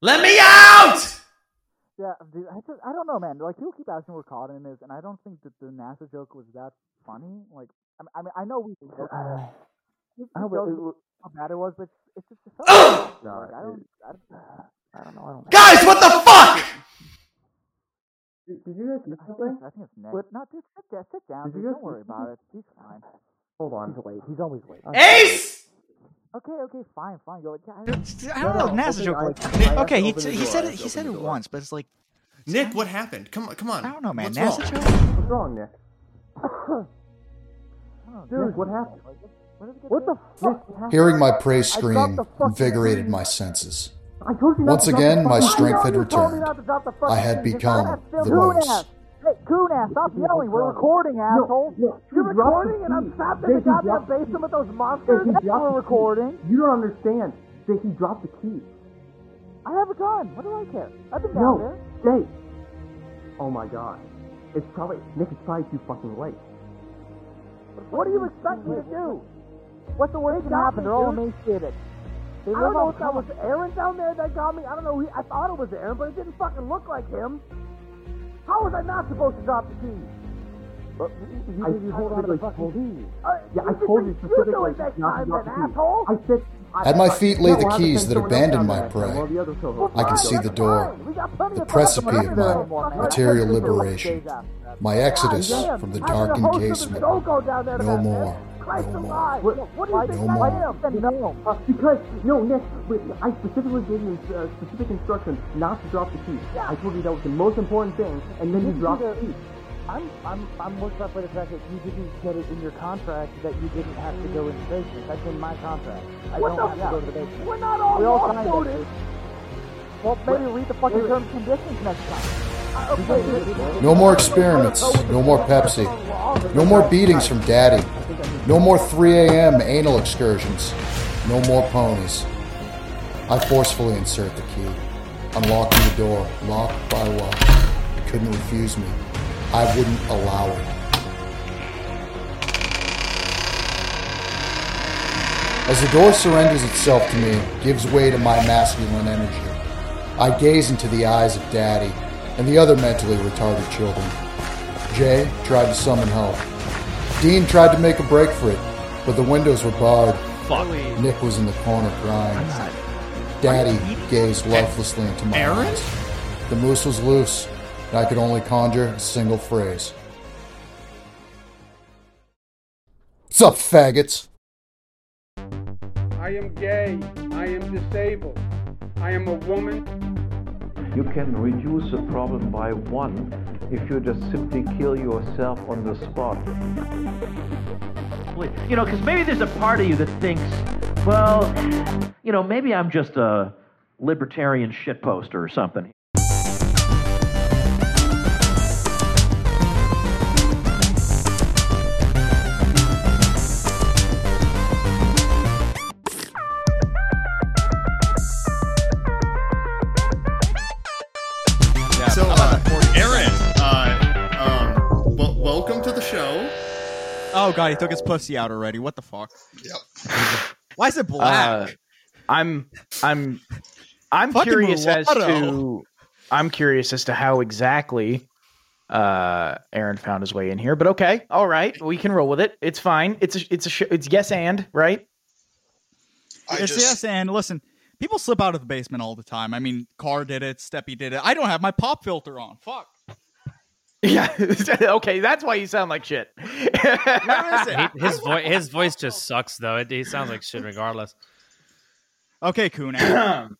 Let me out! Yeah, dude, I just I don't know, man. Like people keep asking where Cotton is, and I don't think that the NASA joke was that funny. Like, I mean, I, mean, I know we we joked about it. We I don't joked know. how bad it was, but it's it's just so Ugh! like, I No, don't, dude. I don't, I don't know. I don't. Guys, what the fuck? Did, did you guys miss I think, something? it's- I think it's Nick. What- No, dude, sit, da- sit down. Did you Dude, don't guys- worry about it. He's fine. Hold on, he's late. He's always late. Ace! Okay, okay, fine, fine. You're like, yeah, I don't, I don't know. No, no, NASA open joke. the Like, eyes. Eyes, okay, he, open the he door, said it. eyes, He said open it the door. once, but it's like Nick, what happened? Come on, come on. I don't know, man. What's NASA wrong? joke. What's wrong, Nick? I don't know. Dude, what happened? Like, what, what, is it What the fuck happened? Hearing my praise I dropped scream the fucking invigorated my senses. I told you not Once to drop again, the my fucking- strength had I know you told me returned. not to drop the fucking- I had become the Coon voice. ass. Hey, coon ass, stop yelling. We're recording, asshole. no, You're you dropped recording, the and I'm key. trapped They in the can goddamn drop the basement key. with those They monsters. can That's drop we're the key. recording. You don't understand. They he dropped the key. I have a gun. What do I care? I've been down No, there. Jay. Oh my god. It's probably Nick. It's probably too fucking late. What do you expect me to do? What's the worst that can happen? They're all emaciated. They I live don't know on if that was common- Aaron down there that got me. I don't know. He, I thought it was Aaron, but it didn't fucking look like him. How was I not supposed to drop the key? I you hold on to the specifically fucking told- key. Uh, yeah, I you told you think you do it specifically next not time to drop the then, key. asshole? I said. I, At my I- feet lay no, the I'll have to keys send that someone else down abandoned my there next time prey. while the others go Well, over. I could fine, see the that's door, fine. We got plenty the of time to precipice run of there my anymore, man. material That's just for liberation. days after that. My exodus God from the damn, darkened I'm the host of the casement. show go down there to No that, man. more. Christ No more. alive. What- What do you no think I more. am? Then no. Uh, because no, Nick, wait, I specifically gave you uh, specific instructions not to drop the key. I told you that was the most important thing, and then you Didn't dropped you the do key. I'm I'm I'm worked up by the fact that you didn't get it in your contract that you didn't have to go in the basement. That's in my contract. I What don't the have to go to the basement. We're not all, We all lost signed voters. it. Well, maybe read the fucking terms and conditions next time. No more experiments. No more Pepsi. No more beatings from daddy. No more 3 a.m. anal excursions. No more ponies. I forcefully insert the key, unlocking the door, lock by lock. You couldn't refuse me. I wouldn't allow it. As the door surrenders itself to me, gives way to my masculine energy, I gaze into the eyes of Daddy and the other mentally retarded children. Jay tried to summon help. Dean tried to make a break for it, but the windows were barred. Fuck. Nick was in the corner crying. Daddy gazed lifelessly into my Aaron? eyes. The moose was loose, and I could only conjure a single phrase. What's up, faggots? I am gay. I am disabled. I am a woman. You can reduce a problem by one if you just simply kill yourself on the spot. You know, because maybe there's a part of you that thinks, well, you know, maybe I'm just a libertarian shitposter or something. So, uh, Aaron, uh, um, wel- welcome to the show. Oh god, he took his pussy out already. What the fuck? Yep. Why is it black? Uh, I'm I'm I'm Fucking curious as mulatto. to I'm curious as to how exactly uh Aaron found his way in here, but okay, all right, we can roll with it. It's fine. It's a, it's a sh- it's yes and right. I it's just yes, and listen, people slip out of the basement all the time. I mean, Carr did it, Steppy did it. I don't have my pop filter on. Fuck. Yeah. okay, that's why you sound like shit. Where is it? He- his voice his voice just sucks though. It, he sounds like shit regardless. Okay, Kuna.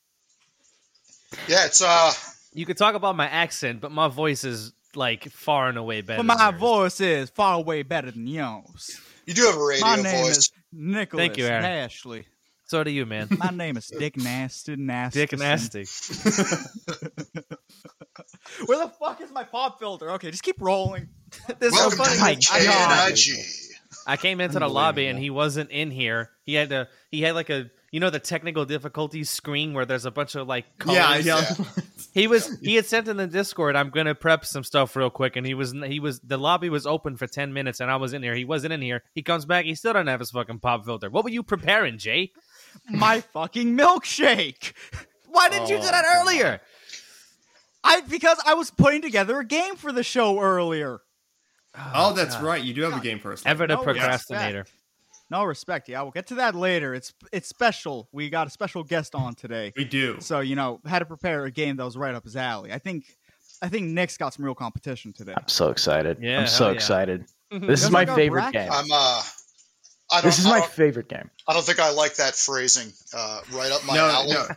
yeah. It's uh. You could talk about my accent, but my voice is like far and away better. but than my yours. voice is far way better than yours. You do have a radio My name voice. is Nicholas Thank you, Aaron. Ashley. So do you, man. My name is Dick Nasty Nasty. Dick nasty. Where the fuck is my pop filter? Okay, just keep rolling. This is so Welcome funny. to the I, KNIG. I came into the lobby and he wasn't in here. He had to. He had like a you know the technical difficulties screen where there's a bunch of like colors. Oh, He was he had sent in the Discord, I'm gonna prep some stuff real quick, and he was he was the lobby was open for ten minutes, and I was in here. He wasn't in here. He comes back, he still doesn't have his fucking pop filter. What were you preparing, Jay? My fucking milkshake. Why didn't you do that earlier? I because I was putting together a game for the show earlier. Oh, that's right. You do have a game first. Ever the No procrastinator. respect. No respect. Yeah, we'll get to that later. It's it's special. We got a special guest on today. We do. So you know, had to prepare a game that was right up his alley. I think I think Nick's got some real competition today. I'm so excited. Yeah, I'm so hell yeah. Hmm. excited. Mhm. This is That's my like our favorite bracket. game. I'm uh I don't This is my I don't, favorite game. I don't think I like that phrasing. Uh right up my No, alley. no. I, I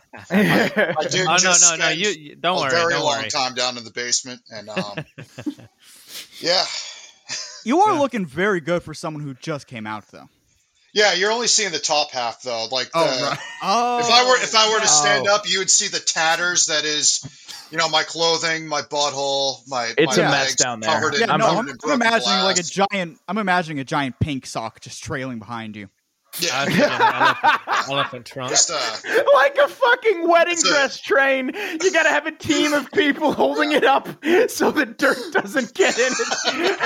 Oh, did no, just no, no, spend you- you- don't a worry, very don't long worry. time down in the basement and um Yeah. You are looking very good for someone who just came out though. Yeah, you're only seeing the top half though. Like Oh, the, right. Oh, if I were if I were to stand Oh. up, you would see the tatters that is, you know, my clothing, my butthole, my It's my a mess legs down there. covered in- yeah, no, covered I'm, in I'm broken imagining glass. like a giant. I'm imagining a giant pink sock just trailing behind you. Yeah. I was thinking elephant, elephant trunk. Just uh, like a fucking wedding That's it. dress train. You gotta have a team of people holding it up so the dirt doesn't get in it.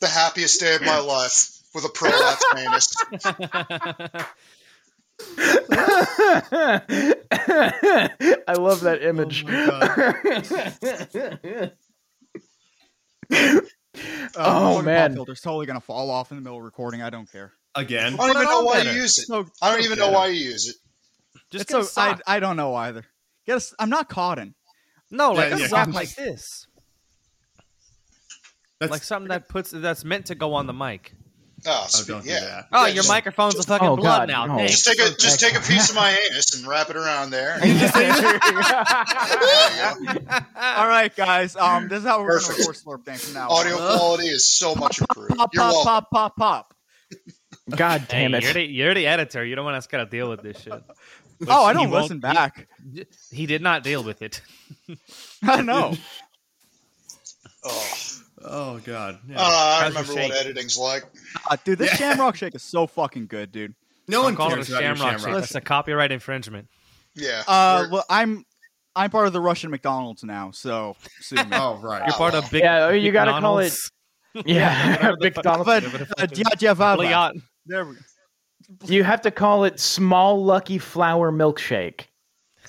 the happiest day of my life with a prolapse anus. I love that image. Uh, Oh, fucking man. pop filter's totally gonna fall off in the middle of recording. I don't care. Again. I don't even know why better. you use it. So- I don't even know why you use it. Just It's get a so- I, sock. I don't know either. Guess I'm not cotton. no, like Yeah, a yeah. sock like this, That's, like something that puts that's meant to go on the mic. Oh, oh, spe- don't yeah. do that. Oh, Yeah, your just- microphone's a fucking Oh, blood God, now. no. Thanks. Just take a just take a piece of my anus and wrap it around there. There you go. All right, guys. Um, this is how we're Perfect. gonna record slurp thing from now. on. Audio quality is so much improved. Pop, You're pop, welcome. pop, pop, pop. God Hey, damn You're it. the, you're the editor. You don't want us to deal with this shit. Oh, I he don't won't- listen back. He did not deal with it. I know. Oh, Oh god. Yeah. uh, I How's your remember what shake? editing's like. Uh, dude, this Shamrock Shake is so fucking good, dude. no one Don't call it a cares about your shamrock. shamrock. shake. That's a copyright infringement. Yeah. Uh, we're- well, I'm I'm part of the Russian McDonald's now, so sue me. Oh right. You're part of big. Yeah, you Big gotta call Donald's. Yeah, Big Donald. but whatever the uh, fuck it is. Djadja Vava. Bliot. There we go. You have to call it small lucky flower milkshake.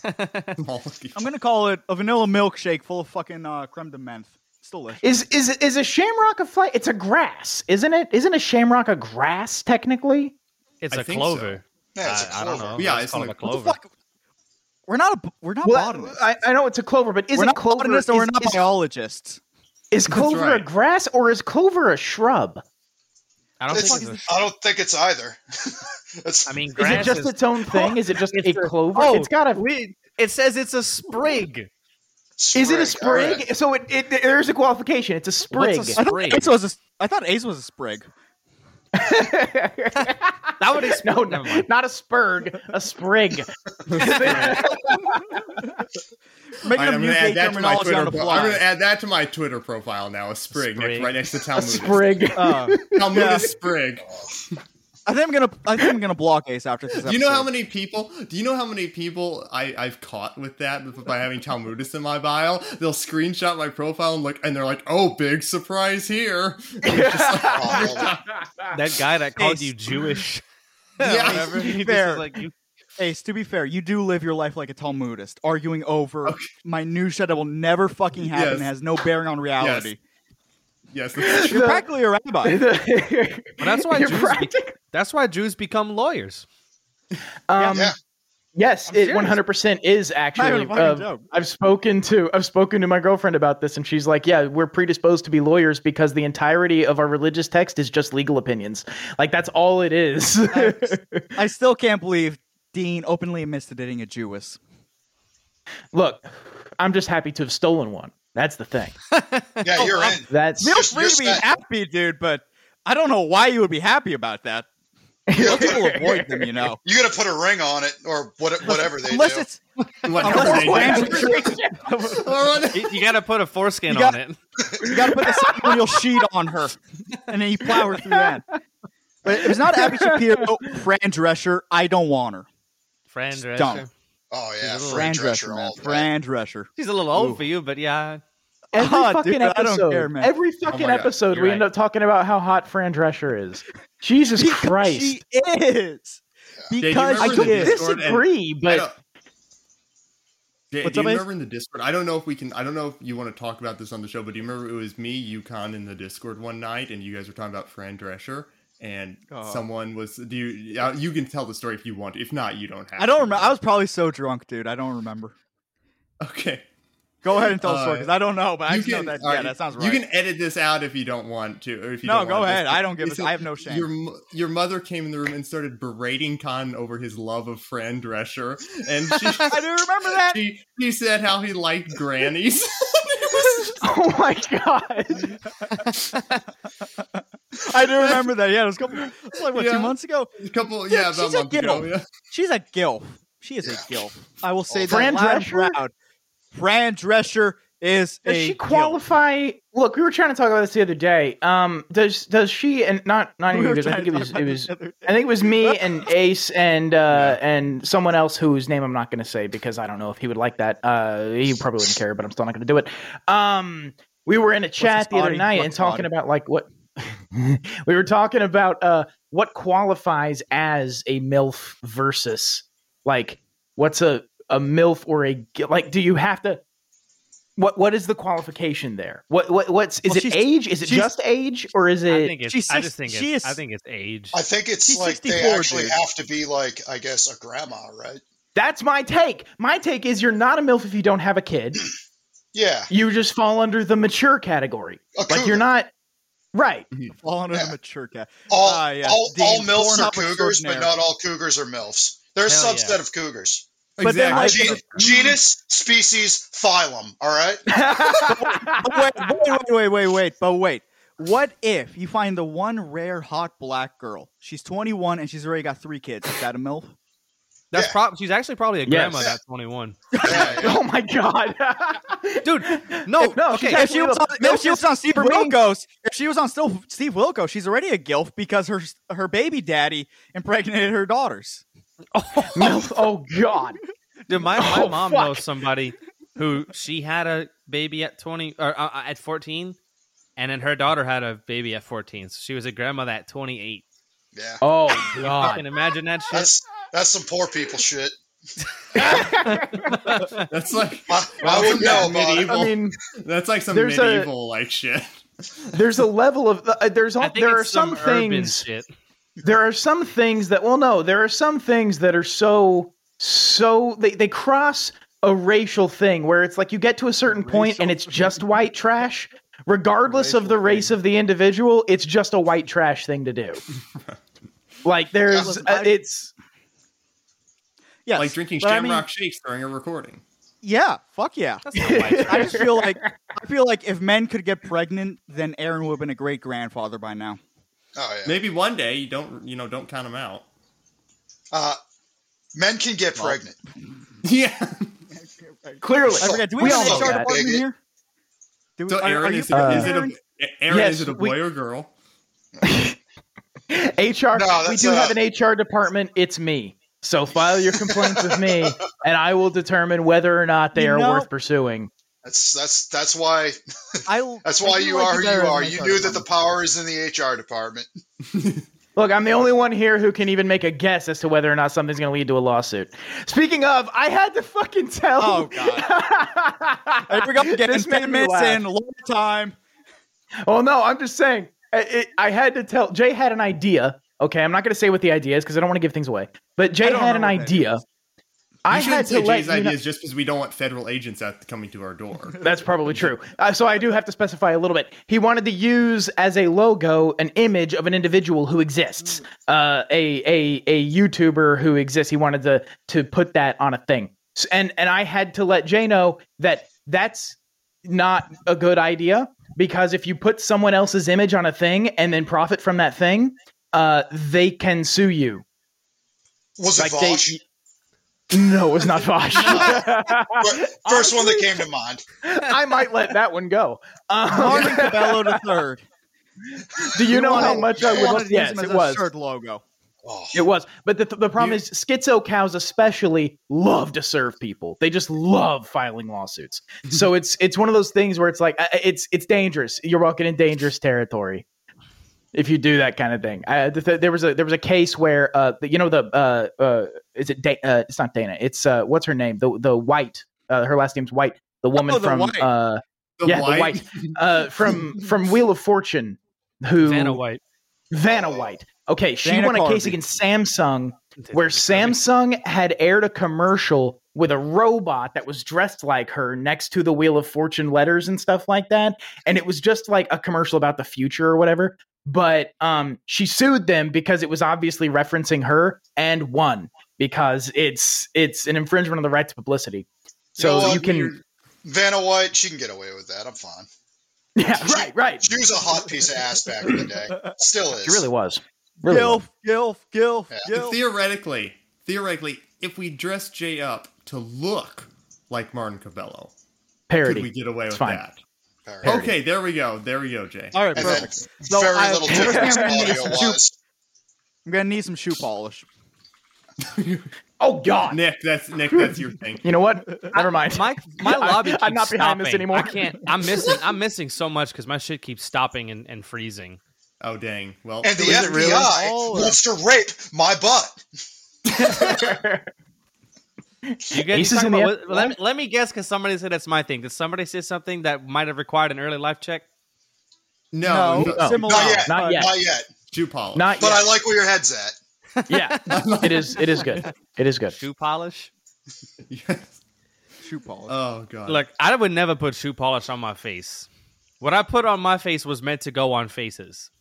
I'm gonna call it a vanilla milkshake full of fucking uh, creme de menthe. It's delicious. Is is is a shamrock a fly? It's a grass, isn't it? Isn't a shamrock a grass technically? It's I a think clover. yeah, it's a I- I don't clover. know. Yeah, Let's it's call it like- a what What the clover. fuck? We're not a, we're not botanists. I, I know it's a clover, but we're isn't not clover botanists or we're is- not is- biologists. Is clover right. a grass or is clover a shrub? I don't It's- think it's. I don't think it's either. It's- I mean, Is grass it just its own thing? Is it just a clover? oh, it's got a. we- it says it's a sprig. Is it a sprig, all right. sprig? So it, it there's a qualification. It's a sprig. What's a I thought sprig? Ace was a, I thought Ace was a sprig. That would explain. no, never no, mind. not a spurg, a sprig. Making All right, a I'm gonna add that mutate to my terminology Twitter. on the Pro- I'm gonna fly. add that to my Twitter profile now. A sprig, Sprig. Next, right next to a Talmudist. sprig. Uh, Talmudist Yeah. sprig. I think I'm gonna I think I'm gonna block Ace after this. Do you know how episode. many people? Do you know how many people I I've caught with that by having Talmudist in my bio? They'll screenshot my profile and look, and they're like, "Oh, big surprise here!" Oh, well, That guy that called Ace. you Jewish. Yeah. Whatever, he just Fair. is like you. Ace, to be fair, you do live your life like a Talmudist, arguing over minutia that will never fucking happen Yes. and has no bearing on reality. Yes, that's true. You're practically a rabbi. But that's why You're Jews. Be, practic- that's why Jews become lawyers. um, yeah. Yes, I'm it serious. 100 percent is even actually. a fucking uh, joke. I've spoken to I've spoken to my girlfriend about this, and she's like, "Yeah, we're predisposed to be lawyers because the entirety of our religious text is just legal opinions. Like that's all it is." I still can't believe Dean openly admits to dating a Jewess. Look, I'm just happy to have stolen one. That's the thing. yeah, you're in. That's Feel Just- free to just be that- happy, dude, but I don't know why you would be happy about that. Most people avoid them, you know. You got to put a ring on it or what, whatever they Unless do. it's Whatever unless they it's do. Andrew- You, you got to put a foreskin You got- on it. you gotta put the ceremonial sheet on her, and then you plow her through that. But if it's not Abby Shapiro, Fran Drescher, I don't want her. Fran It's Drescher. dumb. Oh yeah, She's a Fran Fran Drescher Drescher, all man. day. Fran Drescher. She's a little old Ooh. for you, but yeah, Every Ah, fucking dude, I episode. don't care, man. Every Oh fucking my God, episode, you're we right. end up talking about how hot Fran Drescher is. Jesus Christ! She is. Jay, do you Because remember I in don't the Discord- disagree, and- but- I don't- Jay, What's do up, you Ace? remember in the Discord? I don't know if we can. I don't know if you want to talk about this on the show, but do you remember it was me, Yukon, in the Discord one night, and you guys were talking about Fran Drescher, and Oh. someone was. Do you? Uh, you can tell the story if you want. If not, you don't have. I don't remember. I was probably so drunk, dude. I don't remember. Okay. Go ahead and tell the story Uh, because I don't know, but I you just know that. all yeah, right, that sounds right. You can edit this out if you don't want to, or if you No, Don't go want this, ahead. but I don't give a- it's- I have no shame. Your mo- your mother came in the room and started berating Con over his love of Fran Drescher, and she I do remember that. she, she said how he liked grannies. oh my god! I do remember that. Yeah, it was a couple, it was like what Yeah. two months ago. A couple, Dude, yeah, about she's a a month ago. gilf. Yeah. She's a gilf. She is a gilf. I will say that Fran loud and Drescher? proud. Fran Drescher is Does a she gilf. qualify? Look, we were trying to talk about this the other day. Um, does does she and not not We even were because I trying think it to was it talk about was this the other I think it was me and Ace and uh and someone else whose name I'm not going to say because I don't know if he would like that. Uh, he probably wouldn't care, but I'm still not going to do it. Um, we were in a his chat the other body? night What's and his talking body? about like what we were talking about uh what qualifies as a milf versus like what's a a milf or a gi- like do you have to what what is the qualification there what what what's is Well, it she's- age is it she's- just age or is it I think it's. she's I six- just think she it's. is- I think it's Oh, age. I think it's She's like they 64, actually dude. have to be like I guess a grandma, right? that's my take my take is you're not a milf if you don't have a kid Yeah, you just fall under the mature category A like you're cougar. not right Fall under Yeah. the mature cat. all Ah, yeah. all, all Dean, milfs Pornhub are cougars, but extraordinaire. not all cougars are milfs. They're a Hell subset yeah. of cougars. But then, Exactly. like, Gen- genus, species, phylum. All right. wait, wait, wait, wait, wait, wait. But wait. What if you find the one rare hot black girl? She's 21 and she's already got three kids. Is that a milf? That's Yeah. prob- She's actually probably a Yes. grandma. That's twenty one. Yeah, yeah. oh my god Dude, no, no, Okay, she's if she was on, No, if she was on Steve Wayne- Wilkos, if she was on still Steve Wilkos, she's already a gilf because her her baby daddy impregnated her daughters. milf oh god Dude, my, my Oh, mom fuck. knows somebody who she had a baby at 20 or uh, uh, at 14 and then her daughter had a baby at 14 so she was a grandmother at 28 yeah. oh I god can imagine that shit That's that's some poor people shit. That's like I, I would know about that's it. medieval. i mean That's like some There's a- medieval like shit. there's a level of uh, there's I all, think there it's are some, urban things shit. there are some things that well no there are some things that are so so they, they cross a racial thing where it's like you get to a certain point and it's just white trash regardless of the race of the individual it's just a white trash thing to do like there's Yeah. uh, it's Yes, Like drinking but I shamrock mean, shakes during a recording. yeah, fuck yeah. I just feel like I feel like if men could get pregnant, then Aaron would have been a great grandfather by now. Oh yeah. Maybe one day you don't you know don't count them out. Uh, men can get pregnant. Yeah. clearly I forget. Do we, we have all an know HR that. department here? Do we, So are- are Aaron you is it, familiar, is it Aaron? a Aaron Yes, is it a we- boy or girl? HR. No, we that's, do uh, have an HR department. It's me. So file your complaints with me, and I will determine whether or not they You are know- worth pursuing. That's that's that's why I, that's I why do you like are you who better you than are. the You HR knew that the power is in the HR department. Look, I'm the only one here who can even make a guess as to whether or not something's going to lead to a lawsuit. Spepeaking of, I had to fucking tell. Oh, God. I I forgot to get in 10 minutes in, long time. Oh no, I'm just saying. I, it, I had to tell. Jay had an idea. Okay, I'm not going to say what the idea is because I don't want to give things away. But Jay don't had an know what that idea. I You had shouldn't to say let Jay's you know- ideas just because we don't want federal agents out coming to our door. That's probably true. Uh, so I do have to specify a little bit. He wanted to use as a logo an image of an individual who exists, uh, a a a YouTuber who exists. He wanted to to put that on a thing, S- and and I had to let Jay know that that's not a good idea because if you put someone else's image on a thing and then profit from that thing, uh, they can sue you. Was it Like they. Vosh? No, it's not Vosh. First one that came to mind. I might let that one go. Um, Marvin Cabello the third. do you know wanted- how much I I would? wanted to use yes, him as it a was. shirt logo. It was, but the, the problem You- is schizo cows especially love to serve people. They just love filing lawsuits. so it's it's one of those things where it's like I- I- it's it's dangerous. You're walking in dangerous territory if you do that kind of thing. I, th- th- there was a there was a case where uh the- you know the uh uh is it da- uh, it's not Dana it's uh what's her name the the white uh, her last name's White the woman Oh, the from White. uh The yeah White? the White uh from from Wheel of Fortune who Vanna White. Vanna White. Okay, she Vanna won a case Carvey. against Samsung where Samsung had aired a commercial with a robot that was dressed like her next to the Wheel of Fortune letters and stuff like that. And it was just like a commercial about the future or whatever. But um, she sued them because it was obviously referencing her and won because it's it's an infringement of the right to publicity. So know what? you can Vanna White, she can get away with that. I'm fine. Yeah, right, right. She was a hot piece of ass back in the day. Still is. she really was. Really Gilf, Gilf, Gilf, Gilf. Theoretically, theoretically, if we dress Jay up to look like Martin Cabello, Parody. could we get away It's with fine. that? Parody. Okay, there we go. There we go, Jay. All right, perfect. So very I, little I'm gonna difference need some audio-wise. shoe- I'm gonna need some shoe polish. oh God, Nick, that's Nick, that's your thing. You know what? Never mind. My my lobby. I'm not keeps behind this stopping. anymore. I can't. I'm missing. I'm missing so much because my shit keeps stopping and, and freezing. Oh dang! Well, And the FBI wants to rape my butt. You guys Ace you is talking in the about, F- let, me, let me guess because somebody said that's my thing. Did somebody say something that might have required an early life check? No, No, similar, Not yet. not yet. Not yet. Shoe polish. Not But yet. I like where your head's at. yeah, it is. It is good. It is good. Shoe polish? Shoe polish. Oh god. Look, I would never put shoe polish on my face. What I put on my face was meant to go on faces.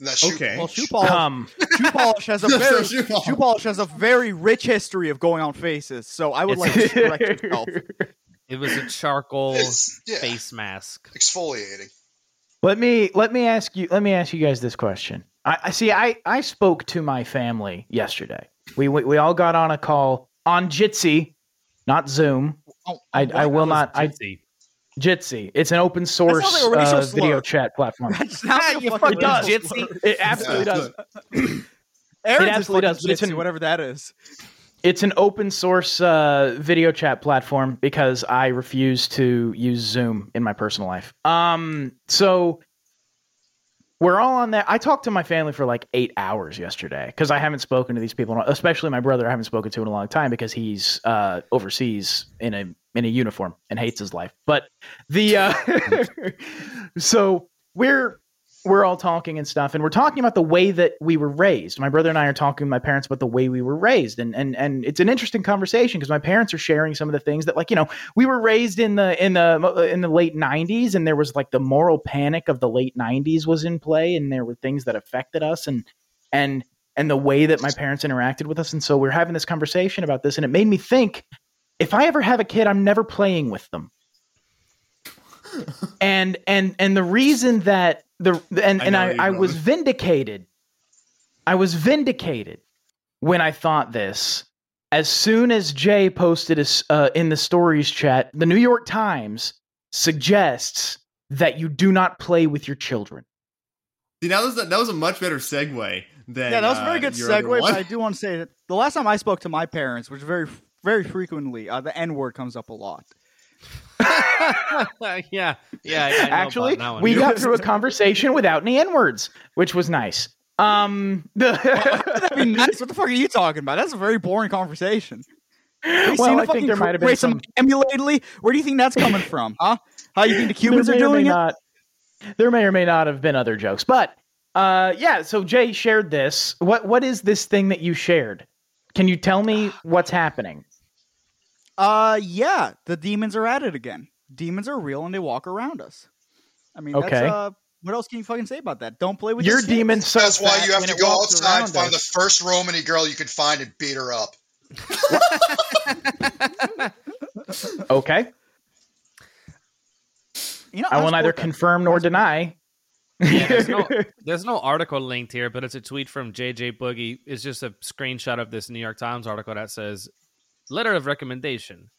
That shoe Okay. Well, shoe polish. Um, shoe polish has a So very shoe shoe polish. polish. has a very rich history of going on faces. So I would like to It's- correct yourself. It was a charcoal It's- yeah. face mask. exfoliating. Let me let me ask you. Let me ask you guys this question. I, I see. I I spoke to my family yesterday. We we, we all got on a call on Jitsi, not Zoom. Oh, I, I will That not. was I Jitsi. Jitsi. It's an open source like a racial uh, video slur. chat platform. That sounds like a you fucking fucking does. racial Jitsi. slur. It absolutely Yeah. does. Aaron's is absolutely fucking does, but it's Jitsi, in- whatever that is. It's an open source uh, video chat platform because I refuse to use Zoom in my personal life. Um, so we're all on there. I talked to my family for like eight hours yesterday because I haven't spoken to these people, in a- especially my brother. I haven't spoken to in a long time because he's uh, overseas in a in a uniform and hates his life. But the uh, so we're we're all talking and stuff, and we're talking about the way that we were raised. My brother and I are talking to my parents about the way we were raised, and and and it's an interesting conversation because my parents are sharing some of the things that, like you know, we were raised in the in the in the late '90s, and there was like the moral panic of the late '90s was in play, and there were things that affected us, and and and the way that my parents interacted with us, and so we're having this conversation about this, and it made me think: if I ever have a kid, I'm never playing with them and and and the reason that the and I and know I, you, I was brother. vindicated i was vindicated when i thought this as soon as jay posted us uh, in the stories chat the new york times suggests that you do not play with your children See, now that was, that was a much better segue than Yeah, that was a very uh, good your other segue. one. But I do want to say that the last time I spoke to my parents, which is very very frequently, uh, the N word comes up a lot. yeah, yeah. I- I know about actually that one. we got through a conversation without any n-words which was nice um the I mean, nice. What the fuck are you talking about? That's a very boring conversation. Have you Well, seen a I think fucking there might have been race some- emulate lately? Where do you think that's coming from, huh? How you think the Cubans there are may or may doing it? Not, there may or may not have been other jokes, but uh, yeah. So Jay shared this. What what is this thing that you shared? Can you tell me what's happening? Uh, yeah, the demons are at it again. Demons are real and they walk around us. I mean, Okay. that's, uh, what else can you fucking say about that? Don't play with Your this shit. demon's so That's why fat you have when to it go walks outside, around find the us- first Romany girl you can find, and beat her up. Okay, You know, I I'll will neither support that. confirm nor deny. Yeah, there's, no, there's no article linked here, but it's a tweet from JJ Boogie. It's just a screenshot of this New York Times article that says, "Letter of recommendation: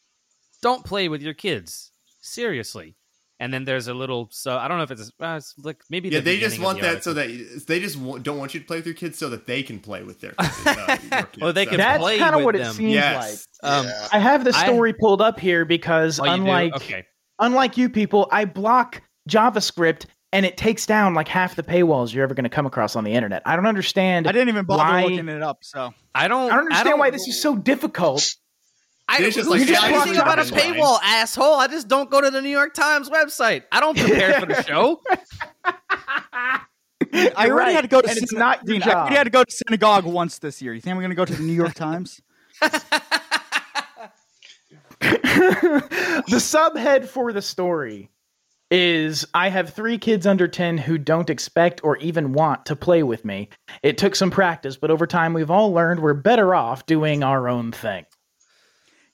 Don't play with your kids. Seriously." and then there's a little. So I don't know if it's, uh, it's like maybe yeah, the they just beginning of want the that so that they just w- don't want you to play with your kids so that they can play with their kids. Uh, your kids. Well, they can That's play kinda with what it them. seems Yes. like. Um, I have the I- story pulled up here because Oh, you do? unlike Okay. unlike you people, I block JavaScript and it takes down like half the paywalls you're ever going to come across on the internet. I don't understand. I didn't even bother why, looking it up. So I don't. I don't understand why this is so difficult. I They don't just, just, like, like, slide anything it about a down the line. paywall, asshole. I just don't go to the New York Times website. I don't prepare for the show. I You're already right, had to go to and it's syna- not your Dean, I already job. had to go to synagogue once this year. You think I'm going to go to the New York Times? the subhead for the story is I have three kids under 10 who don't expect or even want to play with me. It took some practice, but over time we've all learned we're better off doing our own thing.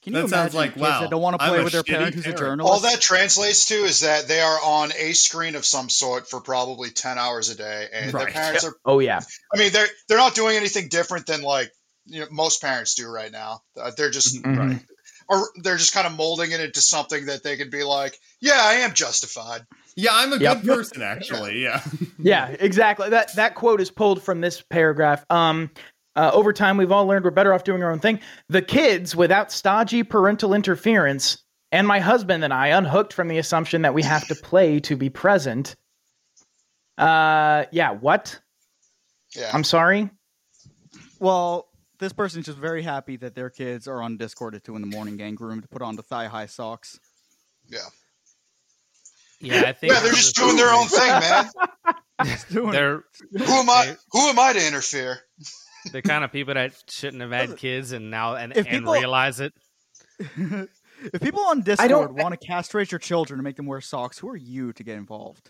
Can that sounds like wow. that don't wanna I'm play a with their shitty parent who's a parent. journalist? All that translates to is that they are on a screen of some sort for probably ten hours a day, and their Right. parents are. Oh yeah. I mean, they're they're not doing anything different than like you know, most parents do right now. Uh, They're just Mm-hmm. Right. or they're just kind of molding it into something that they could be like, yeah, I am justified. Yeah, I'm a Yep. good person actually. Yeah. Oh, yeah, exactly. That that quote is pulled from this paragraph. Um, uh, over time, we've all learned we're better off doing our own thing. The kids, without stodgy parental interference, and my husband and I unhooked from the assumption that we have to play to be present. Uh, yeah. What? Yeah. I'm sorry. Well, this person's just very happy that their kids are on Discord at two in the morning, gang room to put on the thigh high socks. Yeah. Yeah, I think yeah, they're just doing their own thing, man. They're Who am I? Who am I to interfere? the kind of people that shouldn't have had kids and now and, If and people- realize it. If people on I Discord don't- want to castrate your children and make them wear socks, who are you to get involved?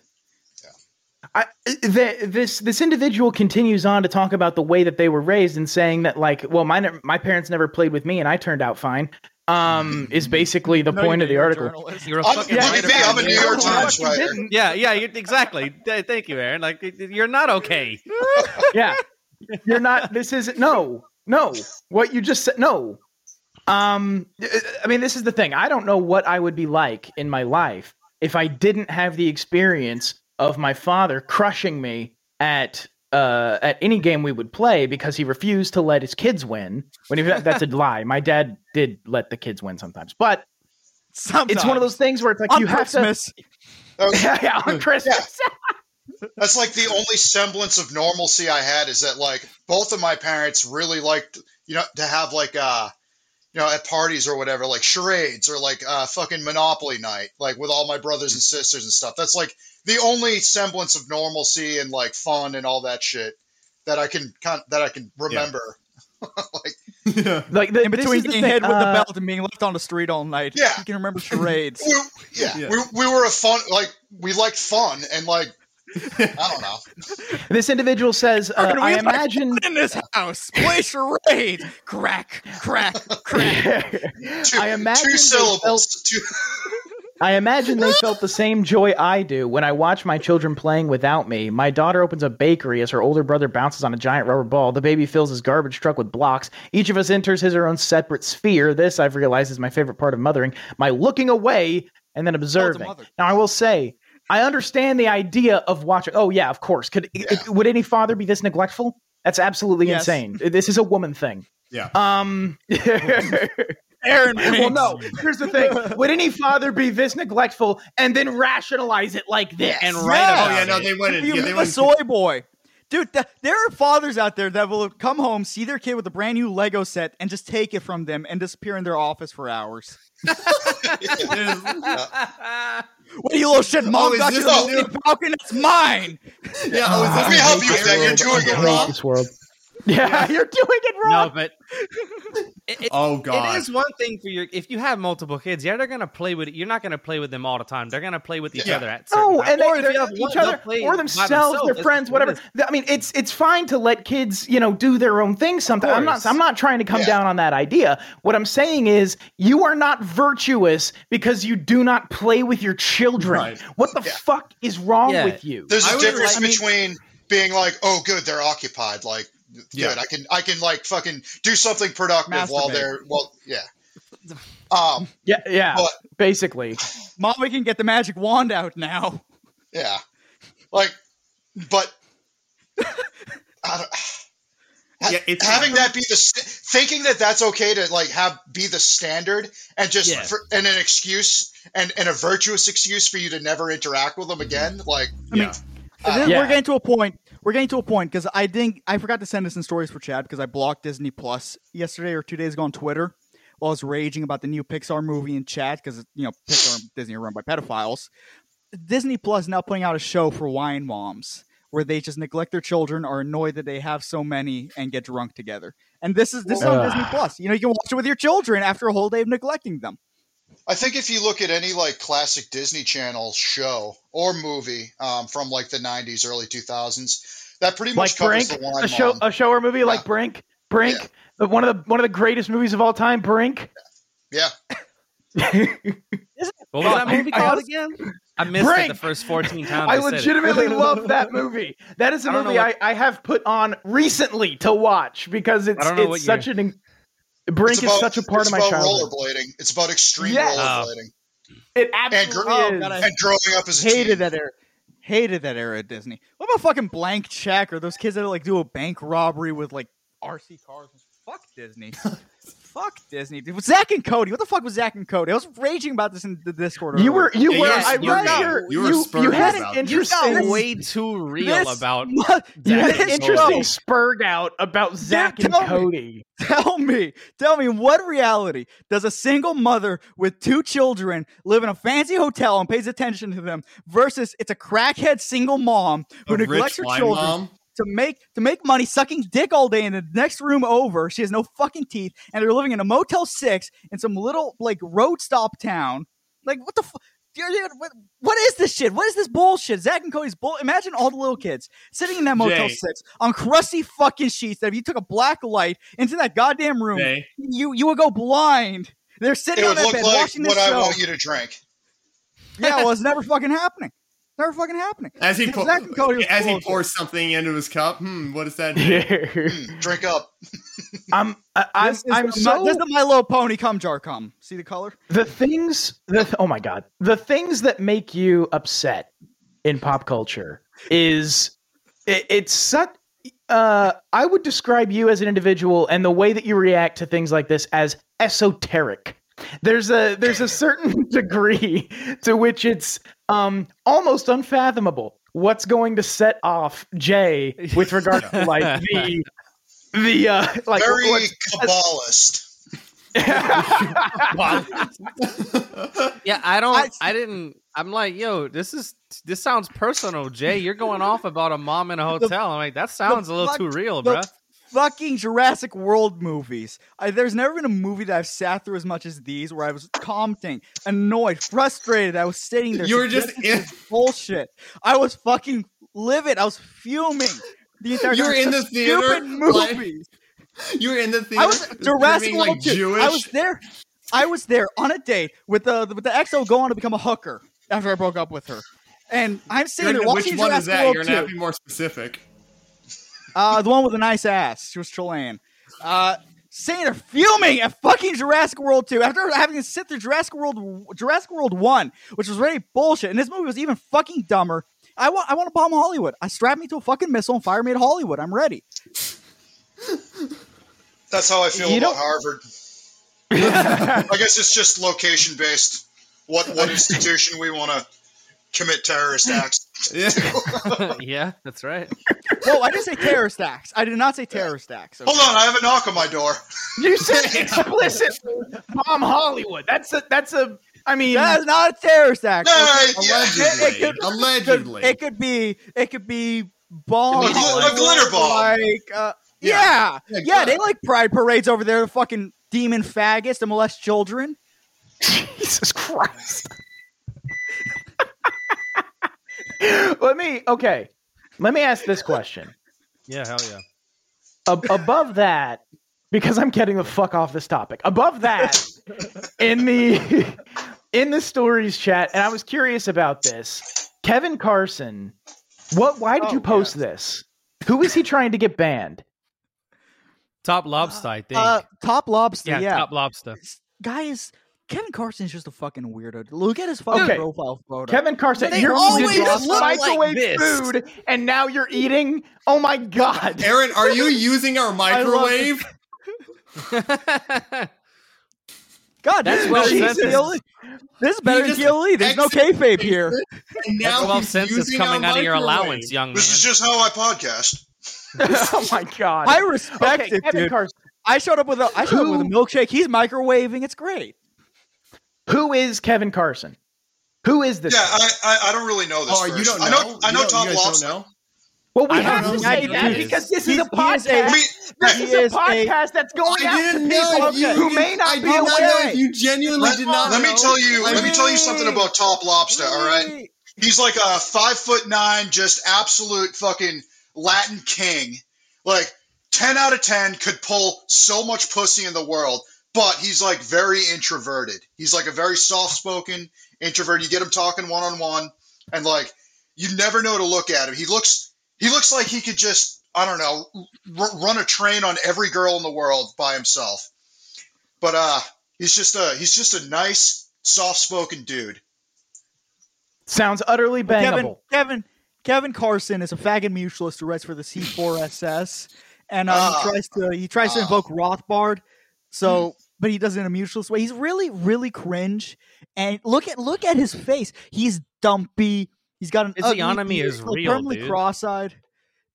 I, the, this this individual continues on to talk about the way that they were raised and saying that like, well, my ne- my parents never played with me and I turned out fine. Um, is basically the No, point you- of the you're a article. journalist. You're a I'm- fucking look at writer me, for I'm a New York York Times Times. writer. Yeah, yeah, you exactly. Th- Thank you, Aaron. Like y- y- you're not okay. yeah you're not this isn't no no what you just said no um i mean this is the thing i don't know what i would be like in my life if i didn't have the experience of my father crushing me at uh at any game we would play because he refused to let his kids win when he, that's a lie my dad did let the kids win sometimes but Sometimes. it's one of those things where it's like on you Christmas. That was- have to yeah, on christmas That's like the only semblance of normalcy I had is that like both of my parents really liked you know to have like uh you know at parties or whatever like charades or like uh fucking Monopoly night like with all my brothers and sisters and stuff. That's like the only semblance of normalcy and like fun and all that shit that I can con- that I can remember. like the, in this between is the getting thing, hit with the uh, belt and being left on the street all night. Yeah. You can remember charades. We, yeah, Yeah. We, we were a fun like we liked fun and like I don't know. this individual says uh, Are we i allowed to imagine in this house, play charades. Crack, crack, crack. Two, I imagine two they syllables. felt- two, I imagine they felt the same joy I do when I watch my children playing without me. My daughter opens a bakery as her older brother bounces on a giant rubber ball. The baby fills his garbage truck with blocks. Each of us enters his or own separate sphere. This, I've realized, is my favorite part of mothering my looking away and then observing. mother. now, I will say, I understand the idea of watching. Oh, yeah, of course. Could Would any father be this neglectful? That's absolutely Yes. insane. This is a woman thing. Yeah. Um. Aaron Well, Riggs. no. Here's the thing: Would any father be this neglectful and then rationalize it like this? And Yeah. write Oh about yeah, no, it. they wouldn't. You Yeah, meet they the wouldn't. soy boy. Dude, th- there are fathers out there that will come home, see their kid with a brand new Lego set, and just take it from them and disappear in their office for hours. What do you little shit, mom? Oh, is got this you the a new- Millennium Falcon. That's mine. Yeah, oh, is this Let me the help new you with that. Jared You're doing Leto it wrong. This world. Yeah, you're doing it No, wrong. but it, it- Oh god. It is one thing for your if you have multiple kids, yeah, they're gonna play with you're not gonna play with them all the time. They're gonna play with each Yeah. other at certain No, times. Oh, and Or they, if they're you have one, each they'll other play or by themselves, their That's friends, what it whatever. is. I mean, it's it's fine to let kids, you know, do their own thing. Sometimes I'm not course. I'm not trying to come Yeah. down on that idea. What I'm saying is, you are not virtuous because you do not play with your children. Right. What the Yeah. fuck is wrong Yeah. with you? There's I a would difference like- I mean- between being like, oh, good, they're occupied. Like, Yeah. good, I can, I can like fucking do something productive while Masturbate. they're, well, yeah. Um, yeah, yeah. But basically, Molly can get the magic wand out now. yeah, like, but I don't, yeah, it's having that be the st- thinking that that's okay to like have be the standard and just Yeah. for, and an excuse and and a virtuous excuse for you to never interact with them again. Like, yeah, And then Yeah. We're getting to a point. We're getting to a point because I think I forgot to send us in stories for Chad because I blocked Disney Plus yesterday or two days ago on Twitter while I was raging about the new Pixar movie in chat because you know Pixar and Disney are run by pedophiles. Disney Plus now putting out a show for wine moms where they just neglect their children, are annoyed that they have so many, and get drunk together. And this is this is on Ugh. Disney Plus. You know you can watch it with your children after a whole day of neglecting them. I think if you look at any like classic Disney Channel show or movie um, from like the '90s, early 2000s, that pretty much like covers Brink, the wine. a show, mom. a show or movie like Brink, Brink, the, one of the one of the greatest movies of all time, Brink. Yeah. What was that I- movie I called also- again? I missed it Brink! the first 14 times. I said it. legitimately love that movie. That is a I don't know movie I, what- I have put on recently to watch because it's don't know it's what such year. an in- Brink It's is about- such a part it's of my about childhood. rollerblading. It's about extreme Yes. rollerblading. It And, gr- absolutely is. and growing up as a hated teen. that era. Hated that era at Disney. What about fucking blank check or those kids that like do a bank robbery with like RC cars? Fuck Disney. fuck Disney. Dude, Zach and Cody. What the fuck was Zach and Cody? I was raging about this in the Discord. You earlier. were, you Yeah, were, you were I spurting. read your, You were spurting had about an it. You got interesting, way too real This about. mu- you had Zach an and interesting Cody. spurg out about Zach and tell me. Cody. Tell me, tell me, in what reality does a single mother with two children live in a fancy hotel and pays attention to them versus it's a crackhead single mom who A rich neglects her wine children mom? to make to make money sucking dick all day in the next room over. She has no fucking teeth, and they're living in a Motel Six in some little like road stop town. Like what the fuck? What, what is this shit? What is this bullshit? Zach and Cody's bull. Imagine all the little kids sitting in that Motel Jay. Six on crusty fucking sheets. That if you took a black light into that goddamn room, Jay. you you would go blind. They're It sitting on would that look bed like watching this what I show. want you to drink. yeah, well, it's never fucking happening. Never fucking happening. As he pour, Zach and Cody was as he bullshit. pours something into his cup, hmm, what is that? Drink up. I'm, I, I'm, This is I'm the, Mi- so This is the My Little Pony cum jar cum. See the color? the things the oh my god the things that make you upset in pop culture is it, it's such uh i would describe you as an individual and the way that you react to things like this as esoteric there's a there's a certain degree to which it's um almost unfathomable what's going to set off jay with regard to like the the uh like Very what's- Kabbalist. Yeah, I don't. I, didn't. I'm like, yo, this is this sounds personal, Jay. You're going off about a mom in a hotel. I'm like, that sounds a little fuck- too real, the bruh. Fucking Jurassic World movies. I, there's never been a movie that I've sat through as much as these, where I was commenting, annoyed, frustrated. I was sitting there. You were just subjected to this bullshit. I was fucking livid. I was fuming. The entire You were time. in the Stupid theater, like, movies. you were in the theater. I was Jurassic screaming, World. like too. Jewish. I was there. I was there on a date with the with the ex that would go on to become a hooker after I broke up with her, and I'm sitting there You're- watching which one is Jurassic that? World You're 2. gonna have to be more specific. Uh, the one with a nice ass. She was Chilean. Uh, sitting there fuming at fucking Jurassic World 2 after having to sit through Jurassic World Jurassic World 1, which was really bullshit. And this movie was even fucking dumber. I want I want to bomb Hollywood. I strap me to a fucking missile and fire me at Hollywood. I'm ready. That's how I feel You about don't- Harvard. I guess it's just location based. What what institution we want to commit terrorist acts? yeah, that's right. Whoa, I didn't say terrorist acts. I did not say terrorist acts. Hold on, I have a knock on my door. You said explicit bomb Hollywood. That's a that's a. I mean, That is not a terrorist act. Hey, okay? yeah. Allegedly, could- allegedly. It could be it could be bomb A gl- a glitter bomb. Like uh, yeah. Yeah, they like pride parades over there, the fucking demon faggots to molest children. Jesus Christ. Let me okay. Let me ask this question. Yeah, hell yeah. Ab- above that, because I'm getting the fuck off this topic. Above that, in the in the stories chat, and I was curious about this. Kevin Carson, what? Why did Oh, you post this? Who is he trying to get banned? Top lobster, I think. Uh, top lobster, yeah, yeah. top lobster. Guys, Kevin Carson's just a fucking weirdo. Look at his fucking Okay. profile photo. Kevin Carson, They you're always eating look like microwave this. food, and now you're eating. Oh my god, Aaron, are you using our I love microwave? God, that's well well censored. This is better than TLE. There's no kayfabe here. And now Twelve he's cents is using coming our out of your microwave. allowance, young man. This is just how I podcast. oh my god, I respect Okay, it, Kevin dude. Carson. I showed up with a I showed up with a milkshake. He's microwaving. It's great. Who is Kevin Carson? Who is this? Yeah, guy? I, I I don't really know this. Oh, you person. don't know? I know I You know don't- Tom you guys don't Lobster. know? well, I we don't have know to who say he that is. because this is He's- a he is a- podcast. this he is, is a a- podcast that's going out to didn't people know you- who you- may not I be did not know aware. if you genuinely Let, did not. let me know. tell you. I Let me mean- tell you something about Top Lobster. All right, Hey, he's like a five foot nine, just absolute fucking Latin king. Like ten out of ten could pull so much pussy in the world, but he's like very introverted. He's like a very soft spoken introvert. You get him talking one on one, and like you never know to look at him. He looks he looks like he could just I don't know r- run a train on every girl in the world by himself. But uh, he's just a he's just a nice, soft spoken dude. Sounds utterly bangable. Kevin Kevin Kevin Carson is a faggot mutualist who writes for the C4SS, and uh, Ah. he tries to he tries to invoke Rothbard. So, but he does it in a mutualist way. He's really really cringe. And look at look at his face. He's dumpy. He's got an ugly Physiognomy beard, is he's, like, real, permanently dude. cross-eyed.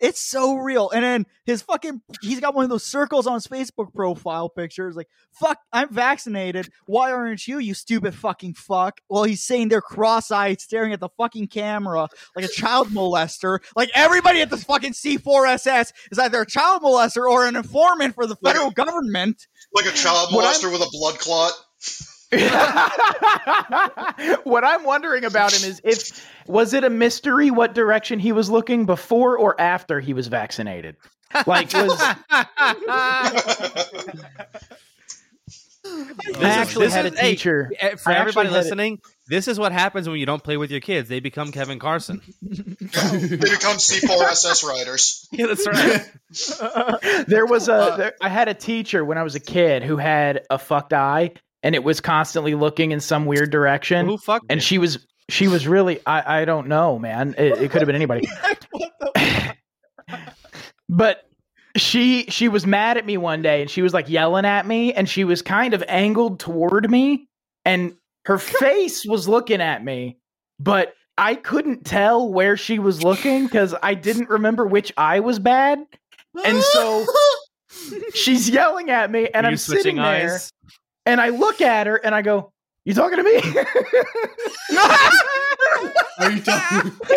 It's so real. And then his fucking he's got one of those circles on his Facebook profile pictures like, "Fuck, I'm vaccinated. Why aren't you, you stupid fucking fuck?" Well, he's sitting there cross-eyed staring at the fucking camera like a child molester. Like everybody at this fucking C4SS is either a child molester or an informant for the federal government. Like a child What molester with a blood clot. what I'm wondering about him is if was it a mystery what direction he was looking before or after he was vaccinated? Like was This I actually this had a hey, teacher- eh, for I actually everybody had a- listening, this is what happens when you don't play with your kids. They become Kevin Carson. They become C4SS riders. yeah, that's right. there was a there, I had a teacher when I was a kid who had a fucked eye and it was constantly looking in some weird direction. Who fucked and she was she was really I I don't know, man. It, it could have been anybody. but she she was mad at me one day and she was like yelling at me and she was kind of angled toward me and her face was looking at me but i couldn't tell where she was looking because i didn't remember which eye was bad and so she's yelling at me and Are i'm you switching sitting there eyes? and i look at her and i go you talking to me Are you talking?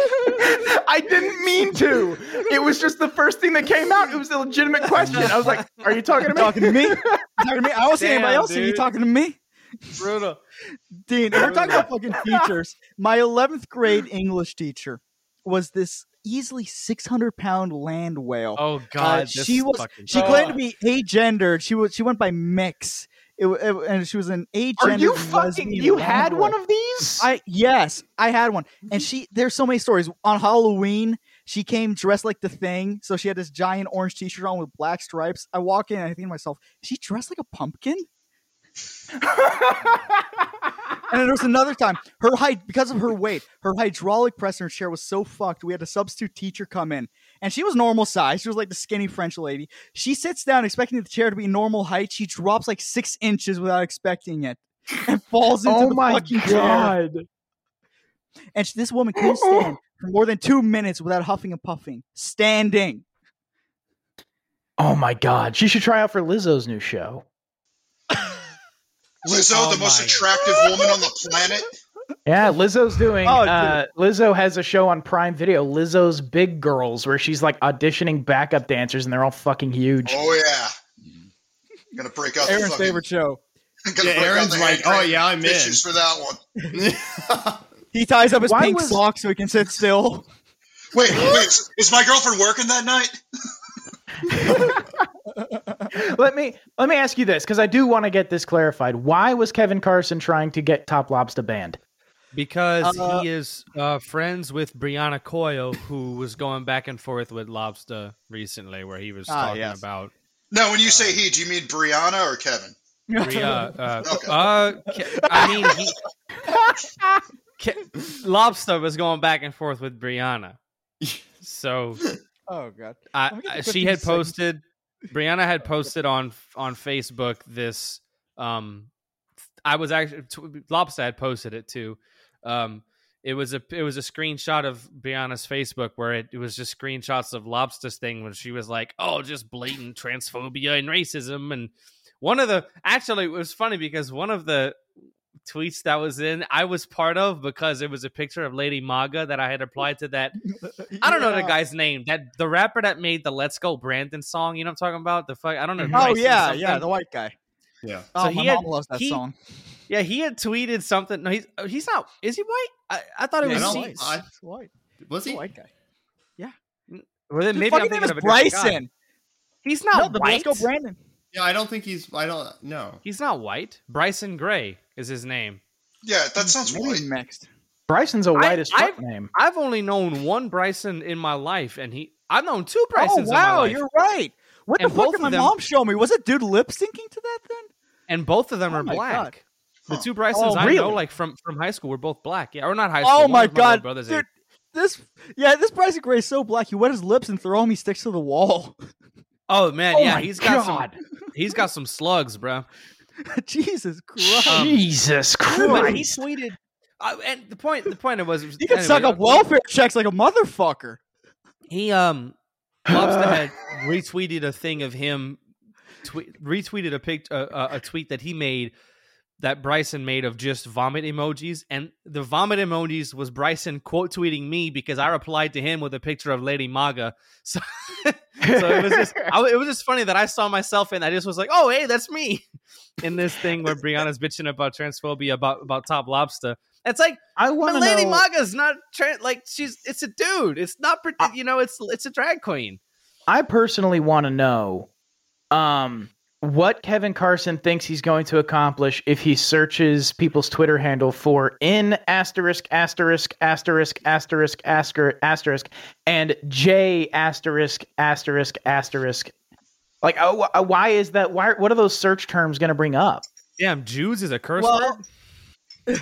I didn't mean to. It was just the first thing that came out. It was a legitimate question. I was like, "Are you talking to me?" talking to me? You talking to me? I don't see anybody Damn, else. Are you dude. talking to me? Brutal. Dean, if we're talking about fucking teachers. My 11th grade English teacher was this easily 600 pound land whale. Oh Uh, God, this she was. Fucking She claimed to be agendered. She was. She went by mix. It, wa- it, wa- and she was an agendered. Oh. Are you fucking? lesbian You land had whale. one of these? I yes, I had one. Mm-hmm. And she there's so many stories. On Halloween, she came dressed like the thing. So she had this giant orange t-shirt on with black stripes. I walk in and I think to myself, is she dressed like a pumpkin? and then there was another time her height because of her weight, her hydraulic press in her chair was so fucked. We had a substitute teacher come in. And she was normal size. She was like the skinny French lady. She sits down expecting the chair to be normal height. She drops like six inches without expecting it and falls into oh the my fucking chair. god! And she- this woman couldn't stand for more than two minutes without huffing and puffing. Standing. Oh my god! She should try out for Lizzo's new show. Lizzo, Oh the most my- attractive woman on the planet. Yeah, Lizzo's doing. Oh, dude. uh, Lizzo has a show on Prime Video, Lizzo's Big Girls, where she's like auditioning backup dancers, and they're all fucking huge. Oh yeah. Gonna break out the Aaron's fucking. favorite show. Gonna Yeah, break Aaron's out the like, handprint "Oh, yeah, I'm in." Tissues for that one. He ties up his Why pink was- sock so he can sit still. Wait, wait, is, is my girlfriend working that night? let me let me ask you this because I do want to get this clarified. Why was Kevin Carson trying to get Top Lobster banned? because Uh, he is uh, friends with Brianna Coyle, who was going back and forth with Lobster recently, where he was Ah, talking yes. about No, when you say he, do you mean Brianna or Kevin? Rhea, uh, uh, ca- I mean, he, ca- Lobster was going back and forth with Brianna. So Oh god. I, I- she had posted Brianna had posted on on Facebook this um I was actually t- Lobster had posted it too. Um it was a it was a screenshot of Brianna's Facebook where it, it was just screenshots of Lobster's thing when she was like, "Oh, just blatant transphobia and racism." And one of the actually it was funny because one of the tweets that was in I was part of because it was a picture of Lady Maga that I had applied to that I don't know the Yeah. guy's name. That the rapper that made the "Let's Go Brandon" song. You know what I'm talking about? The fuck. I don't know. Oh Bryson yeah, something. yeah, the white guy. Yeah. Oh, So my he had- mom loves that he- song. Yeah, he had tweeted something. No, he's uh, he's not. Is he white? I, I thought it Yeah, was. he's C- white. I- He's white. Was He's a he? white guy? Yeah. Well, then His maybe I'm fucking thinking name of a is different guy. Bryson. He's not no, the white. Let's go Brandon. Yeah, I don't think he's. I don't know. He's not white. Bryson Gray is his name. Yeah, that sounds white. Next. Bryson's a white as I've, fuck name. I've only known one Bryson in my life, and he. I've known two Oh Brysons. in my wow, life. you're right. What And the fuck both did of my them- mom show me? Was it dude lip syncing to that then? and both of them Oh are my God. black. The two Huh. Brysons Oh, I know, really? like from from high school, were both black. Yeah, or not high school. Oh one my was little god, brother's dude, age. this yeah, this Bryson Gray is so black. He wet his lips and throw him. He sticks to the wall. Oh man, Oh yeah, my he's got some. He's got some slugs, bro. Jesus Christ! Jesus But he Christ. tweeted, uh, and the point the point it was He could suck up welfare checks like a motherfucker. He um, Lobster had retweeted a thing of him, tweet, retweeted a pic, uh, uh, a tweet that he made that Bryson made of just vomit emojis, and the vomit emojis was Bryson quote tweeting me because I replied to him with a picture of Lady Maga. So, so it was just I, w- it was just funny that I saw myself and I just was like, oh hey, that's me in this thing where Brianna's bitching about transphobia about about Top Lobster. It's like I but want to Lady know. Maga's not trans. Like she's, it's a dude. It's not, pret- you know, it's it's a drag queen. I personally want to know um, what Kevin Carson thinks he's going to accomplish if he searches people's Twitter handle for in asterisk asterisk asterisk asterisk asker asterisk and J asterisk asterisk asterisk. Like, oh, wh- why is that? Why? What are those search terms going to bring up? Damn, Jews is a curse Well,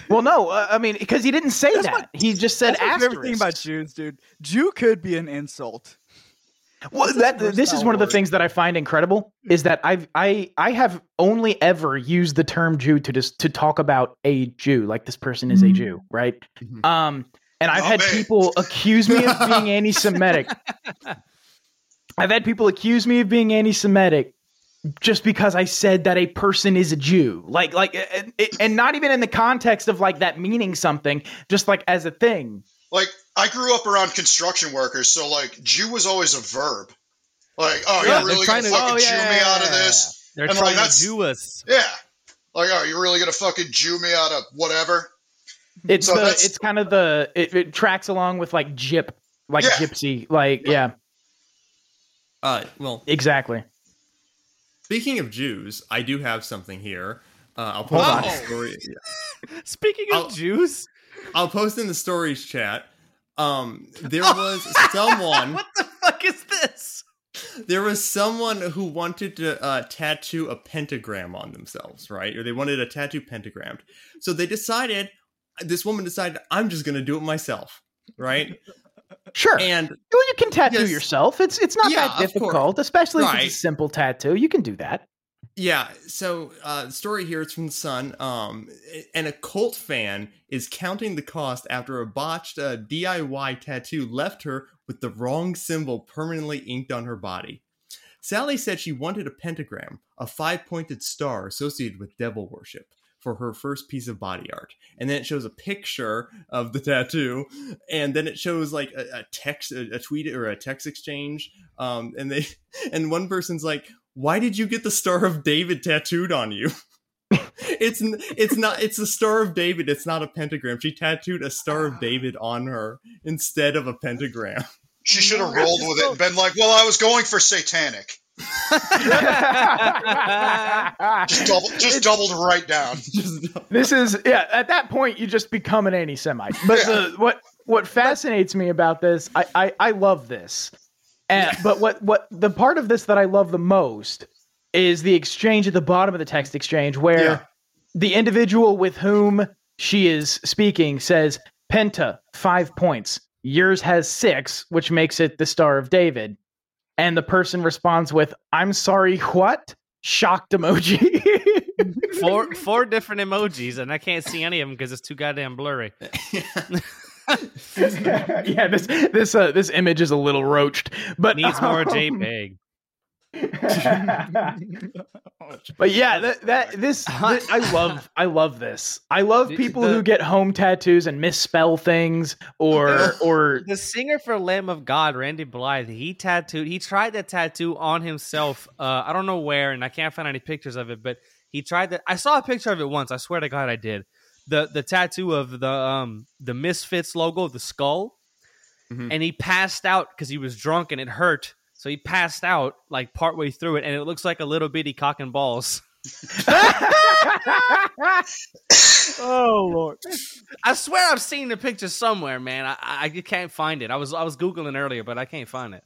well, no, uh, I mean, because he didn't say that. he just said That's my favorite asterisk. thing about Jews, dude. Jew could be an insult. Well, that this is one of the things that I find incredible is that I've I I have only ever used the term Jew to just to talk about a Jew, like this person is a Jew, right? Um, and I've had people accuse me of being anti-Semitic. I've had people accuse me of being anti-Semitic just because I said that a person is a Jew, like like, and, and not even in the context of like that meaning something, just like as a thing. Like I grew up around construction workers, so like Jew was always a verb. Like, oh, Yeah, you're they're really trying gonna to- fucking oh, Jew me out of yeah. this? They're and trying like to that's Jew us. yeah. Like, oh, you're really gonna fucking Jew me out of whatever? It's So the, that's- it's kind of the it, it tracks along with like gyp, like Yeah. gypsy, like yeah, Uh, well, exactly. speaking of Jews, I do have something here. Uh, I'll post Hold on. on. the story. Speaking of Jews, I'll post in the stories chat. Um, there was someone. what the fuck is this? there was someone who wanted to uh, tattoo a pentagram on themselves, right? Or they wanted a tattoo pentagrammed. So they decided, this woman decided, I'm just going to do it myself, right? Sure. And well, you can tattoo Yes. yourself. It's it's not Yeah, that of course. difficult, especially if Right. it's a simple tattoo. You can do that. yeah, so uh, the story here is from the Sun. Um, an occult fan is counting the cost after a botched uh, DIY tattoo left her with the wrong symbol permanently inked on her body. Sally said she wanted a pentagram, a five pointed star associated with devil worship, for her first piece of body art. And then it shows a picture of the tattoo, and then it shows like a, a text, a, a tweet or a text exchange. Um, and they, and one person's like, "Why did you get the Star of David tattooed on you?" it's n- it's not it's the Star of David. It's not a pentagram. She tattooed a Star of David on her instead of a pentagram. She should have rolled with it and been like, "Well, I was going for satanic." Just doubled, just doubled right down. this is yeah. At that point, you just become an anti-Semite. But the, what what fascinates me about this, I I, I love this, and, but what what the part of this that I love the most is the exchange at the bottom of the text exchange where the individual with whom she is speaking says, Penta, five points. Yours has six, which makes it the Star of David. And the person responds with, I'm sorry, what? Shocked emoji. four four different emojis, and I can't see any of them because it's too goddamn blurry. yeah, this this uh, this image is a little roached, but Needs more um, JPEG. But yeah, that, that this, thi- I love I love this. I love Uh-huh. The- people the- who get home tattoos and misspell things or or the singer for Lamb of God, Randy Blythe, he tattooed. He tried that tattoo on himself. Uh, I don't know where, and I can't find any pictures of it. But he tried that. I saw a picture of it once. I swear to God, I did. the The tattoo of the um the Misfits logo, the skull, and he passed out because he was drunk and it hurt. So he passed out like partway through it, and it looks like a little bitty cock and balls. oh lord! I swear I've seen the picture somewhere, man. I, I I can't find it. I was I was googling earlier, but I can't find it.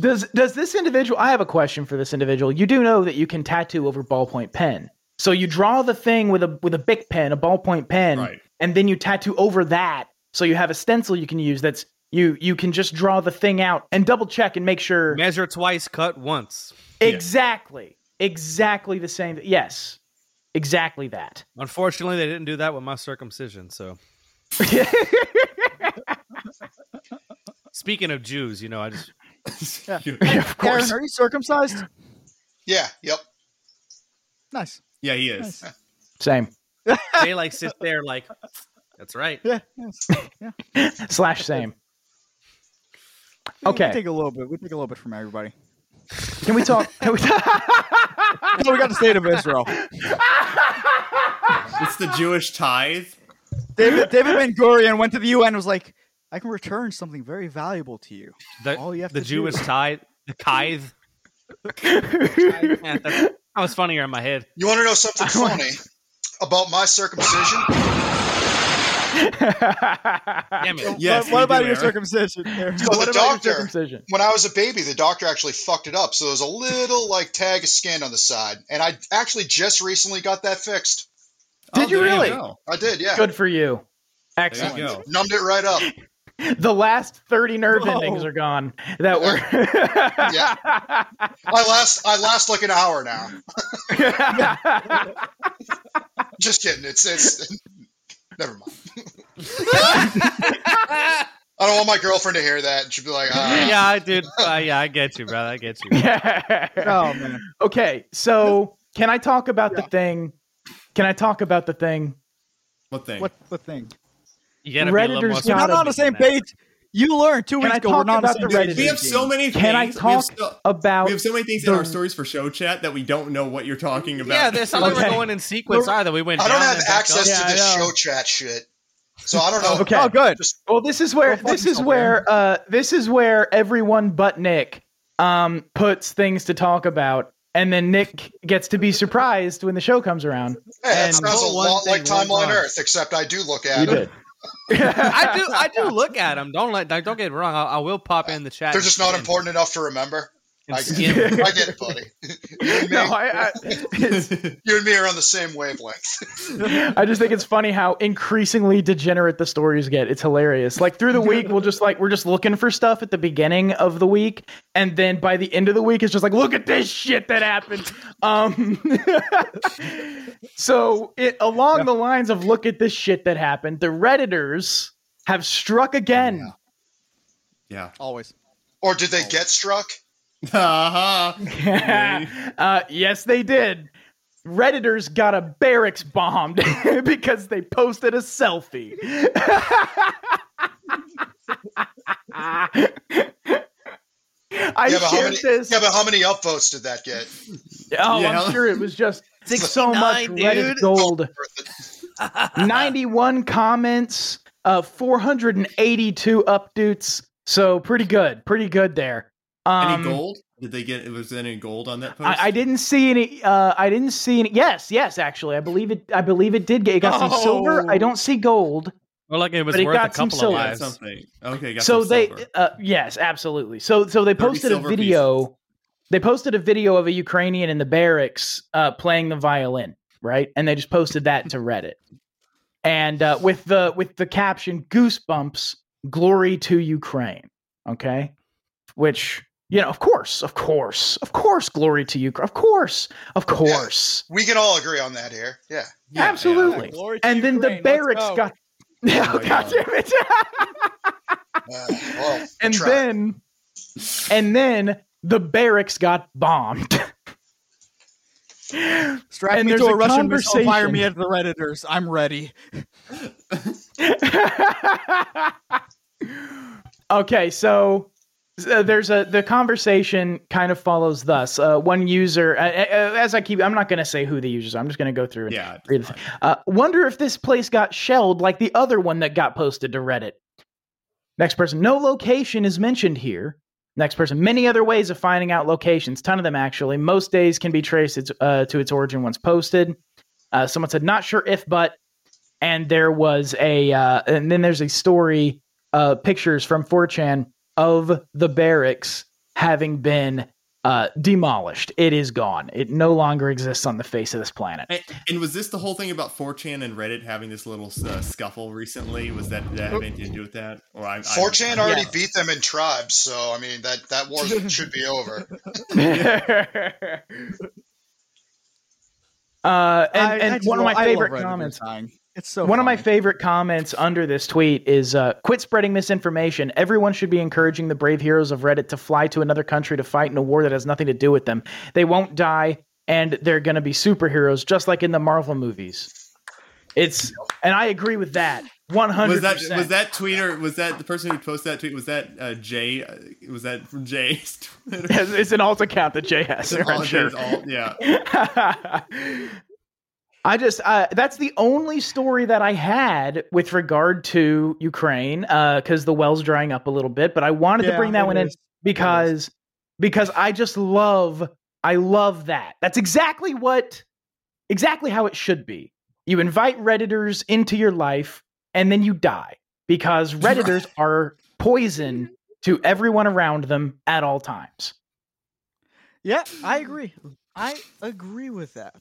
does does this individual? I have a question for this individual. You do know that you can tattoo over ballpoint pen, so you draw the thing with a with a big pen, a ballpoint pen, and then you tattoo over that, so you have a stencil you can use. That's you you can just draw the thing out and double check and make sure measure twice, cut once. Exactly, exactly the same. Yes, exactly that. Unfortunately, they didn't do that with my circumcision. So, speaking of Jews, you know, I just of course. Aaron, are you circumcised? Yeah. Yep. Nice. Yeah, he is. Same. they like sit there like, that's right. Yeah. Slash same. We Okay. take a little bit. We take a little bit from everybody. Can we talk? Can we talk? we got the state of Israel. It's the Jewish tithe. David David Ben Gurion went to the UN and was like, I can return something very valuable to you. The, All you have the to Jewish do. tithe, the tithe. Man, that's- that was funnier in my head. You want to know something funny about my circumcision? Oh Damn it. Yes, what, what we about do, your Aaron. circumcision? Aaron? So What the about your doctor, circumcision? when I was a baby, the doctor actually fucked it up. So there was a little like tag of skin on the side, and I actually just recently got that fixed. Oh, Did you really? I did. Yeah. Good for you. Excellent. go. Numbed it right up. The last thirty nerve Whoa. endings are gone. That were yeah. I last I last like an hour now. Just kidding. It's it's never mind. I don't want my girlfriend to hear that. She'd be like, ah. Yeah, I did. Uh, yeah, I get you, brother. I get you. Oh, man. Okay, so can I talk about the thing? Can I talk about the thing? What thing? What, what thing? You gotta be a little more Redditor's We're not specific on the than same that. page. You learned two Can weeks I ago. We're talk not on the about same the page. Reddit We have so many things. Can I we talk have so, about we have so many things in our stories for show chat that we don't know what you're talking about. Yeah, there's something Okay. we're going in sequence either. We went. I don't down have and back access up. to Yeah, this I know. show chat shit. So I don't know. Okay. Oh, good. Well, this is where fuck this is yourself, where uh, this is where everyone but Nick um, puts things to talk about, and then Nick gets to be surprised when the show comes around. Hey, that And sounds a put one lot like thing, one Timeline time. Earth, except I do look at You them. did. I do. I do look at them. Don't let. Like, don't get me wrong. I, I will pop in the chat. They're just and- not important enough to remember. and I get, skim. it. I get it, buddy. You and, me, No, I, I, it's, you and me are on the same wavelength. I just think it's funny how increasingly degenerate the stories get. It's hilarious. Like through the week, we'll just like we're just looking for stuff at the beginning of the week, and then by the end of the week, it's just like, look at this shit that happened. Um, so it along the lines of look at this shit that happened, the redditors have struck again. Yeah. Always. Or did they get struck? Uh-huh. uh, yes, they did. Redditors got a barracks bombed because they posted a selfie. I yeah, but how shared many, this. yeah, but how many upvotes did that get? oh, Yeah. I'm sure it was just so much 69, Reddit dude. gold. Worth it. 91 comments, uh, 482 updates. So pretty good, pretty good there. Um, any gold? Did they get? Was there any gold on that post? I, I didn't see any. Uh, I didn't see any. Yes, yes, actually, I believe it. I believe it did get. It got some silver. I don't see gold. Well, like it was But it worth got a some couple of silver. Got lives. something. Okay. Got so some they. silver. Uh, yes, absolutely. So so they posted a silver video. they posted a video of a Ukrainian in the barracks uh, playing the violin, right? And they just posted that to Reddit, and uh, with the with the caption "Goosebumps, glory to Ukraine." Okay, which you know, of course, of course, of course, glory to Ukraine, of course, of course, We can all agree on that here. Yeah. absolutely. Glory to and then the Ukraine, let's barracks go. got. Yeah, Oh my God damn it! Uh, and then and then the barracks got bombed. Strap And me to there's a a Russian missile, fire conversation. me at the redditors. I'm ready. Okay, so uh, there's a the conversation kind of follows thus. Uh, one user, uh, uh, as I keep, I'm not going to say who the users. Are. I'm just going to go through and yeah, read the thing. Uh, wonder if this place got shelled like the other one that got posted to Reddit. Next person, no location is mentioned here. Next person, many other ways of finding out locations. Ton of them actually. Most days can be traced its, uh, to its origin once posted. Uh, someone said, not sure if, but and there was a uh, and then there's a story uh, pictures from 4chan of the barracks having been uh, demolished. It is gone. It no longer exists on the face of this planet. And, and was this the whole thing about 4chan and Reddit having this little uh, scuffle recently? Was that did that have anything to do with that? Or I, I- 4chan already beat them in tribes, so I mean that that war should be over. Uh, and I- and I just one of love- my I love favorite Redditors comments. dying. It's so one of my funny. favorite comments under this tweet is uh, quit spreading misinformation. Everyone should be encouraging the brave heroes of Reddit to fly to another country to fight in a war that has nothing to do with them. They won't die and they're going to be superheroes just like in the Marvel movies. It's and I agree with that. 100%. Was that was that tweeter? Was that the person who posted that tweet? Was that uh, Jay? uh, Was that from Jay's Twitter? it's an alt account that Jay has. It's an I'm alt- sure. it's alt, yeah. I just uh, that's the only story that I had with regard to Ukraine because the well's drying up a little bit. But I wanted Yeah, to bring that it one in is. because because I just love I love that. That's exactly what exactly how it should be. You invite redditors into your life and then you die because redditors are poison to everyone around them at all times. Yeah, I agree. I agree with that.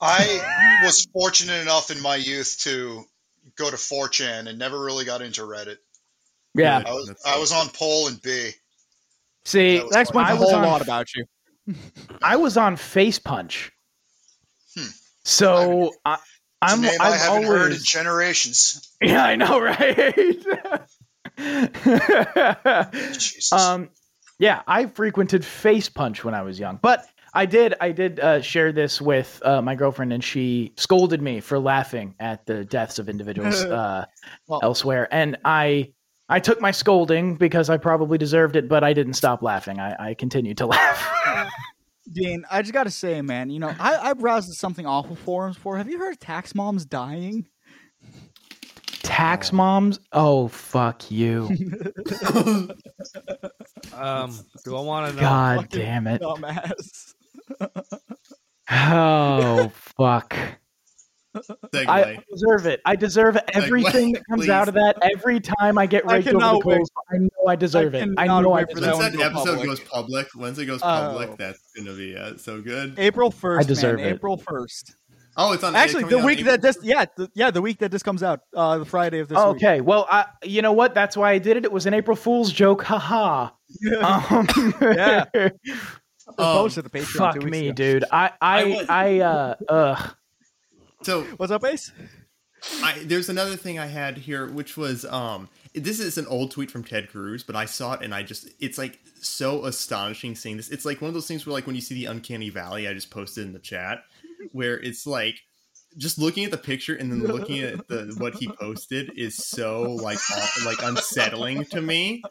I was fortunate enough in my youth to go to 4chan and never really got into Reddit. Yeah. I was, I was on poll and B. See, That's one I whole was on, lot about you. I was on Face Punch, so I, Hmm. It's I'm. a name I've I haven't always, heard in generations. Yeah, I know, right? um, yeah, I frequented Face Punch when I was young, but I did, I did uh, share this with uh, my girlfriend, and she scolded me for laughing at the deaths of individuals uh, elsewhere, and I. I took my scolding because I probably deserved it, but I didn't stop laughing. I, I continued to laugh. Dean, I just gotta say, man, you know, I, I browsed something awful forums for. Have you heard of tax moms dying? Tax moms? Oh, fuck you. Um, do I want to know? God damn it. Dumbass. Oh fuck. I Segue. deserve it. I deserve everything that comes please. out of that. Every time I get I raked over the cannot wait. coals, I know I deserve it. I know I Once deserve that, it. episode goes public, once it goes public, that's gonna be uh, so good. April first. deserve man, it. April first. Oh, it's on it's Actually, coming the out week April that just yeah, the, yeah, the week that this comes out, uh, the Friday of this week. Okay, well, I, you know what? That's why I did it. It was an April Fool's joke. Haha. Um, yeah. posted the Patreon two fuck weeks me, ago. dude. I, I, I, uh, ugh. So what's up, Ace? I, there's another thing I had here, which was um, this is an old tweet from Ted Cruz, but I saw it and I just it's like so astonishing seeing this. It's like one of those things where like when you see the uncanny valley, I just posted in the chat, where it's like just looking at the picture and then looking at the what he posted is so like aw- like unsettling to me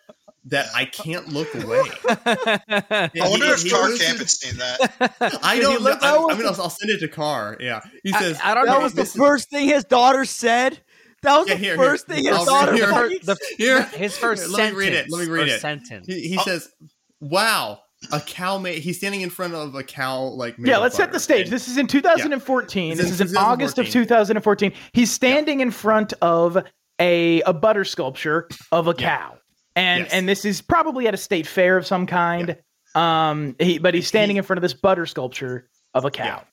that I can't look away. I I wonder if Tar Camp had seen that. I Did he don't. Know. look- that I, was I mean, the- I'll, I'll send it to Carr. Yeah, he says that was the first thing his daughter said. That was the here, here. first thing his I'll read daughter. here. fucking The- said. here. His first Here, Let me read it. sentence. Let me read First it. sentence. He, Oh. he says, "Wow, a cow made." He's standing in front of a cow, like made Yeah, of let's set butter. the stage. This is in 2014. This This is is in August of 2014. He's standing in front of a a butter sculpture of a cow, and and this is probably at a state fair of some kind. Um, he, but he's standing in front of this butter sculpture of a cow.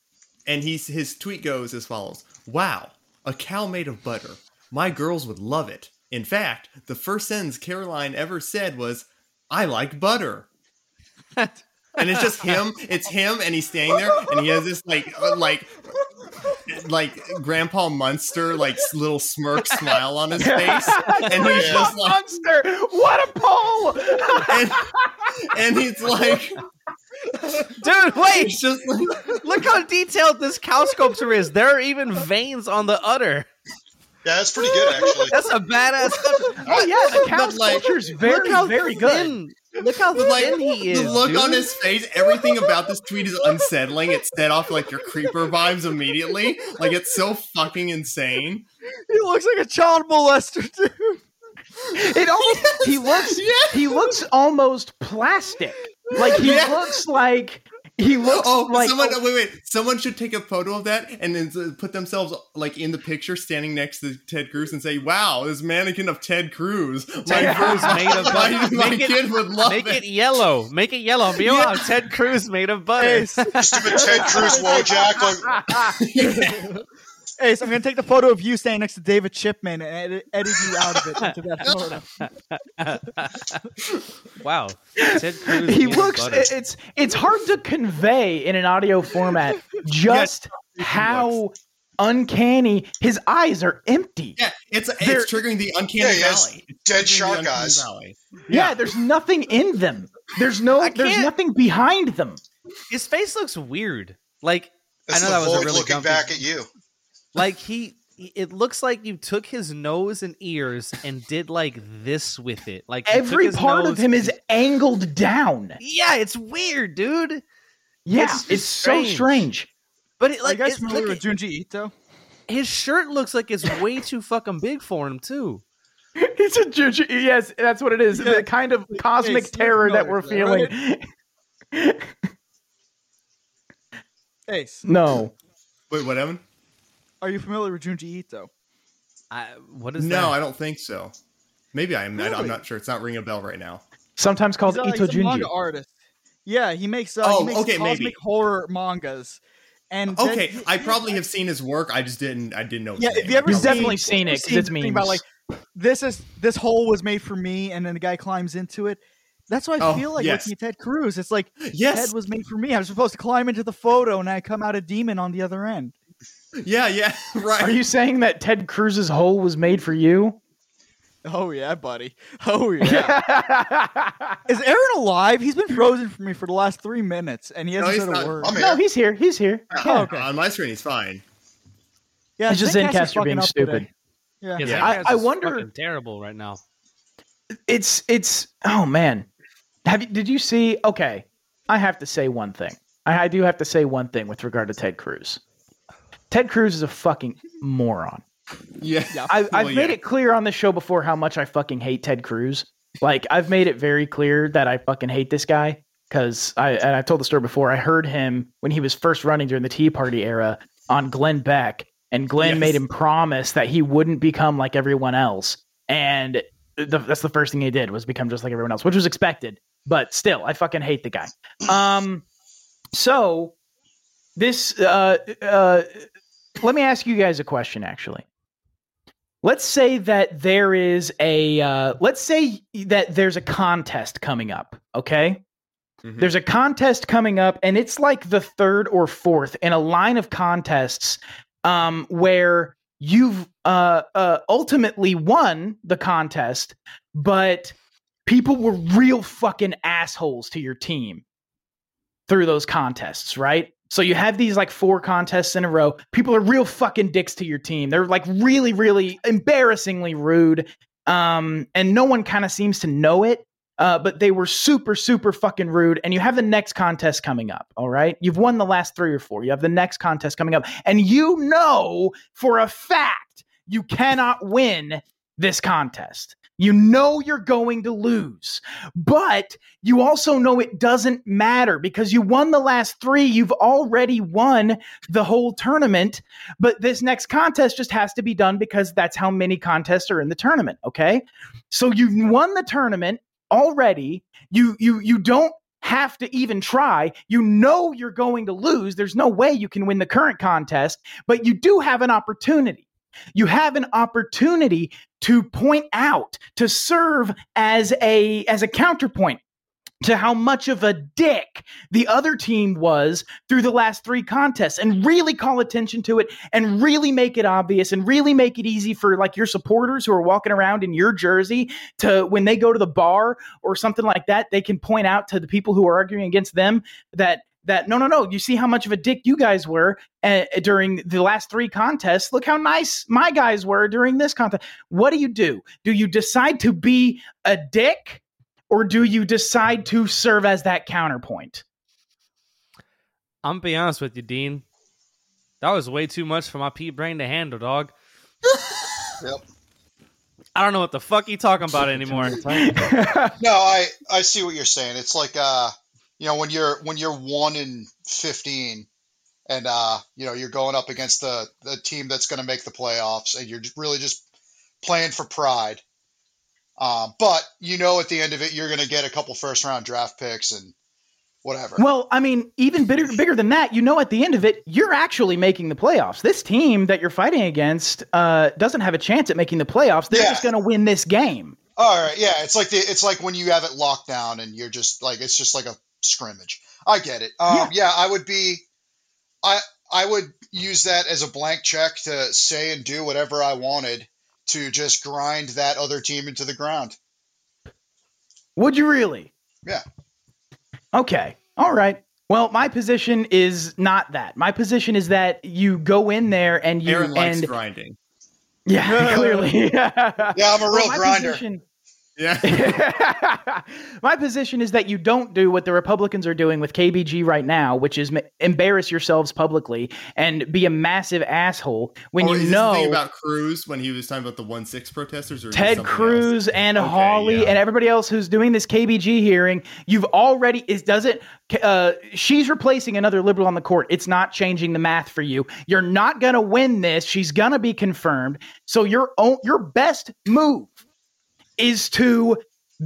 And he's, his tweet goes as follows Wow, a cow made of butter. My girls would love it. In fact, the first sentence Caroline ever said was, I like butter. and it's just him. It's him, and he's standing there, and he has this like, uh, like, like Grandpa Munster, like s- little smirk smile on his face, and he's just like, monster. What a poll! and, and he's like, Dude, wait! just Look how detailed this cow sculpture is. There are even veins on the udder. Yeah, that's pretty good actually. That's a badass. sculpture. Oh yeah, the cow sculpture's very, look how very thin, good. good. Look how like thin he is. the look dude. on his face. Everything about this tweet is unsettling. It set off like your creeper vibes immediately. Like it's so fucking insane. He looks like a child molester, dude. It almost he looks he looks almost plastic. Like he Yeah. looks like he looks Oh, like someone wait, wait. Someone should take a photo of that and then s- put themselves like in the picture, standing next to Ted Cruz, and say, "Wow, this mannequin of Ted Cruz. My, Ted Cruz made of my, butter. my Make it- kid would love Make it. it yellow. Make it yellow. Be Yeah. wow, Ted Cruz made of butter. Ace, Stupid Ted Cruz Wojak. Like, Ace, I'm gonna take the photo of you standing next to David Chipman and edit, edit you out of it into that photo. wow, Ted Cruz. he made of looks butter. it- it's it's hard to convey in an audio format just how uncanny his eyes are empty. Yeah, it's it's They're- triggering the yeah, uncanny he has valley. dead Triggering the shark uncanny eyes. valley. Yeah, there's nothing in them. There's no there's can't- nothing behind them. His face looks weird. Like That's I know the that was void a really looking dumb back at you. Like he, he- it looks like you took his nose and ears and did like this with it. Like you took Every his part of nose him and- is angled down. Yeah, it's weird, dude. Yeah, It's it's, strange. so strange. But it, Are you like, guys it- look familiar with Junji Ito? at- his shirt looks like it's way too fucking big for him too. He's a juju. Yes, that's what it is. The kind of cosmic Ace, you terror that know we're that, feeling. Ace, No. Wait, what, Evan? are you familiar with Junji Ito? I, what is No, that? I don't think so. Maybe I am. I- I'm Really? not sure. It's not ringing a bell right now. Sometimes called He's a, Ito he's a Junji. manga artist. Yeah, he makes, uh, Oh, he makes okay, cosmic maybe. horror mangas. And then- Okay, I probably have seen his work. I just didn't. I didn't know. his Yeah, name. if you ever You've seen, definitely seen it, 'cause seen it's the thing about like memes. this is this hole was made for me, and then the guy climbs into it. That's what I Oh, feel like yes. looking at Ted Cruz. It's like Yes. Ted was made for me. I'm supposed to climb into the photo, and I come out a demon on the other end. Yeah, yeah, right. Are you saying that Ted Cruz's hole was made for you? Oh yeah, buddy. Oh yeah. is Aaron alive? He's been frozen for me for the last three minutes, and he No, hasn't he's said not. a word. I'm no, here. he's here. He's here. Oh, Yeah. okay. On my screen, he's fine. Yeah, It's just Zencaster's Zencaster fucking being up today. stupid. Yeah. Yeah, Yeah. Zencaster's I- I wonder- fucking terrible right now. It's it's oh man. Have you did you see okay. I have to say one thing. I, I do have to say one thing with regard to Ted Cruz. Ted Cruz is a fucking moron. Yeah, yeah. I, I've Well, made yeah. it clear on the show before how much I fucking hate Ted Cruz. Like I've made it very clear that I fucking hate this guy because I and I've told the story before. I heard him when he was first running during the Tea Party era on Glenn Beck, and Glenn Yes. made him promise that he wouldn't become like everyone else, and the, that's the first thing he did was become just like everyone else, which was expected. But still, I fucking hate the guy. Um, so this uh uh let me ask you guys a question actually let's say that there is a uh, let's say that there's a contest coming up okay Mhm. there's a contest coming up and it's like the third or fourth in a line of contests um, where you've uh, uh, ultimately won the contest but people were real fucking assholes to your team through those contests, right? So you have these like four contests in a row. People are real fucking dicks to your team. They're like really, really embarrassingly rude. Um, and no one kind of seems to know it. Uh, but they were super, super fucking rude. And you have the next contest coming up. All right. You've won the last three or four. You have the next contest coming up. And you know for a fact you cannot win this contest. You know you're going to lose. But you also know it doesn't matter because you won the last three. You've already won the whole tournament, but this next contest just has to be done because that's how many contests are in the tournament. Okay. So you've won the tournament already. You, you, you don't have to even try. You know you're going to lose. There's no way you can win the current contest, but you do have an opportunity. You have an opportunity to point out, to serve as a as a counterpoint to how much of a dick the other team was through the last three contests and really call attention to it and really make it obvious and really make it easy for like your supporters who are walking around in your jersey to when they go to the bar or something like that they can point out to the people who are arguing against them that that no no no you see how much of a dick you guys were uh, during the last three contests look how nice my guys were during this contest what do you do do you decide to be a dick or do you decide to serve as that counterpoint? I'm gonna be honest with you, Dean. That was way too much for my pea brain to handle, dog. Yep. I don't know what the fuck he talking about anymore. no, I I see what you're saying. It's like uh, you know, when you're when you're one in fifteen, and uh, you know, you're going up against the the team that's going to make the playoffs, and you're really just playing for pride. Um, but you know, at the end of it, you're going to get a couple first round draft picks and whatever. Well, I mean, even bigger, bigger than that, you know, at the end of it, you're actually making the playoffs. This team that you're fighting against uh, doesn't have a chance at making the playoffs. They're Yeah. just going to win this game. All right, yeah, it's like the it's like when you have it locked down and you're just like it's just like a scrimmage. I get it. Um, yeah. I would be, I I would use that as a blank check to say and do whatever I wanted to just grind that other team into the ground. Would you really? Yeah. Okay. All right. Well, my position is not that. My position is that you go in there and you Aaron likes and grinding. yeah, clearly. Yeah, I'm a real my grinder. position- yeah. My position is that you don't do what the Republicans are doing with KBG right now, which is ma- embarrass yourselves publicly and be a massive asshole when Or Oh, you is this the know thing about Cruz when he was talking about the one six protesters or is it Ted something Cruz and Okay, Hawley yeah. and everybody else who's doing this KBG hearing, you've already is doesn't uh, she's replacing another liberal on the court. It's not changing the math for you. You're not gonna win this. She's gonna be confirmed. So your own your best move is to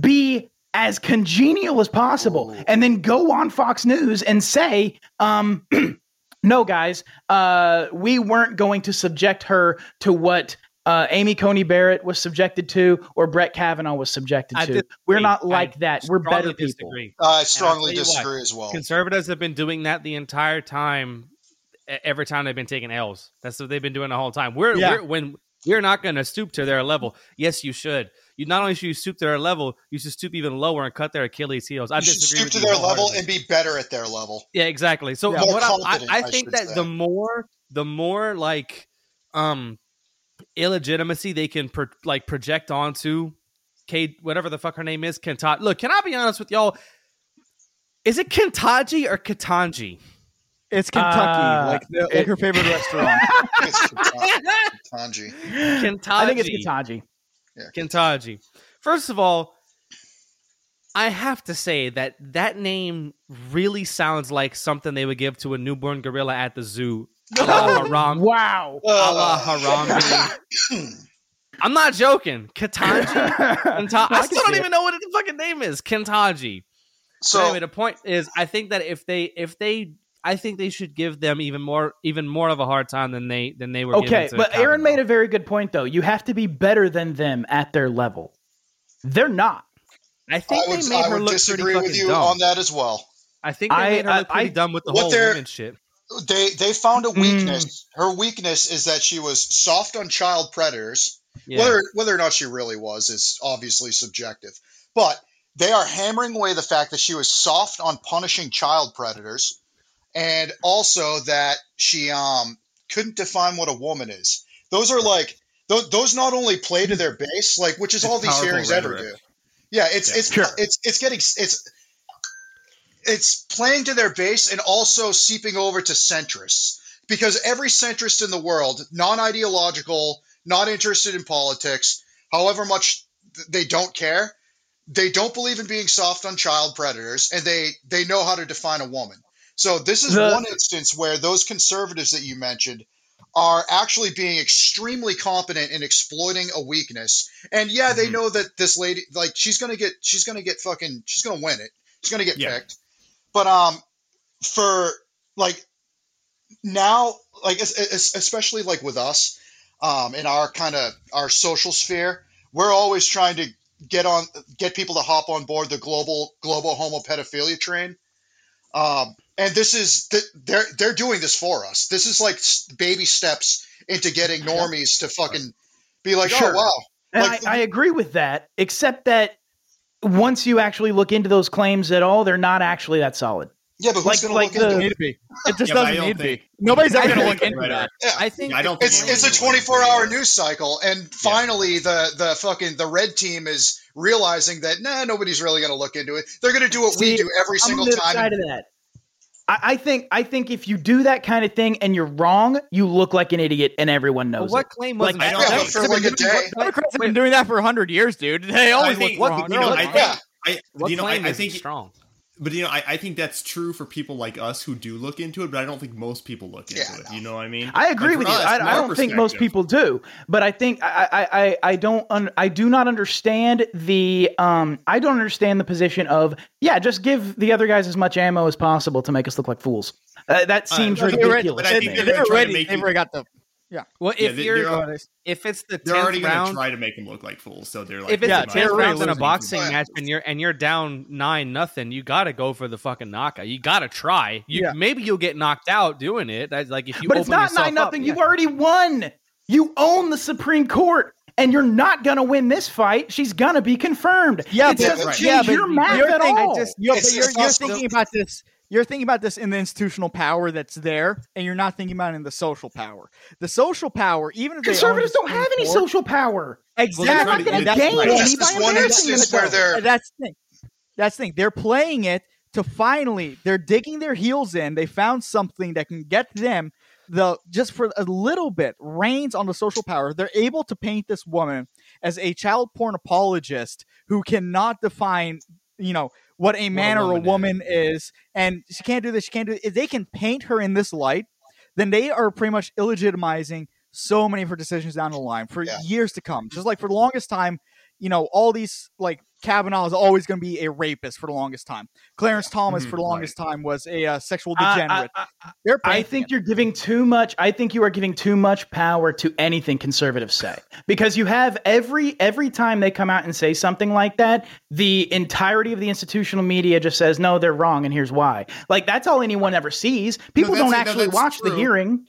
be as congenial as possible Oh. and then go on Fox News and say, um, no, guys, uh, we weren't going to subject her to what uh, Amy Coney Barrett was subjected to or Brett Kavanaugh was subjected I to. disagree. We're not I like that. We're better strongly people. disagree. I And I'll strongly tell you disagree as well. Conservatives have been doing that the entire time. e- Every time they've been taking L's, that's what they've been doing the whole time. We're, Yeah. we're when we're not going to stoop to their level. Yes, you should. You not only should you stoop to their level, you should stoop even lower and cut their Achilles heels. I You should disagree stoop with to you their level wholeheartedly. and be better at their level. Yeah, exactly. So Yeah. More what I, I, confident, I I think should that say. the more the more like um illegitimacy they can pro- like project onto Kate, whatever the fuck her name is, Kentat. Look, can I be honest with y'all? Is it Kentaji or Katanji? It's Kentucky, Uh, like, the, like her favorite restaurant. It's Kanji. Kentaji. I think it's Kitaji. Kentaji. First of all, I have to say that that name really sounds like something they would give to a newborn gorilla at the zoo. A la Haram- Wow. a uh, Uh, la Harambe. Uh, I'm not joking. Katanji. Kenta- I still don't even know what the fucking name is. Kentaji. So But anyway, the point is, I think that if they, if they, I think they should give them even more, even more of a hard time than they, than they were. Okay, given to but Kavanaugh. Aaron made a very good point though. You have to be better than them at their level. They're not. I I think would, they made I her would look disagree pretty with fucking you dumb. on that as well. I think they I- made her look I- pretty I- dumb with the What whole they're- women shit. they they found Hmm. a weakness. Her weakness is that she was soft on child predators. Yeah. Whether whether or not she really was is obviously subjective. But they are hammering away the fact that she was soft on punishing child predators, and also that she um couldn't define what a woman is. Those are like those, those not only play to their base, like which is all these powerful hearings ever do. rhetoric. Yeah, it's it's it's it's getting it's it's playing to their base and also seeping over to centrists because every centrist in the world, non-ideological, not interested in politics, however much th- they don't care, they don't believe in being soft on child predators and they they know how to define a woman. So this is The- one instance where those conservatives that you mentioned are actually being extremely competent in exploiting a weakness. And yeah, they know that this lady, like, she's gonna get, she's gonna get fucking, she's gonna win it. She's gonna get Yeah. picked. But um, for like now, like es- es- especially like with us, um, in our kind of our social sphere, we're always trying to get on get people to hop on board the global global homo pedophilia train. Um, and this is th- they're they're doing this for us. This is like s- baby steps into getting normies to fucking be like, Sure. oh wow, And I, I agree with that, except that once you actually look into those claims at all, they're not actually that solid. Yeah, but who's Like- gonna like look into the- it? It just doesn't need to be. Nobody's ever going to look into that. Yeah. I think I don't it's it's a 24 hour news cycle, and finally the the fucking the red team is realizing that nah, nobody's really going to look into it. They're going to do what we do every I'm single on the other time. Side of that. I, I think I think if you do that kind of thing and you're wrong, you look like an idiot, and everyone knows. what it. claim Like, was that? Yeah, but for like a day. Democrats have been doing that for hundred years, dude. They always I think, look wrong. You know, I Yeah. think, I, What you know, I, claim I is think strong. But you know, I, I think that's true for people like us who do look into it, but I don't think most people look into it. You know what I mean? I agree Like, with for you. us, from I, I our don't think most perspective- people do, but I think I I, I, I don't un, I do not understand the um I don't understand the position of yeah just give the other guys as much ammo as possible to make us look like fools. Uh, that seems but they were- ridiculous. but I to think me. they're gonna try to Already, make they you- already got the yeah. Well, Yeah, if they- you're they're al- if it's the They're tenth already going to round, try to make them look like fools, so they're like, if it's "Come the on." tenth round in a boxing match and you're and you're down nine nothing, you gotta go for the fucking knockout. You gotta try. You maybe you'll get knocked out doing it. That's like if you but it's open not yourself nine nothing. Up, You've already won. You own the Supreme Court, and you're not gonna win this fight. She's gonna be confirmed. Yeah, it but, doesn't right. change yeah, but your math you're at thinking, all. yeah, but you're, you're thinking about this. You're thinking about this in the institutional power that's there, and you're not thinking about it in the social power. The social power, even if they own the Conservatives don't Supreme have any Court- social power. Exactly. They're not going to That's gain right. any by embarrassing themselves. That's the thing. That's the thing. They're playing it to finally. They're digging their heels in. They found something that can get them the just for a little bit reins on the social power. They're able to paint this woman as a child porn apologist who cannot define, you know, what a man or a woman is, and she can't do this. She can't do. If they can paint her in this light, then they are pretty much illegitimizing so many of her decisions down the line for years to come. Just like for the longest time, you know, all these like Kavanaugh is always going to be a rapist for the longest time. Clarence Thomas for the longest time was a uh, sexual Mm-hmm. I- I- degenerate. I- They're I think you're giving too much. I think you are giving too much power to anything conservatives say because you have every every time they come out and say something like that, the entirety of the institutional media just says no, they're wrong, and here's why. Like that's all anyone ever sees. People that's- don't no, actually that's watch the true. hearing.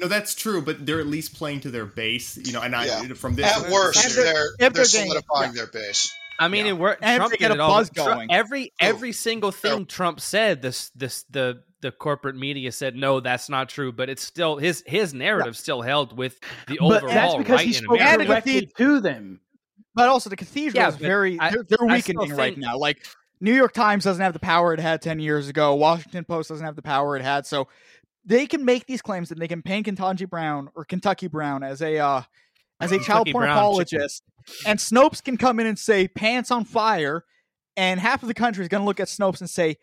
No, that's true, but they're at least playing to their base, you know. And I, from this, At worst, they're they're, solidifying their base. I mean, it worked. And if Trump they get did a it all. buzz Trump- going. every every single thing Trump said, this this the the corporate media said no, that's not true. But it's still his his narrative still held with the But overall that's because right he in spoke America. directly to them. but also the cathedral Yeah, is but very I- they're, they're I still weakening right think- now. Like New York Times doesn't have the power it had ten years ago. Washington Post doesn't have the power it had. So they can make these claims and they can paint Kentucky Brown or Kentucky Brown as a uh, as a child Kentucky porn Brown chicken. apologist, and Snopes can come in and say pants on fire, and half of the country is going to look at Snopes and say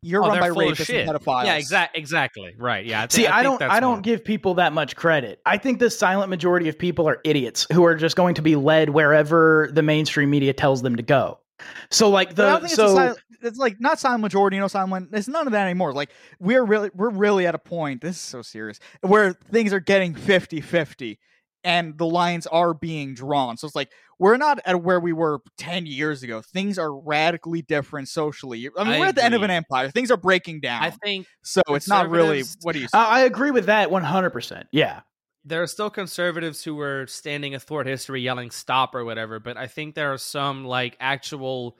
you're Oh, run by they're full of rapists shit. and pedophiles. Yeah, exactly, exactly, right. Yeah, I thi- See, I, think don't, that's I don't more- give people that much credit. I think the silent majority of people are idiots who are just going to be led wherever the mainstream media tells them to go. So, like But I the don't think so it's, a silent, it's like not silent majority, no silent. It's none of that anymore. Like we're really we're really at a point. This is so serious where things are getting 50-50 and the lines are being drawn. So it's like we're not at where we were ten years ago. Things are radically different socially. I mean, I we're at the end of an agree. empire. Things are breaking down. I think so. It's not really. conservatives- What do you? I, I agree with that one hundred percent. Yeah, there are still conservatives who were standing athwart history yelling stop or whatever but i think there are some like actual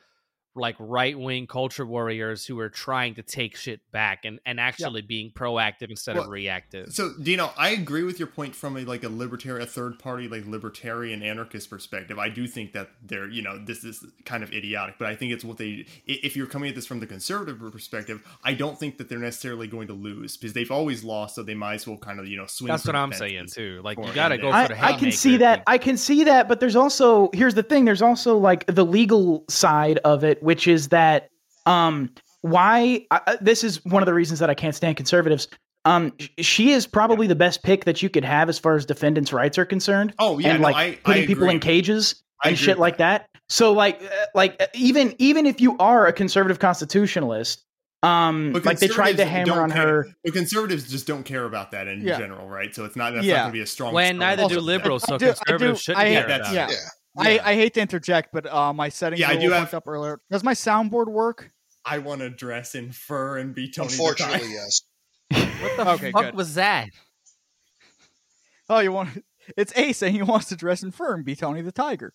like right-wing culture warriors who are trying to take shit back and, and actually being proactive instead of Well, reactive So, Dino, I agree with your point from a like a libertarian, a third party, like libertarian anarchist perspective. I do think that they're, you know, this is kind of idiotic, but I think it's what they. i- If you're coming at this from the conservative perspective, I don't think that they're necessarily going to lose because they've always lost, so they might as well kind of, you know, swing. that's for what the i'm fences saying too like for you it gotta in go there. for the I can see that. I can see that, but there's also here's the thing. There's also like the legal side of it, which is that um why I, I- this is one of the reasons that I can't stand conservatives. Um, sh- she is probably the best pick that you could have as far as defendants' rights are concerned. Oh yeah, and no, like I- I putting people agree. in cages I and agree shit with like that. So like uh, like uh, even even if you are a conservative constitutionalist, Um, But like they tried to conservatives hammer don't on care- her. But conservatives just don't care about that in Yeah. general, right? So it's not that's Yeah. not going to be a strong. When story. neither do liberals, so conservatives shouldn't I, care hate- about yeah. it. I, I hate to interject, but uh, my settings Yeah, yeah, I I do have- fucked up earlier. Does my soundboard work? I want to dress in fur and be Tony. Unfortunately, yes. What the Okay, fuck good. was that? Oh, you want? It's Ace, and he wants to dress in fur and be Tony the Tiger.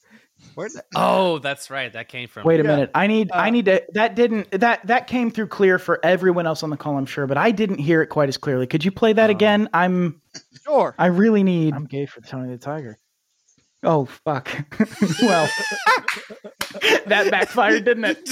Where? Oh, that's right. That came from. Wait a minute. I need I need to that didn't that that came through clear for everyone else on the call, I'm sure, but I didn't hear it quite as clearly. Could you play that again? I'm Sure. I really need Uh, I'm gay for Tony the Tiger. Oh fuck. well that backfired, didn't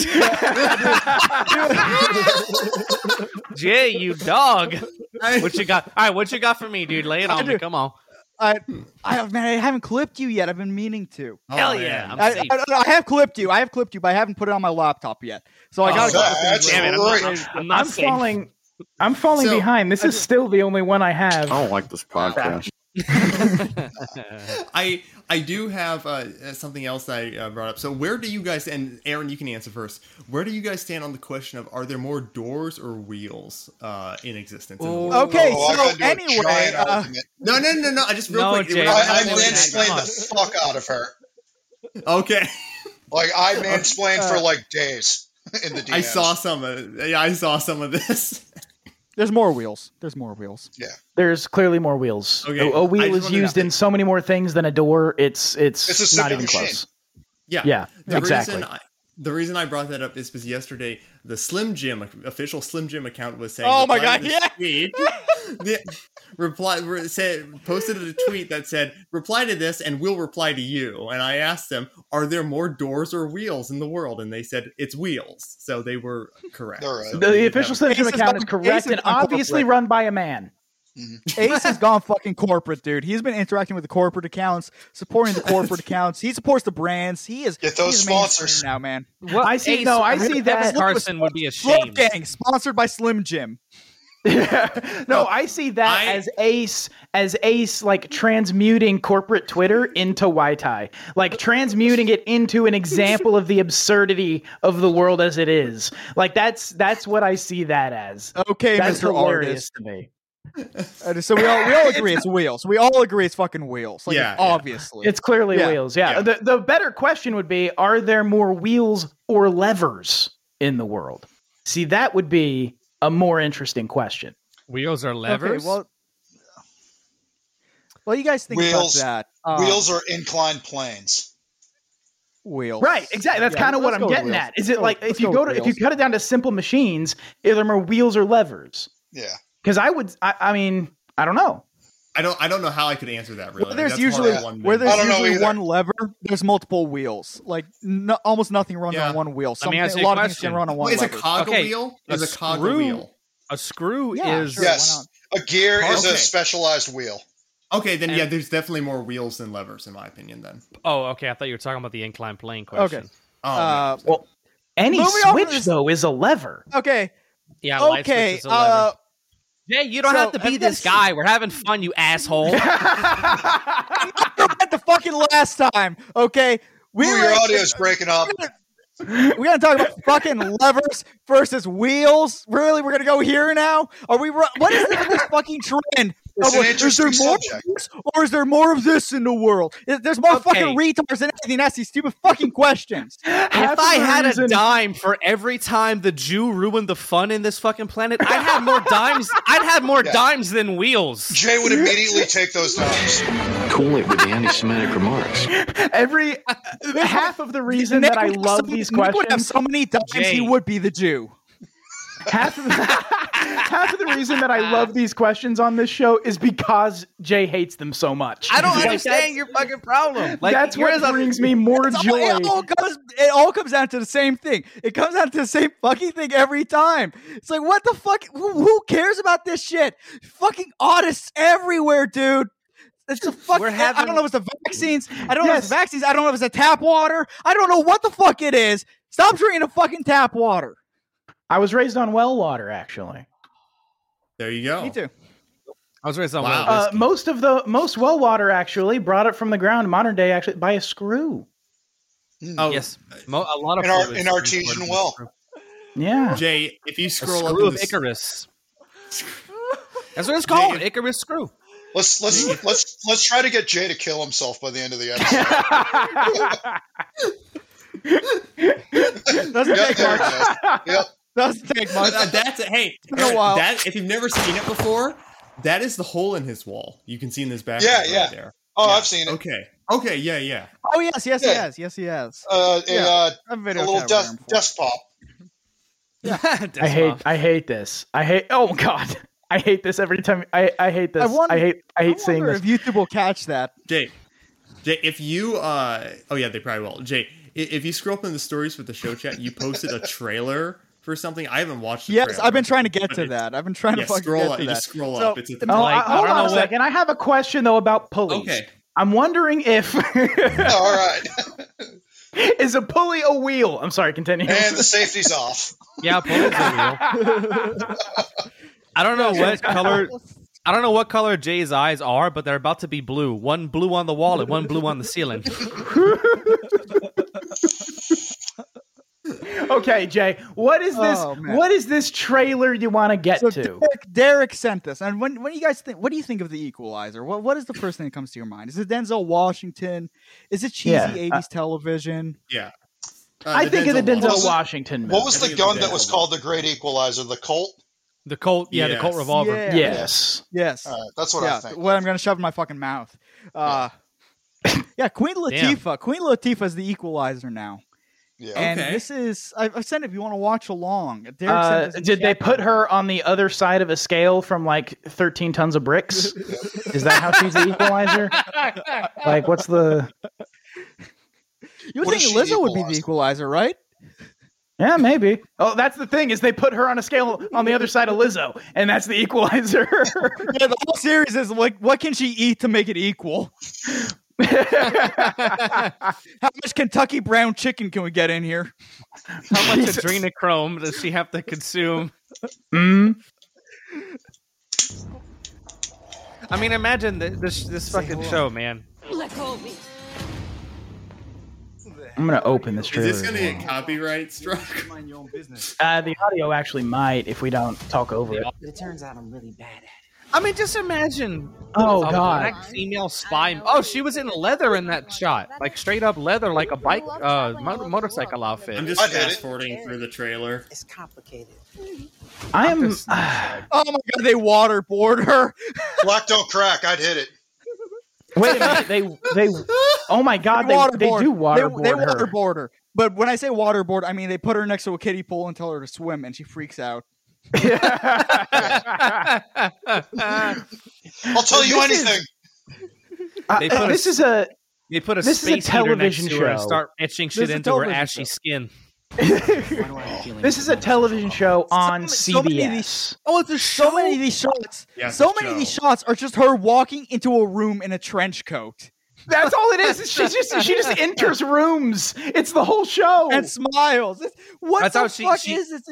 it? Jay, you dog. What you got? All right, what you got for me, dude? Lay it on me. Come on. I, I man, I haven't clipped you yet. I've been meaning to. Oh, Hell yeah, man. I'm I, safe. I- I- I have clipped you. I have clipped you, but I haven't put it on my laptop yet. So Oh, I got. a couple things Damn right. it, I'm not- I'm, falling I'm falling So- behind. This is still the only one I have. I don't like this Oh, podcast. I I do have uh, something else that I uh, brought up. So where do you guys and Aaron, you can answer first. Where do you guys stand on the question of are there more doors or wheels uh, in existence? in the world? Okay, so anyway, uh, no, no, no, no. I just real No, quick. Jay, we're I- not I doing that. mansplained Come on. the fuck out of her. Okay. Like I mansplained Uh, for like days in the DMs. I saw some of yeah, I saw some of this. There's more wheels. There's more wheels. Yeah. There's clearly more wheels. Okay, A, a I wheel just is wanted to used in so many more things than a door. It's it's, It's a not simple even machine. close. Yeah. Yeah, The exactly. Reason I, the reason I brought that up is because yesterday the Slim Jim official Slim Jim account was saying, Oh my "Reply God, to this tweet." the, reply re- said posted a tweet that said, "Reply to this, and we'll reply to you." And I asked them, "Are there more doors or wheels in the world?" And they said, "It's wheels." So they were correct. So The, they did official have- Slim account is correct Ace is and obviously corporate. run by a man. Ace has gone fucking corporate, dude. He's been interacting with the corporate accounts, supporting the corporate accounts. He supports the brands. He is Get those he's a mainstream sponsors. now, man. What- I see- no, I Ace- see that- Look at Carson would be Slim ashamed. Gang, sponsored by Slim Jim. No, I see that as Ace as Ace like transmuting corporate Twitter into Wai Tai. Like transmuting it into an example of the absurdity of the world as it is. Like that's that's what I see that as. Okay, that's Mr. hilarious Artist. to me. Uh, So we all we all agree it's wheels. We all agree it's fucking wheels. Like, Yeah, yeah. obviously, It's clearly Yeah. wheels. Yeah. The the better question would be: Are there more wheels or levers in the world? See, that would be a more interesting question. Wheels are levers. Okay, well, well, you guys think wheels. about that. Uh, Um, wheels are inclined planes. wheels. Right, exactly. That's Yeah, kind of what let's I'm go with getting wheels. at. Is Let's it go- like let's if you with go to if you wheels. cut it down to simple machines, are there more wheels or levers? Yeah. Because I would, I, I mean, I don't know. I don't. I don't know how I could answer that. Really, Where there's That's usually hard one where bit. there's usually one lever, there's multiple wheels. Like no, almost nothing runs on one wheel. Let me Something, ask a you lot a of things question. can run on one. lever. Is a cog a screw- wheel? A screw Yeah, is sure, why yes. A gear is Okay. a specialized wheel. Okay, then And- yeah, there's definitely more wheels than levers, in my opinion. Then Oh, okay. I thought you were talking about the inclined plane question. Okay. Oh, Uh, well, any Moving on from switch this- though is a lever. Okay. Yeah. Light Okay. switch is a lever. Uh, Jay, you don't so, have to have be you this guys- guy. We're having fun, you asshole. at the fucking last time. Okay. We Ooh, were your audio's breaking up. we're gonna talk about fucking levers versus wheels. Really, we're gonna go here now? Are we? ru- What is this fucking trend? It's Of, an like, is there interesting more, of subject. this, or is there more of this in the world? Is- There's more fucking retards than anything. That's these stupid fucking questions. If I had a dime for every time the Jew ruined the fun in this fucking planet, I'd have more dimes. I'd have more Yeah. dimes than wheels. Jay would immediately take those dimes. Cool it with the anti-Semitic remarks. Every half of the reason that I love these uh, Nick would have questions, so many times Jay. he would be the Jew. half of, half of the reason that I love these questions on this show is because Jay hates them so much. I don't Like, understand your fucking problem. Like that's yours what are- brings me more It's Oh, all- joy. it all comes. It all comes down to the same thing. It comes down to the same fucking thing every time. It's like, what the fuck? Who, who cares about this shit? Fucking artists everywhere, dude. It's a fucking. I don't know if it's the vaccines. I don't know if it's the vaccines. I don't know if it's the tap water. I don't know what the fuck it is. Stop drinking the fucking tap water. I was raised on well water, actually. there you go. Me too. I was raised on Wow. Uh, most of the most well water actually brought up from the ground. Modern day actually by a screw. yes, Mo- a lot of Uh, An, Oh. ar- food is an artesian important. well. Yeah. Jay, if you scroll up screw in of the s- Icarus. That's what it's called, Icarus Screw. Let's let's let's let's try to get Jay to kill himself by the end of the episode. Doesn't Yep, take there it much. goes. Yep. Doesn't take much. Uh, that's it. Hey, been a while. that if you've never seen it before, that is the hole in his wall. You can see in this back. Yeah, right yeah. There. Oh, I've seen it. Okay. Okay. Yeah. Yeah. Oh yes, yes, Yeah. he has. Yes, he has. Uh, a, Yeah, uh, I've a video little chat dust with him. dust pop. I hate I hate this. I hate oh god. I hate this every time I, I hate this. I, wonder- hate I hate seeing wonder this. if YouTube will catch that. Jay, Jay, if you, uh, oh yeah, they probably will. Jay, i- if you scroll up in the stories with the show chat, you posted a trailer for something. I haven't watched. The Yes, trailer. I've been trying to get But to it's- that. I've been trying yeah, to fucking scroll get up. to You that. just scroll So, oh, up. It's uh, at the No, like, I- hold I don't on a know what- second. I have a question though about pulleys. Okay. I'm wondering if All right, is a pulley a wheel? I'm sorry, continue. and the safety's off. Yeah, Poland's a wheel. I don't know what color. I don't know what color Jay's eyes are, but they're about to be blue. One blue on the wall and one blue on the ceiling. Okay, Jay. What is this Oh, man. what is this trailer you want to get So to? Derek, Derek sent this, and when when you guys think, what do you think of the Equalizer? What what is the first thing that comes to your mind? Is it Denzel Washington? Is it cheesy Yeah, '80s uh, television? yeah. Uh, I think of the Denzel Denzel was it- Washington movie. What was the gun that was called the Great Equalizer? The Colt. The Colt, yeah, the Colt Yes. revolver. Yeah. Yes. Yes. All right, that's what yeah. I think. What I'm gonna shove in my fucking mouth. Uh, yeah. Queen Damn. Latifah. Queen Latifah is the Equalizer now, Yeah. and Okay. this is I, I sent it if you want to watch along. Derek sent Uh, this in did they chat. put her on the other side of a scale from like 13 tons of bricks? Is that how she's the equalizer? like, what's the. You would What is think she Lizzo would be the equalized? Equalizer, right? Yeah, maybe. Oh, that's the thing is they put her on a scale on the other side of Lizzo, and that's the equalizer. Yeah. The whole series is like, what can she eat to make it equal? How much Kentucky brown chicken can we get in here? How much adrenochrome does she have to consume? Mm. I mean, imagine th- this this fucking show, man. Let go of me. I'm gonna open this trailer. Is this gonna as get copyright struck? Mind your own business. well. uh, the audio actually might if we don't talk over it. It turns out I'm really bad at it. I mean, just imagine. Oh, a God. black female spy. Oh, she was in leather in that shot, like straight up leather, like a bike, uh, mo- motorcycle outfit. I'm just I did it. fast forwarding through the trailer. It's complicated. I am. Oh my god, they waterboard her. Black don't crack. I'd hit it. wait a minute. They they. Oh my God. They, they do waterboard They, they her. waterboard her. But when I say waterboard, I mean they put her next to a kiddie pool and tell her to swim, and she freaks out. I'll tell you This is- anything. Uh, They put a this is a They put a This is a space heater next television to her and show. start etching shit is a into her television ashy skin. Why do I have feelings this is a about television show on CBS. so many of these- Oh, there's so many of these shots. Yes, so many of these Joe. shots are just her walking into a room in a trench coat That's all it is. is She just she just enters rooms. It's the whole show. and smiles. It's- What That's the how she- fuck she- is this?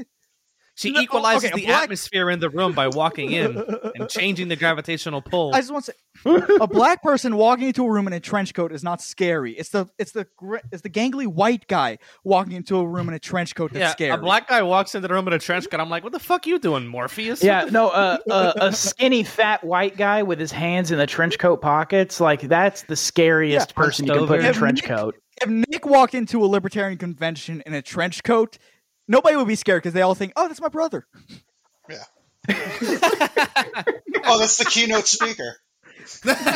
She No, equalizes okay, a the black- atmosphere in the room by walking in and changing the gravitational pull. I just want to say, a black person walking into a room in a trench coat is not scary. It's the it's the gr- it's the gangly white guy walking into a room in a trench coat that's yeah, scary. a black guy walks into the room in a trench coat. I'm like, what the fuck you doing, Morpheus? yeah, no, uh, uh, a skinny fat white guy with his hands in the trench coat pockets, like that's the scariest Yeah. person you can put in a If trench Nick- coat. if Nick walked into a libertarian convention in a trench coat, nobody would be scared because they all think, "Oh, that's my brother." Oh, that's the keynote speaker.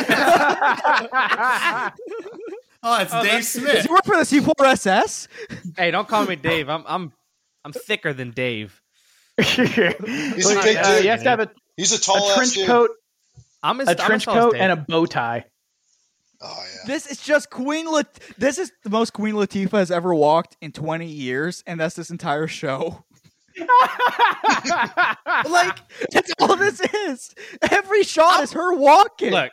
Oh, it's Dave Does Smith. he work for the C4SS? Hey, don't call me Dave. I'm I'm I'm thicker than Dave. a Like, big uh, dude. you have to have a, He's a a tall ass trench dude. coat, I'm as, a trench I'm as tall as coat, Dave. and a bow tie. Oh yeah. This is just Queen. Lat- this is the most Queen Latifah has ever walked in 20 years, and that's this entire show. like that's all this is. Every shot is her walking. Look,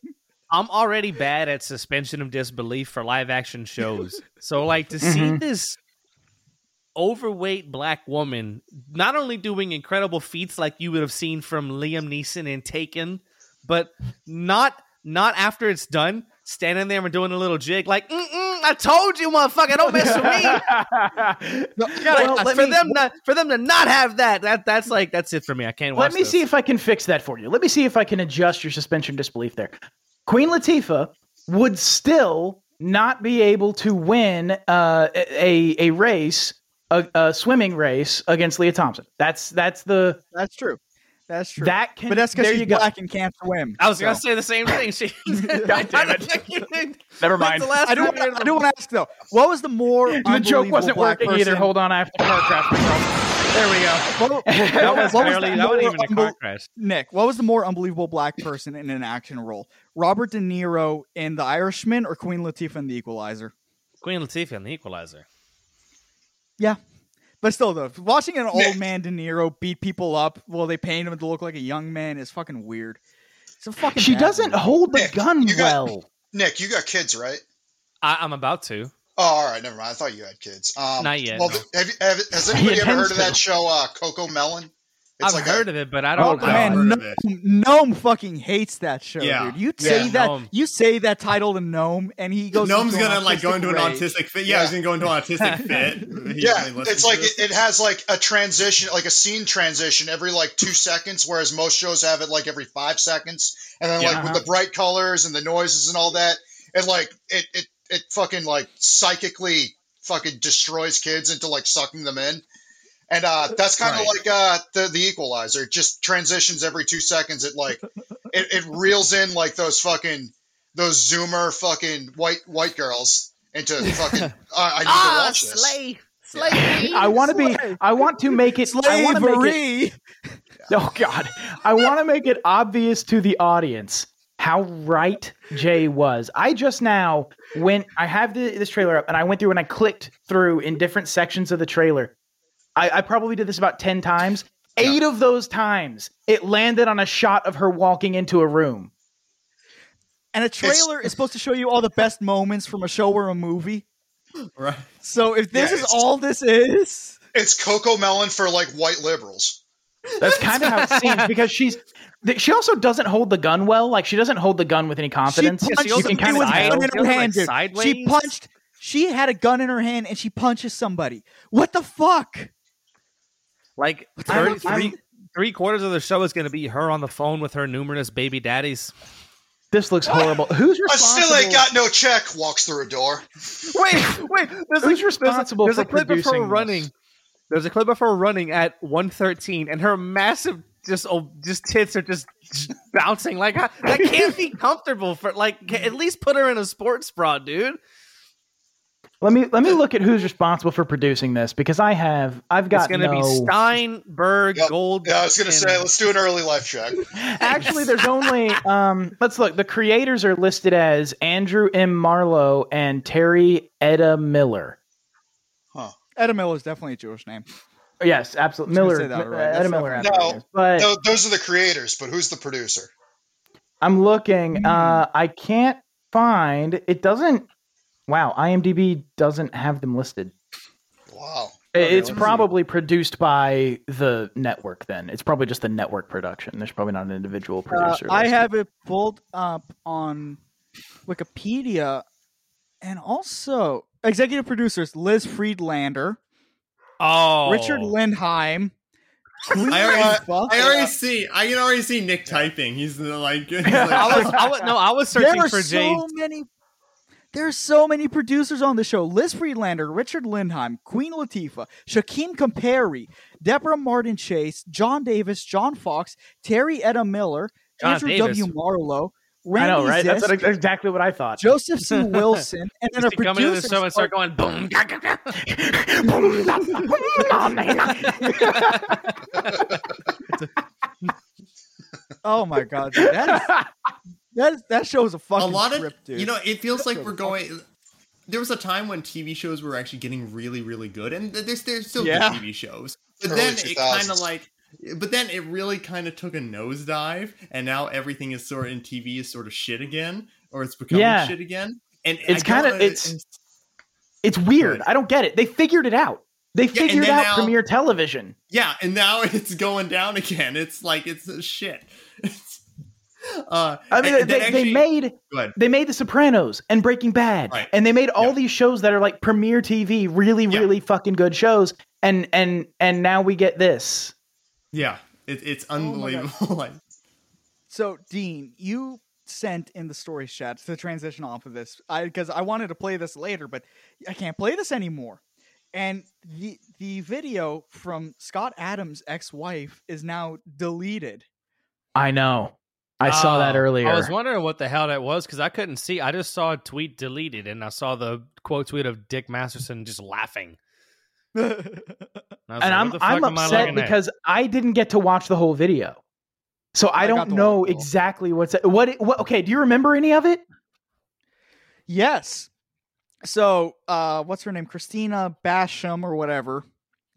I'm already bad at suspension of disbelief for live action shows. so like to Mm-hmm. see this overweight black woman not only doing incredible feats like you would have seen from Liam Neeson in Taken, but not not after it's done, standing there and doing a little jig like Mm-mm, I told you, motherfucker, don't mess with me. You gotta- uh, Well, let for me- them not for them to not have that, that that's like that's it for me. I can't watch Let me this. see if I can fix that for you. Let me see if I can adjust your suspension disbelief there. Queen Latifah would still not be able to win uh, a a race, a, a swimming race against Leah Thompson. That's that's the That's true. That's true. That can- but that's because there she's you go. black and can't swim. I was gonna so. say the same thing. She God damn it. Never mind. the last I do, time wanna- I do want to ask though. What was the more the joke wasn't working either. Hold on, I have to car crash myself. There we go. That was what was barely- the that wasn't more even a car unbel- crash. Nick, what was the more unbelievable black person in an action role? Robert De Niro in The Irishman or Queen Latifah in The Equalizer? Queen Latifah and the Equalizer. Yeah. But still, though, watching an old man De Niro beat people up while they paint him to look like a young man is fucking weird. It's a fucking. She bad doesn't movie. hold the gun well. Nick, you got kids, right? I, I'm about to. Oh, all right, never mind. I thought you had kids. Um, Not yet, Well, no. have, you- have, has He anybody ever intends heard of that to. show, uh, Coco Melon? I've heard of it, but I don't. Oh, I don't man, Gnome, Gnome fucking hates that show, Yeah. dude. You Yeah. say that Gnome. you say that title to Gnome, and he goes. Gnome's into an gonna like go autistic into an rage. autistic fit. Yeah, he's gonna go into an autistic fit. He yeah, only listens it's to like this. it, it has like a transition, like a scene transition every like two seconds, whereas most shows have it like every five seconds. And then like Yeah. with the bright colors and the noises and all that, and like it it it fucking like psychically fucking destroys kids into like sucking them in. And uh, that's kind of Right. like uh, the the Equalizer. It just transitions every two seconds. It like it, it reels in like those fucking those Zoomer fucking white white girls into fucking. uh, I need Ah, to watch this. slay, slay. I want to be. I want to make it. I want to make it. Oh God! I want to make it obvious to the audience how right Jay was. I just now went. I have the, this trailer up, and I went through and I clicked through in different sections of the trailer. I, I probably did this about ten times. Eight of those times, it landed on a shot of her walking into a room. And a trailer is supposed to show you all the best moments from a show or a movie. Right. So if this Yeah, is it's- all this is, It's Coco Melon for like white liberals. That's kind of how it seems because she's. th- She also doesn't hold the gun well. Like she doesn't hold the gun with any confidence. She punched You can somebody kinda with a tell. gun in her hand, dude. She punched. She had a gun in her hand and she punches somebody. What the fuck? Like I thirty don't- I three don't- three quarters of the show is going to be her on the phone with her numerous baby daddies. This looks horrible. Who's I still ain't responsible- got no check. Walks through a door. Wait, wait. There's Who's a, responsible There's a, for there's a clip of her producing this? running. There's a clip of her running at 113, and her massive just oh, just tits are just j- bouncing. Like I- that can't be comfortable for like ca- at least put her in a sports bra, dude. Let me let me look at who's responsible for producing this because I have I've got It's gonna no. be Steinberg Gold. Yeah, I was gonna say, let's do an early life check. Actually, there's only um. Let's look. The creators are listed as Andrew M. Marlowe and Terry Etta Miller. Huh. Etta Miller is definitely a Jewish name. Yes, absolutely. I was Miller, gonna say that uh, already. Etta That's Miller. not- absolutely. No, But- no, those are the creators, but who's the producer? I'm looking. Uh, I can't find. It doesn't. Wow, IMDb doesn't have them listed. Wow. Oh, it's probably produced by the network. Then it's probably just the network production. There's probably not an individual Uh, producer. I listed. have it pulled up on Wikipedia, and also executive producers Liz Friedlander, Oh, Richard Lindheim. I already, Green I Buffalo. already see. I can already see Nick typing. He's the, like, he's like I was, I was, no, I was searching there are for so Jay. many. There are so many producers on the show: Liz Friedlander, Richard Lindheim, Queen Latifah, Shaquem Campari, Deborah Martin Chase, John Davis, John Fox, Terry Etta Miller, John Andrew Davis. W. Marlowe, I Randy know, right? That's Zist, ex- exactly what I thought. Joseph C. Wilson, and then Used a to come into the producer. show and start going boom. Oh my god, dude, that is, that is, that show is a fucking a lot of trip, dude. you know it feels like we're going there was a time when tv shows were actually getting really really good and th- there's there's still Yeah. good tv shows but Early then it kind of 2000s. like but then it really kind of took a nosedive and now everything is sort of in tv is sort of shit again or it's becoming Yeah. shit again and It's I don't kinda- know, it's- It's weird. I don't get it. They figured it out. They and figured then out now- premiere television. yeah and now it's going down again it's like it's shit Uh, I and- mean, they, and then they actually- made Go ahead. they made The Sopranos and Breaking Bad, Right. and they made all these shows that are like premiere TV, really, really fucking good shows. And and and now we get this. Yeah, it, it's Oh unbelievable. like, So, Dean, you sent in the story chat to transition off of this because I, wanted to play this later, but I can't play this anymore. And the the video from Scott Adams' ex wife is now deleted. I know. I saw that Oh, earlier. I was wondering what the hell that was because I couldn't see. I just saw a tweet deleted, and I saw the quote tweet of Dick Masterson just laughing. I was and like, I'm what the I'm fuck am I upset looking at? because I didn't get to watch the whole video, so I, don't know exactly what's what, it- what. Okay, do you remember any of it? Yes. So, uh, what's her name? Christina Basham or whatever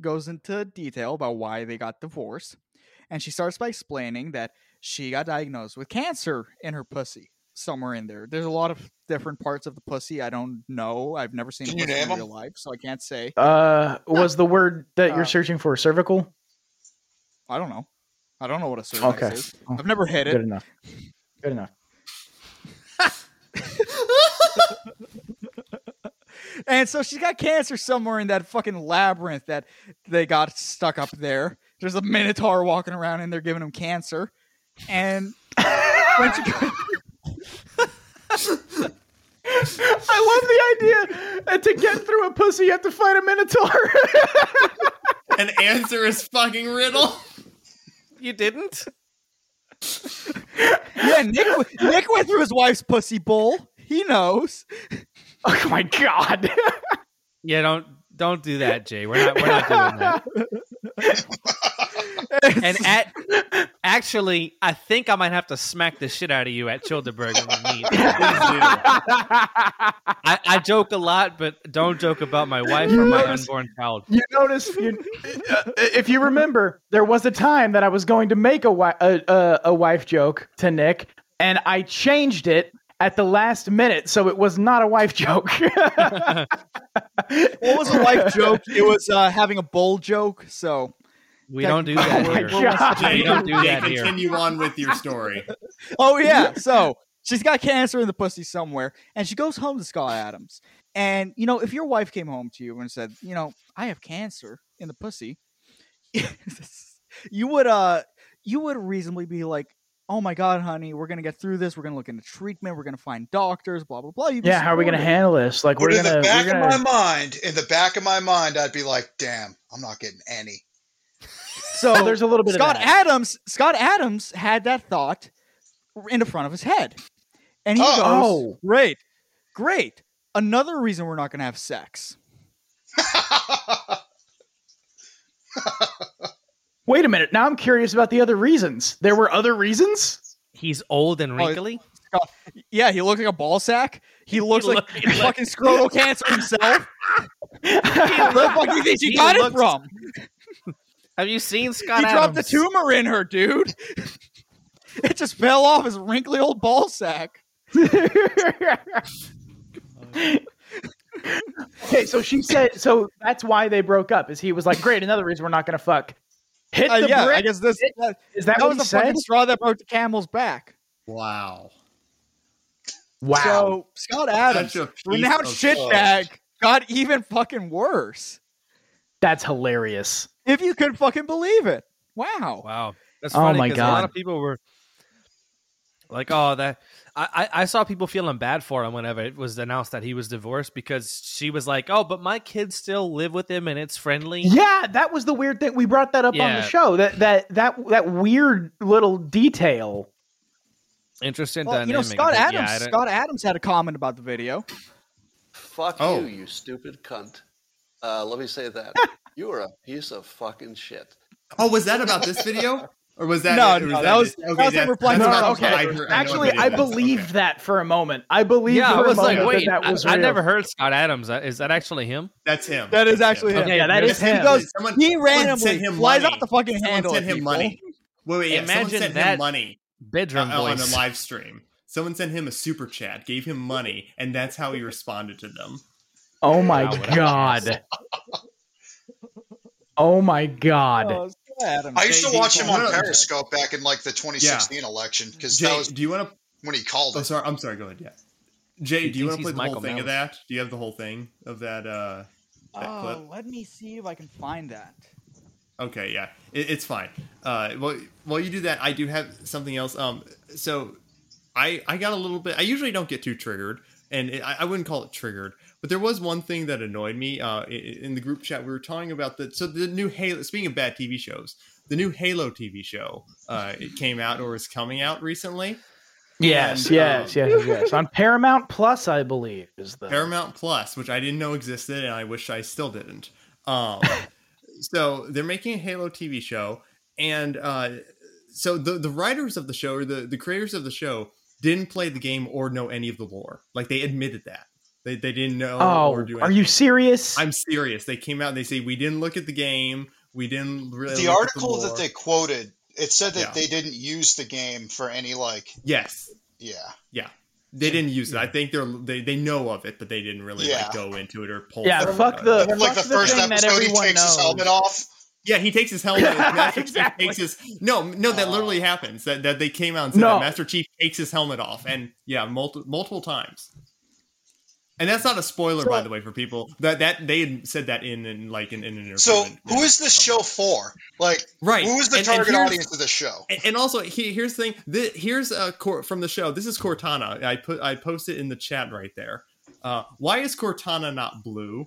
goes into detail about why they got divorced. And she starts by explaining that she got diagnosed with cancer in her pussy somewhere in there. There's a lot of different parts of the pussy I don't know. I've never seen a Can you pussy in name 'em? real life, so I can't say. Uh, was the word that Uh, Oh. you're searching for cervical? I don't know. I don't know what a cervix Okay. Oh. is. I've never hit it. Good enough. Good enough. And so she's got cancer somewhere in that fucking labyrinth that they got stuck up there. There's a minotaur walking around and they're giving him cancer. And when she go- I love the idea that to get through a pussy, you have to fight a minotaur. an answer is fucking riddle. You didn't? yeah, Nick, Nick went through his wife's pussy bowl. He knows. Oh my god. Yeah, don't don't do that, Jay. We're not we're not doing that. and at actually, I think I might have to smack the shit out of you at Childeberg when we meet. I, I joke a lot, but don't joke about my wife or my unborn child. You notice, you, uh, if you remember, there was a time that I was going to make a, wi- a, a, a wife joke to Nick, and I changed it at the last minute, so it was not a wife joke. What was a wife joke? It was uh, having a bowl joke. So We don't do that Oh my here. God. We don't do Jay, that here. Continue on with your story. Oh yeah. So she's got cancer in the pussy somewhere, and she goes home to Scott Adams. And you know, if your wife came home to you and said, you know, I have cancer in the pussy, you would uh you would reasonably be like, Oh my god, honey, we're gonna get through this, we're gonna look into treatment, we're gonna find doctors, blah blah blah. You'd be yeah, how are we going to supportive. handle this? Like, we're But in going the to. back we're of gonna... my mind, in the back of my mind, I'd be like, "Damn, I'm not getting any." So there's a little bit of Scott that. Adams. Scott Adams had that thought in the front of his head, and he Oh. goes, "Great, great. Another reason we're not going to have sex." Wait a minute. Now I'm curious about the other reasons. There were other reasons? He's old and Oh, wrinkly. Scott- yeah, he looks like a ball sack. He looks like look- he look- fucking scrotal cancer himself. Where Where the fuck do you think she got it from? Have you seen Scott He dropped a Adams? tumor in her, dude. it just fell off his wrinkly old ball sack. Okay, so she said, so that's why they broke up, is he was like, great, another reason we're not going to fuck. Hit Uh, the yeah, I brick. guess this that, Is that what was he the fucking said? straw that broke the camel's back. Wow. Wow. So Scott Adams, Such a piece renowned of shitbag, got even fucking worse. That's hilarious. If you could fucking believe it. Wow. Wow, that's Oh funny my 'cause a lot God. of people were like, "Oh, that." I, I I saw people feeling bad for him whenever it was announced that he was divorced because she was like, "Oh, but my kids still live with him and it's friendly." Yeah, that was the weird thing. We brought that up on Yeah. the show. That that that that weird little detail. Interesting Well, dynamic. you know, Scott but yeah, Adams. I don't- Scott Adams had a comment about the video. Fuck Oh. you, you stupid cunt. Uh, let me say that. you are a piece of fucking shit. Oh, was that about this video? Or was that No, or no, that was- that was him that- replying that's to about my- the okay. Tiger- know Actually, what it I is. believed that for a moment. I believed. Yeah, for I a was like, moment "Wait, that, that was I, I real. never heard Scott Adams. I- Is that actually him?" That's him. That is actually him. Okay, Yeah, that good. is him. He goes. Someone- he someone sent randomly him flies money. out the fucking Someone handle. sent at him people. money. Wait, wait, yeah, someone Imagine sent him that money bedroom uh, on a voice. live stream. Someone sent him a super chat, gave him money, and that's how he responded to them. Oh my Wow, what a god. oh my god. Oh, Yeah, I don't know. I used to They- watch they- him no, on no, no. Periscope back in like the 2016 election because that Jay, was do you want to when he called Oh, sorry. I'm sorry. Go ahead. Yeah. Jay, He do you thinks want to he's play the Michael whole thing of Malice. that? Do you have the whole thing of that? Uh, that Uh, clip? let me see if I can find that. Okay, yeah, it, it's fine. Uh, while, while you do that, I do have something else. Um, so I I got a little bit. I usually don't get too triggered, and it, I, I wouldn't call it triggered, but there was one thing that annoyed me. Uh, i- i- in the group chat, we were talking about the so the new Halo. Speaking of bad TV shows, the new Halo TV show uh, it came out or is coming out recently. Yes, And, yes, um, yes, yes. On Paramount Plus, I believe is the Paramount Plus, which I didn't know existed, and I wish I still didn't. Um, so they're making a Halo TV show, and uh, so the the writers of the show or the the creators of the show didn't play the game or know any of the lore. Like they admitted that they they didn't know. Oh, or do are you anything. serious? I'm serious. They came out and they say we didn't look at the game. We didn't really. the look at article that lore." they quoted. It said that Yeah. they didn't use the game for any like yes yeah. yeah they didn't use it. I think they're they, they know of it, but they didn't really Yeah. like go into it or pull. Yeah, stuff fuck out of the- it. Then, like, fuck the the first thing that episode, he everyone takes his knows. helmet off. Yeah, he takes his helmet. and Master Chief takes his no, no. Oh. That literally happens. That, that they came out and said No. that Master Chief takes his helmet off, and yeah, multiple multiple times. And that's not a spoiler, by the way, for people that that they had said that in, in like in, in an interview. So who is this show for? Like Right. Who is the And- and target here's- audience of the show? And, and also, he, here's the thing. Thi- here's a cor- from the show. This is Cortana. I put I posted in the chat right there. Uh, why is Cortana not blue?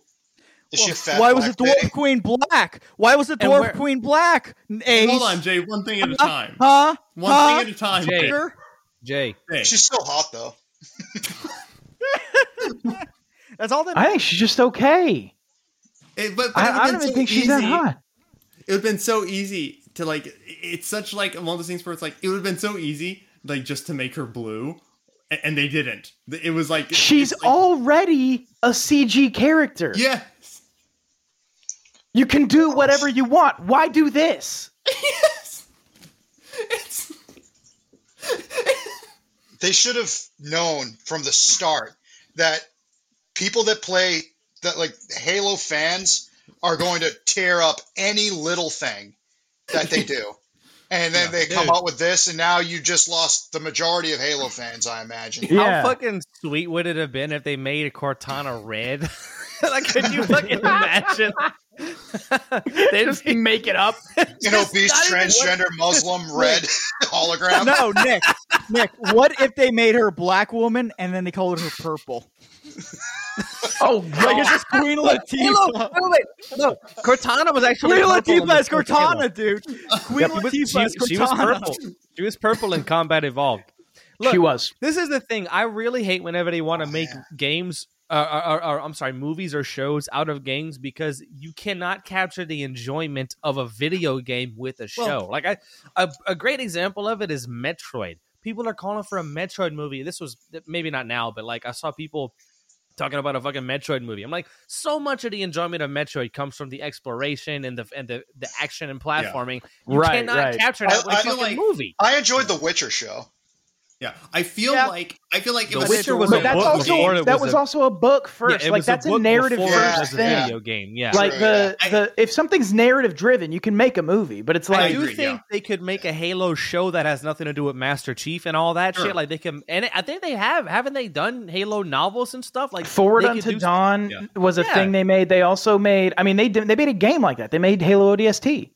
Is she a fat Why was the dwarf queen black? Why was the And dwarf where- queen black? Ace. Hold on, Jay. One thing at a Huh? time. Huh? One Huh? thing at a time. Jay. Jay. Jay. She's still hot though. That's all that. I think she's just okay. It, but, but I- it would've I don't been even so think she's that easy- hot. It would have been so easy to like. it- It's such like one of those things where it's like it would have been so easy like just to make her blue, a- and they didn't. It was like She's already a CG character. Yeah. You can do whatever you want. Why do this? They should have known from the start that people that play that like Halo fans are going to tear up any little thing that they do. And then they come dude. out with this, and now you just lost the majority of Halo fans, I imagine. How fucking sweet would it have been if they made a Cortana red? like, could you fucking imagine? they just make it up. An obese transgender Muslim red hologram. No, Nick. Nick, what if they made her a black woman and then they colored her purple? oh, like it's just Queen Latifah. no, Cortana was actually Queen purple in Latifah the is first Cortana, Halo. dude. Queen Yep. Latifah She was- is she, she was Cortana. purple. She was purple in Combat Evolved. Look, She was. This is the thing. I really hate whenever they Oh, want to make games, uh, or, or, or I'm sorry, movies or shows out of games because you cannot capture the enjoyment of a video game with a show. Well- like I, a, a great example of it is Metroid. People are calling for a Metroid movie. This was maybe not now, but like I saw people talking about a fucking Metroid movie. I'm like, so much of the enjoyment of Metroid comes from the exploration and the and the, the action and platforming. You Right, cannot right. capture that with I- I a feel fucking like- movie. I enjoyed the Witcher show. Yeah, I feel like I feel like The if a Witcher was story- a That's book before also it that was was a- also a book first. Yeah, it like was a that's a, book narrative before it first was a thing. video game, yeah. Like True, the the if something's narrative driven, you can make a movie, but it's like I do think they could make a Halo show that has nothing to do with Master Chief and all that Sure. shit. Like they can, and I think they have. Haven't they done Halo novels and stuff? Like Forward they could Unto do- Dawn Yeah. was a Yeah. thing they made. They also made I mean they did, they made a game like that. They made Halo ODST.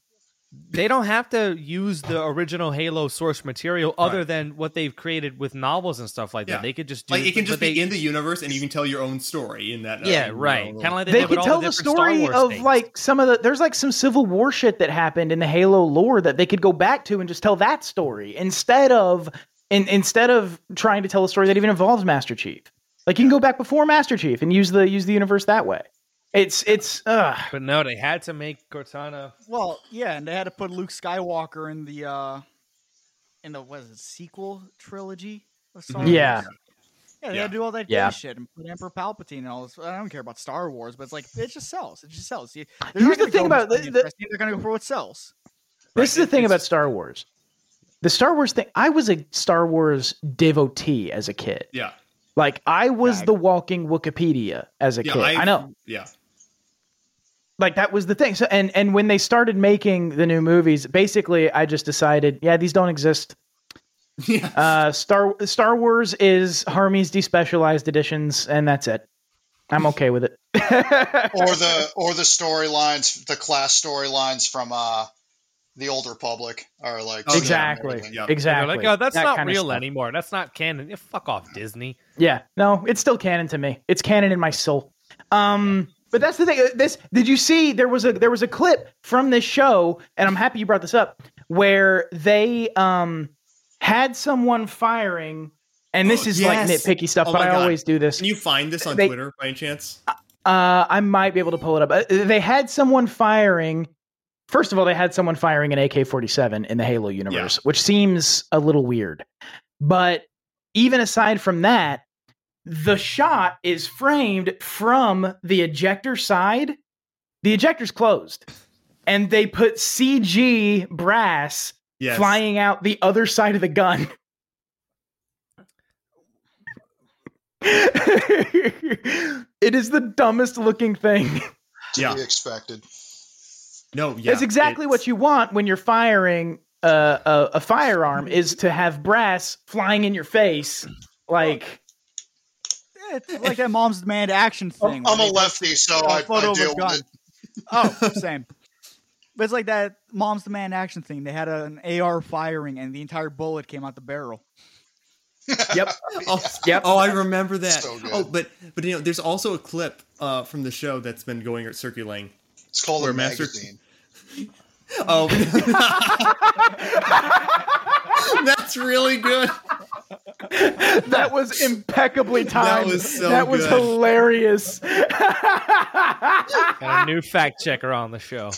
They don't have to use the original Halo source material other than what they've created with novels and stuff like that. Yeah. They could just do like it can but just they, be in the universe, and you can tell your own story in that. uh, Yeah, you know, right. little- Kinda like They could tell the, story of like some of the there's like some Civil War shit that happened in the Halo lore that they could go back to and just tell that story instead of in, instead of trying to tell a story that even involves Master Chief. Like you can go back before Master Chief and use the use the universe that way. It's it's uh But no, they had to make Cortana. Well, yeah, and they had to put Luke Skywalker in the uh in the was it sequel trilogy of Star Wars? Mm-hmm. Yeah. Yeah, they Yeah. had to do all that Yeah. gay shit and put Emperor Palpatine and all this. I don't care about Star Wars, but it's like it just sells. It just sells. You- they're Here's not the gonna thing go about with the- something the- interesting, they're gonna go for what sells. This is the thing about Star Wars. The Star Wars thing. I was a Star Wars devotee as a kid. Yeah. Like I was the walking Wikipedia as a Yeah, kid. I, I've- know. Yeah. like that was the thing. So and and when they started making the new movies, basically I just decided, yeah, these don't exist. Yeah. Uh, Star Star Wars is Hermes despecialized editions, and that's it. I'm okay with it. Oh, or the or the storylines, the class storylines from uh, the Old Republic are like Oh, Exactly. similar. Yeah. Exactly. They're like, oh, that's That not kinda real stuff. anymore. That's not canon. Yeah, fuck off, Disney. Yeah, no, it's still canon to me. It's canon in my soul. Um, but that's the thing. uh, This did you see? There was a there was a clip from this show, and I'm happy you brought this up, where they um had someone firing, and this is like Oh, Yes. nitpicky stuff, Oh but my I God. always do this. Can you find this on They- Twitter by any chance? Uh, I might be able to pull it up. Uh, They had someone firing. First of all, they had someone firing an AK 47 in the Halo universe, which seems a little weird. But even aside from that, the shot is framed from the ejector side. The ejector's closed. And they put CG brass Yes. flying out the other side of the gun. it is the dumbest looking thing. To be expected. No, That's exactly what you want when you're firing a, a, a firearm is to have brass flying in your face. Like It's like that mom's demand action thing. I'm where a they lefty, so take a I, I photo of a deal with it. Oh, same. But it's like that mom's demand action thing. They had an AR firing, and the entire bullet came out the barrel. Yep. oh, yep. Oh, I remember that. So good. oh, but but you know, there's also a clip uh, from the show that's been going or circulating. It's called Where a Master- magazine. Oh, that's really good. that was impeccably timed. was so That was good. hilarious. Got a new fact checker on the show.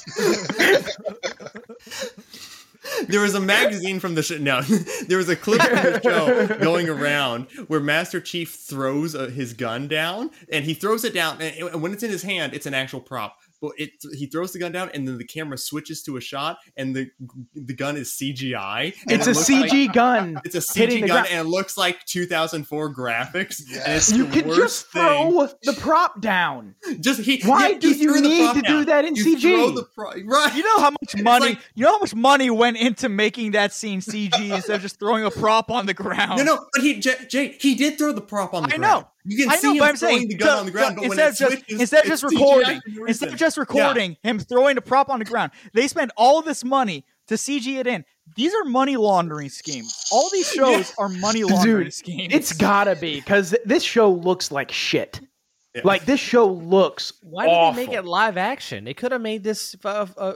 There was a magazine from the show. No, there was a clip from the show going around where Master Chief throws uh, his gun down, and he throws it down. And, and when it's in his hand, it's an actual prop. But it, he throws the gun down, and then the camera switches to a shot, and the the gun is CGI. and It's it a looks CG like- gun It's a hitting CG the gun, ground. and it looks like 2004 graphics. And Yes. it's you the can worst just thing. throw the prop down. Just he. Why yeah, do you threw the need prop to do down. that in You CG? throw the pro- right. You know how much money? you know how much money went into making that scene CG instead of just throwing a prop on the ground. No, no, but he J- Jay, he did throw the prop on the I ground. know. You can I see know, him but I'm throwing saying the to- gun on the ground, to- but when instead it of just switches, instead of it's just CGI recording, for no instead reason. of just Yeah. recording him throwing the prop on the ground, they spend all this money to CG it in. These are money laundering schemes. All these shows are money laundering Dude, schemes. it's gotta be because this show looks like shit. Yeah. Like this show looks. Why Why awful. did they make it live action? They could have made this. Uh, uh,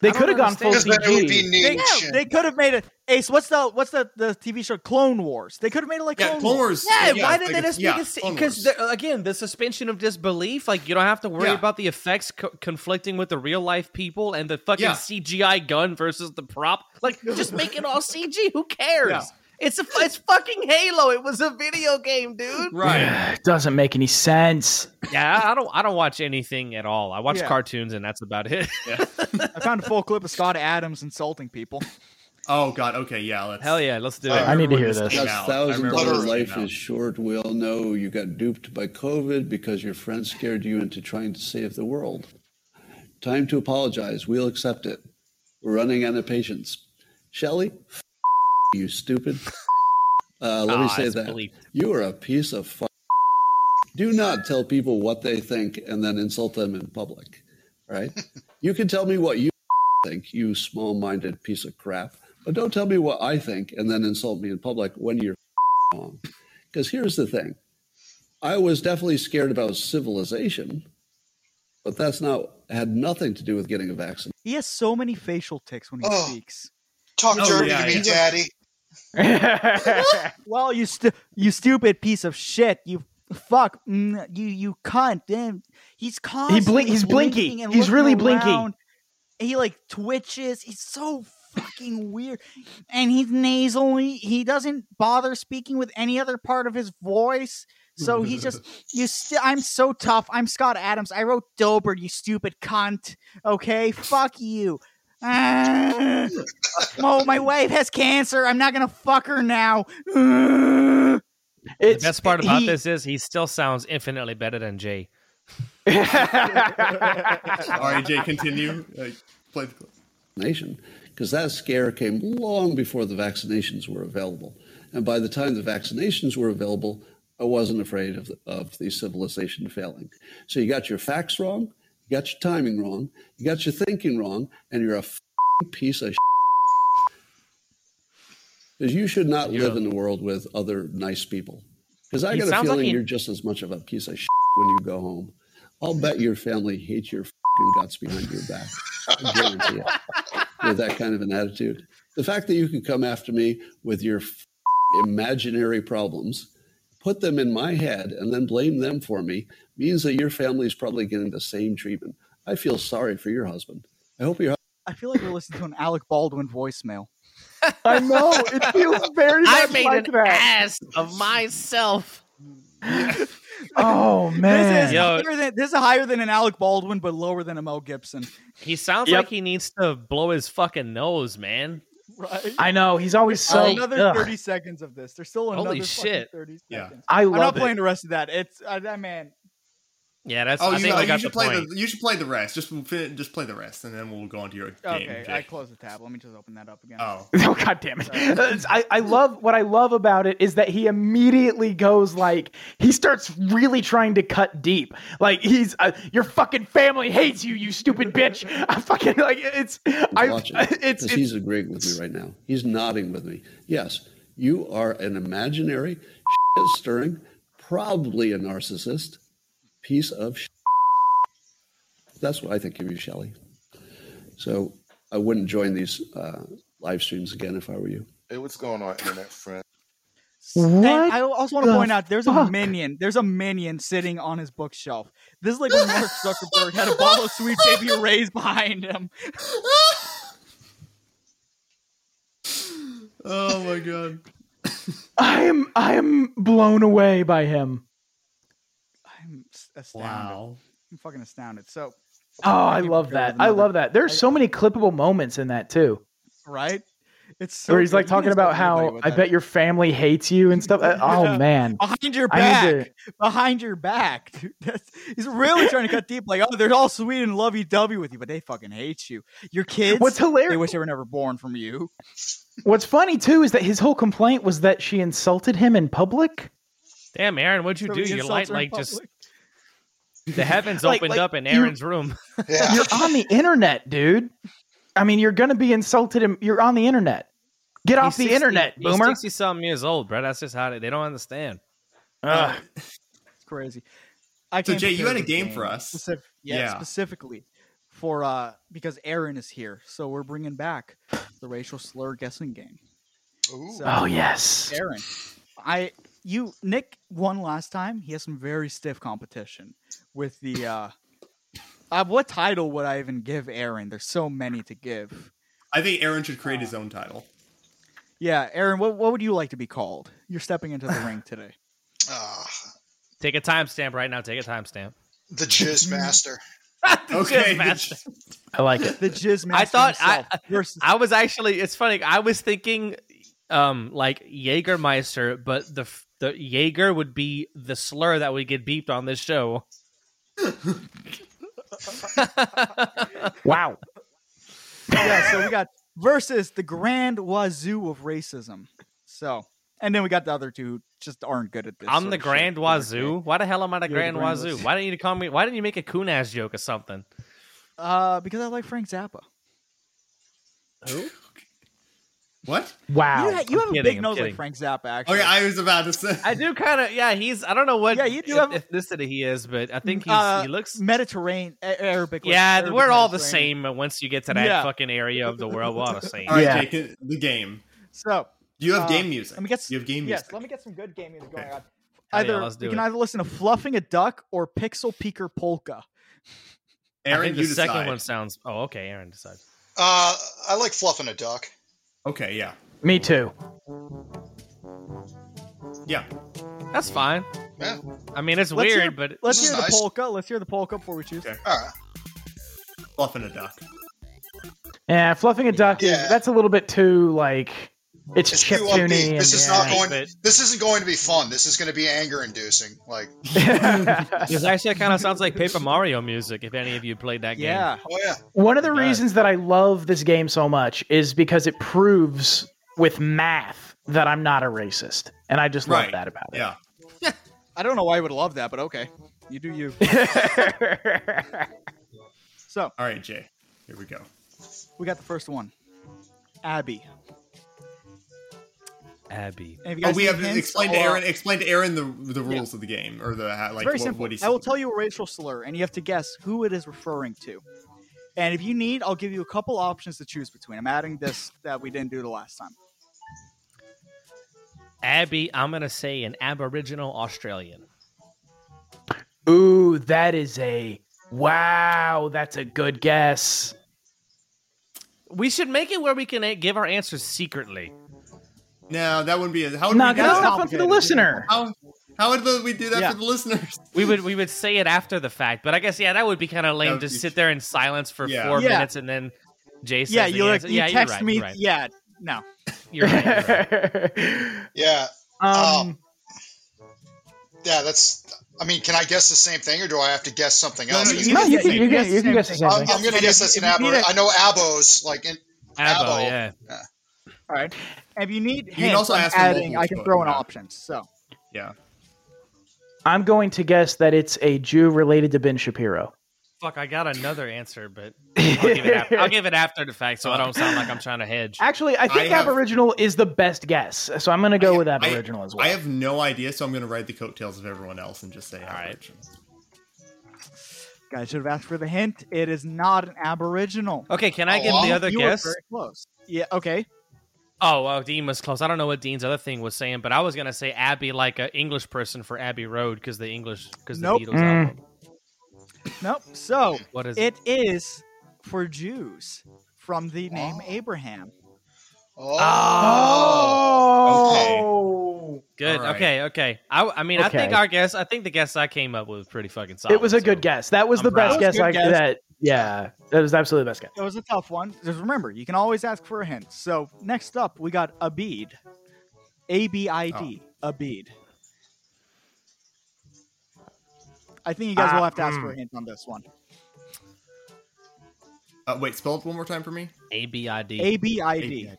They I don't could have gone full understand. CG. They, yeah, they could have made it. Ace, what's the what's the, the TV show Clone Wars? They could have made it like Yeah, Clone, Clone Wars. Yeah, Yeah, why like did they a- just yeah, make it? Clone Because again, the suspension of disbelief. Like you don't have to worry Yeah. about the effects co- conflicting with the real life people and the fucking Yeah. CGI gun versus the prop. Like just make it all CG. Who cares? It's a, it's fucking Halo. It was a video game, dude. Right. It doesn't make any sense. Yeah, I don't. I don't watch anything at all. I watch Yeah. cartoons, and that's about it. I found a full clip of Scott Adams insulting people. Oh God. Okay. Yeah. Let's. Hell yeah, let's do it. I need to hear this this. came That's out. I thousand remember dollar this life came is short. We all know you got duped by COVID because your friend scared you into trying to save the world. Time to apologize. We'll accept it. We're running out of patience. Shelley, f- you stupid. Uh, let me Ah, say it's that bleep. you are a piece of. F- Do not tell people what they think and then insult them in public. All right? you can tell me what you think, you small-minded piece of crap, but don't tell me what I think and then insult me in public when you're wrong. Because here's the thing: I was definitely scared about civilization, but that's not had nothing to do with getting a vaccine. He has so many facial ticks when he Oh. speaks. Talk Oh, dirty yeah, to me, yeah. Daddy. well, you stu- you stupid piece of shit. You fuck. Mm, you you cunt. Damn. He's constantly he's blinky. blinking and He's looking really blinky. around. He like twitches. He's so fucking weird. And he's nasally. He doesn't bother speaking with any other part of his voice. So he just you. St- I'm so tough. I'm Scott Adams. I wrote Dilbert. You stupid cunt. Okay, fuck you. Ah. oh, my wife has cancer. I'm not gonna fuck her now. The best part about he- this is he still sounds infinitely better than Jay. All right, Jay, continue. Uh, play the clip. vaccination because that scare came long before the vaccinations were available. And by the time the vaccinations were available, I wasn't afraid of the, of the civilization failing. So you got your facts wrong, you got your timing wrong, you got your thinking wrong, and you're a fing piece of because you should not live in a world with other nice people. Because I He got a sounds like feeling he- you're just as much of a piece of shit when you go home. I'll bet your family hates your fing guts behind your back. I guarantee it with that kind of an attitude. The fact that you can come after me with your f- imaginary problems, put them in my head, and then blame them for me means that your family is probably getting the same treatment. I feel sorry for your husband. I hope your I feel like we're listening to an Alec Baldwin voicemail. I know it feels very much I made like an that. ass of myself. Oh This man, is, higher than, this is higher than an Alec Baldwin, but lower than a Mel Gibson. He sounds Yep. like he needs to blow his fucking nose, man. Right? I know he's always There's still so. Uh, another ugh. thirty seconds of this. There's still Holy another fucking shit. thirty Yeah. seconds. I I'm not love it. playing the rest of that. It's uh, that man. Yeah, that's. Oh, I you, think uh, I you got should the play point. the you should play the rest. Just fin- just play the rest, and then we'll go on to your game. Okay, I Jay. closed the tab. Let me just open that up again. Oh, Oh god damn it! I, I love what I love about it is that he immediately goes like he starts really trying to cut deep. Like he's uh, your fucking family hates you, you stupid bitch. I fucking like it's I watching it's, because it's he's agreeing with me right now. He's nodding with me. Yes, you are an imaginary, stirring, probably a narcissist, piece of. Shit. That's what I think of you, Shelley. So I wouldn't join these uh, live streams again if I were you. Hey, what's going on, internet friend? And I also want to the point out there's a fuck? minion. There's a minion sitting on his bookshelf. This is like when Mark Zuckerberg had a bottle of sweet baby rays behind him. oh my god. I am I am blown away by him. I'm s- astounded. I'm fucking astounded. So Oh, I think love we'll go with that. I another- love that. There's so many clippable moments in that too. right? It's so Where he's like good. You talking guys don't about know how anybody with I that. bet your family hates you and stuff. Uh, Oh man. behind your I need back, behind your back. Dude, that's, he's really trying to cut deep. Like, oh, they're all sweet and lovey-dovey with you, but they fucking hate you. Your kids. What's hilarious- They wish they were never born from you. What's funny too is that his whole complaint was that she insulted him in public. Damn, Aaron, what'd you So do? he Your insults light her in like just public. the heavens Like- opened like, up in you- Aaron's room. You're on the internet, dude. I mean, you're gonna be insulted. in- You're on the internet. Get off the internet, boomer. Sixty something years old, bro. That's just how they, they don't understand. Ugh. It's crazy. I So, came Jay, you prepared had a with game for us. specif- yeah, Yeah. specifically for uh because Aaron is here, so we're bringing back the racial slur guessing game. So, Oh, yes. Aaron. I you Nick won last time. He has some very stiff competition with the uh, uh what title would I even give Aaron? There's so many to give. I think Aaron should create his own title. Yeah, Aaron, what what would you like to be called? You're stepping into the ring today. Take a timestamp right now. Take a timestamp. The Mm-hmm. Jizz Master. Okay, Jizz Master. I like it. The jizz I master thought I, himself. versus- I was actually. It's funny. I was thinking, um, like Jägermeister, but the f- the Jaeger would be the slur that would get beeped on this show. wow. yeah, so we got versus the grand wazoo of racism. So, and then we got the other two just aren't good at this. I'm sort the of Grand shit. Wazoo. Why the hell am I the You're the Grand Grand Wazoo? Wazoo. Why didn't you call me? Why didn't you make a Kunas joke or something? Uh, because I like Frank Zappa. Who? What? Wow. You, ha- you have I'm a kidding, big I'm nose like kidding. Frank Zappa. Actually, Okay, Oh, I was about to say. I do kind of. Yeah, he's. I don't know what. Yeah, you do eth- have- ethnicity he is, but I think he's, Uh, he looks. Mediterranean, A- Arabic. like Yeah, Arabic we're all the Mediterranean. same. But once you get to that Yeah. Uh, fucking area of the world, we're all the same. All right, Jake, the game. So, Do you have uh, game music? Let me get. s- You have game yes, music. let me get some good game music going on. Hell yeah, Either let's do you can it. either listen to "Fluffing a Duck" or "Pixel Peeker Polka." I Aaron, think you the second decide. one sounds. Oh, okay. Aaron decides. Uh, I like fluffing a duck. Okay, yeah, Me too. yeah. That's fine. Yeah. I mean, it's Let's weird, hear, but let's hear the polka. Let's hear the polka before we choose. All right. Fluffing a duck. Yeah, fluffing a duck is that's a little bit too like It's, It's chip too tuning. upbeat. and- This is yeah. not going. This isn't going to be fun. This is going to be anger inducing. Like, Because actually, it kind of sounds like Paper Mario music. If any of you played that game, Yeah. oh yeah. One of the reasons that I love this game so much is because it proves with math that I'm not a racist, and I just love Right. that about it. Yeah. I don't know why I would love that, but okay. You do you. so, all right, Jay. Here we go. We got the first one. Abby. Abby. And if you Oh, guys we need have hints, explained to I'll, uh, Aaron. Explain to Aaron the the rules of the game or the how- It's like very what, simple. what he I will tell you a racial slur, and you have to guess who it is referring to. And if you need, I'll give you a couple options to choose between. I'm adding this that we didn't do the last time. Abby, I'm gonna say an Aboriginal Australian. Ooh, that is a wow. That's a good guess. We should make it where we can a- give our answers secretly. No, that wouldn't be. A, how would No, we do that's that? not fun for the listener. How, how would we do that Yeah. for the listeners? We would we would say it after the fact, but I guess yeah, that would be kind of lame. would Just be- sit there in silence for Yeah. four Yeah. minutes and then Jay says yeah, the you like answer. you yeah, text you're right, me. You're right. Yeah, no. You're right, yeah, Um, yeah. That's. I mean, can I guess the same thing, or do I have to guess something else? you No, can- you can- you can- you can you can guess the same I'm, thing. I'm going to guess that's an If you abo. need a- I know abos. Like, in, abo. yeah. All right. If you need, you can also I'm ask for adding. multiple I can choice, throw in yeah. options. So yeah. I'm going to guess that it's a Jew related to Ben Shapiro. Fuck, I got another answer, but I'll give it after, I'll give it after the fact, so I don't sound like I'm trying to hedge. Actually, I think have- Aboriginal is the best guess, so I'm going to go with Aboriginal as well. I have no idea, so I'm going to ride the coattails of everyone else and just say Aboriginal. Guys should have asked for the hint. It is not an Aboriginal. Okay, can I Oh, give the wow. other You were guess? very close. Yeah. Okay. Oh, well, Dean was close. I don't know what Dean's other thing was saying, but I was gonna say Abby like an English person for Abbey Road because the English because Nope. the Beatles. Mm. Album. Nope. So What is it is for Jews from the name Abraham. Oh. Good. All right. Okay. Okay. I, I mean, I think Okay. our guess. I think the guess I came up with was pretty fucking solid. it was a good guess. That was I'm the best proud. That was guess a I good guess. that. Yeah, that was absolutely the best guess. It was a tough one. Just remember, you can always ask for a hint. So next up, we got Abid. A B I D. Abid. I think you guys will Ah, have to ask for a mm. hint on this one. Uh, wait, spell it one more time for me. A B I D. A B I D.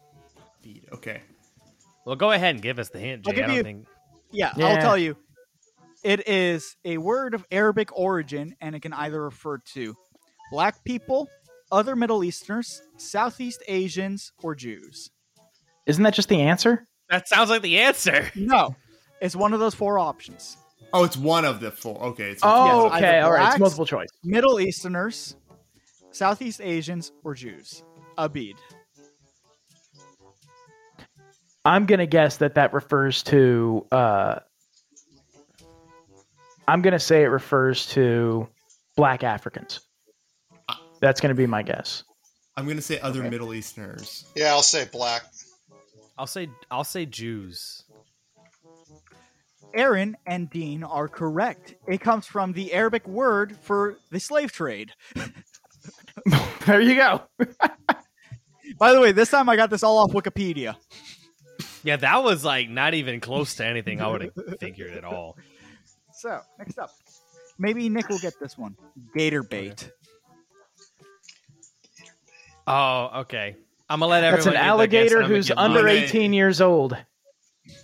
Okay. Well, go ahead and give us the hint, I'll Jay. I give don't you- think. Yeah, I'll Yeah. tell you. It is a word of Arabic origin, and it can either refer to black people, other Middle Easterners, Southeast Asians, or Jews. Isn't that just the answer? That sounds like the answer. No, it's one of those four options. Oh, it's one of the four. Okay. It's Oh, Yes, either blacks, choice. Middle Easterners, Southeast Asians, or Jews. Abid. I'm going to guess that that refers to. Uh, I'm going to say it refers to black Africans. Uh, That's going to be my guess. I'm going to say other Middle Easterners. Yeah, I'll say black. I'll say I'll say Jews. Aaron and Dean are correct. It comes from the Arabic word for the slave trade. there you go. By the way, this time I got this all off Wikipedia. Yeah, that was like not even close to anything I would have figured at all. So, next up. Maybe Nick will get this one. Gator bait. Oh, okay. I'm gonna let everyone. That's an get their guess, and alligator I'm gonna who's give under mine. 18 years old.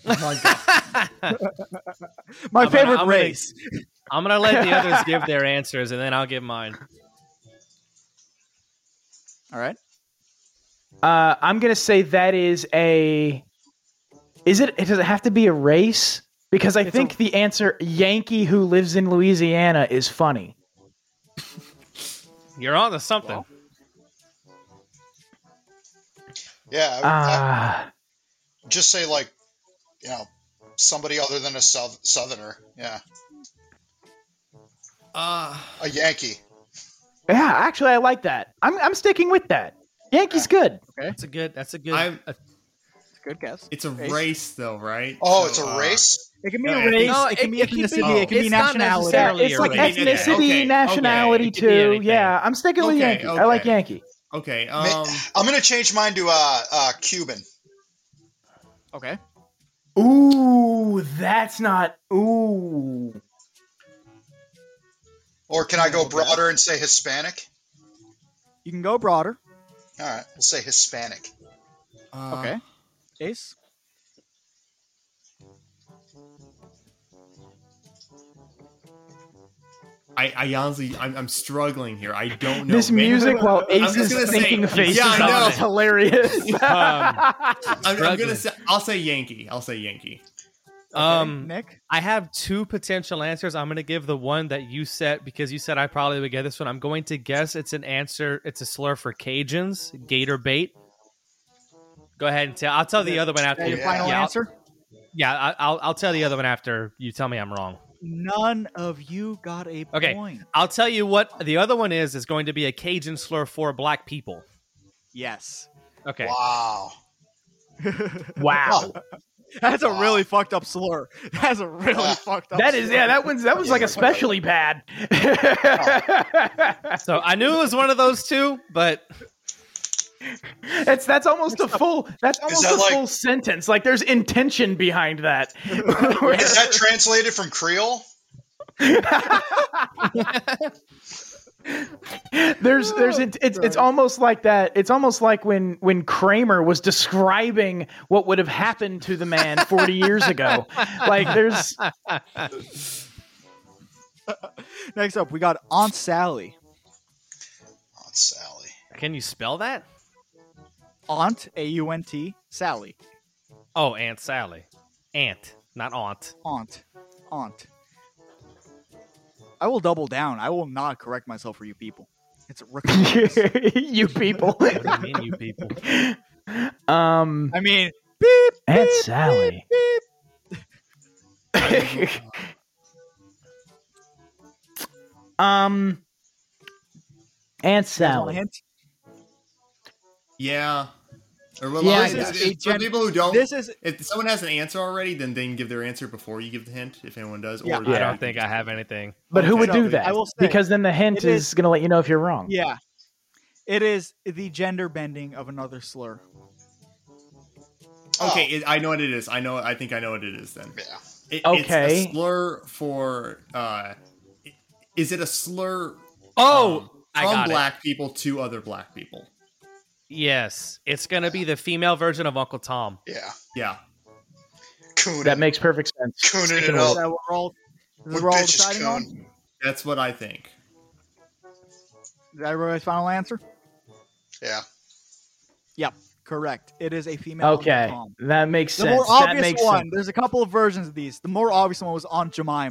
Oh My I'm gonna- favorite I'm gonna- race. I'm gonna let the others give their answers, and then I'll give mine. All right. Uh, I'm gonna say that is a. Is it? It does it have to be a race? Because I think the answer Yankee who lives in Louisiana is funny. You're on to something. Yeah. I- Ah, I- just say like, you know, somebody other than a south- southerner. Yeah. Uh, a Yankee. yeah. Actually, I like that. I'm I'm sticking with that. Yankee's good. Okay. That's a good. That's a good. a- Good guess. It's a Race. race, though, right? Uh, Oh, it's a race? It can be no, a I think- race. No, it can it- be it can ethnicity. be- it can be it's not nationality. necessarily It's like ethnicity, okay, nationality okay, it could be too. anything. Yeah, I'm sticking with Okay, Yankee. I like okay. Yankee. Okay. Ma- Um. I'm gonna change mine to uh, uh, Cuban. Okay. Ooh, that's not. Ooh. Or can I Oh, go broader and say Hispanic? You can go broader. All right, we'll say Hispanic. Uh-huh. okay. Ace. I, I honestly, I'm, I'm struggling here. I don't know. This Man, music while I'm Ace just is gonna say- thinking faces Yeah, on I is know. hilarious. Um, Uh, I'm, I'm struggling. gonna say. I'll say Yankee. I'll say Yankee. um, Nick, I have two potential answers. I'm going to give the one that you said because you said I probably would get this one. I'm going to guess it's an answer. It's a slur for Cajuns, Gator bait. Go ahead and tell. I'll tell the other one after. Is that your you- final yeah, I'll- answer? yeah, I- I'll I'll tell the other one after you tell me I'm wrong. None of you got a Okay, point. I'll tell you what the other one is. Is going to be a Cajun slur for black people. Yes. Okay. Wow. Wow. That's a really fucked up slur. That's a really fucked up. Uh, That is slur. yeah. That one's that was like especially bad. Oh. So I knew it was one of those two, but That's that's almost a full. That's almost that a like- full sentence. Like there's intention behind that. Is that translated from Creole? there's there's it, it's it's almost like that it's almost like when when Kramer was describing what would have happened to the man 40 years ago like there's Next up, we got Aunt Sally. Aunt Sally. Can you spell that? Aunt A U N T Sally. Oh, Aunt Sally, Aunt, not aunt. Aunt. Aunt. I will double down. I will not correct myself for you people. It's ridiculous. you people. I mean, you people. um I mean, beep. Aunt Sally um Aunt want a Sally hint? Yeah. Or well, Yeah, I honestly, guess. it's- it's- for Gen- people who don't, this is if someone has an answer already, then they can give their answer before you give the hint. If anyone does, Yeah. or I don't think I have anything. but who Okay. would do I that will say, because then the hint it is, is- going to let you know if you're wrong Yeah. It is the gender bending of another slur. Okay, it, I know what it is. I know. I think I know what it is. Then. Yeah. Okay. It's a slur for. Uh, i- is it a slur? Oh, I from got it. black people to other black people. Yes, it's gonna be the female version of Uncle Tom. Yeah. Yeah. that makes perfect sense Cooning it Speaking of Is up. that what we're all, is this What what we're bitch all is deciding on? coon? That's what I think. Is that everybody's final answer? Yeah. Yep. Correct. It is a female. Uncle okay Tom. that makes The sense more that obvious makes one. sense There's a couple of versions of these. The more obvious one was Aunt Jemima.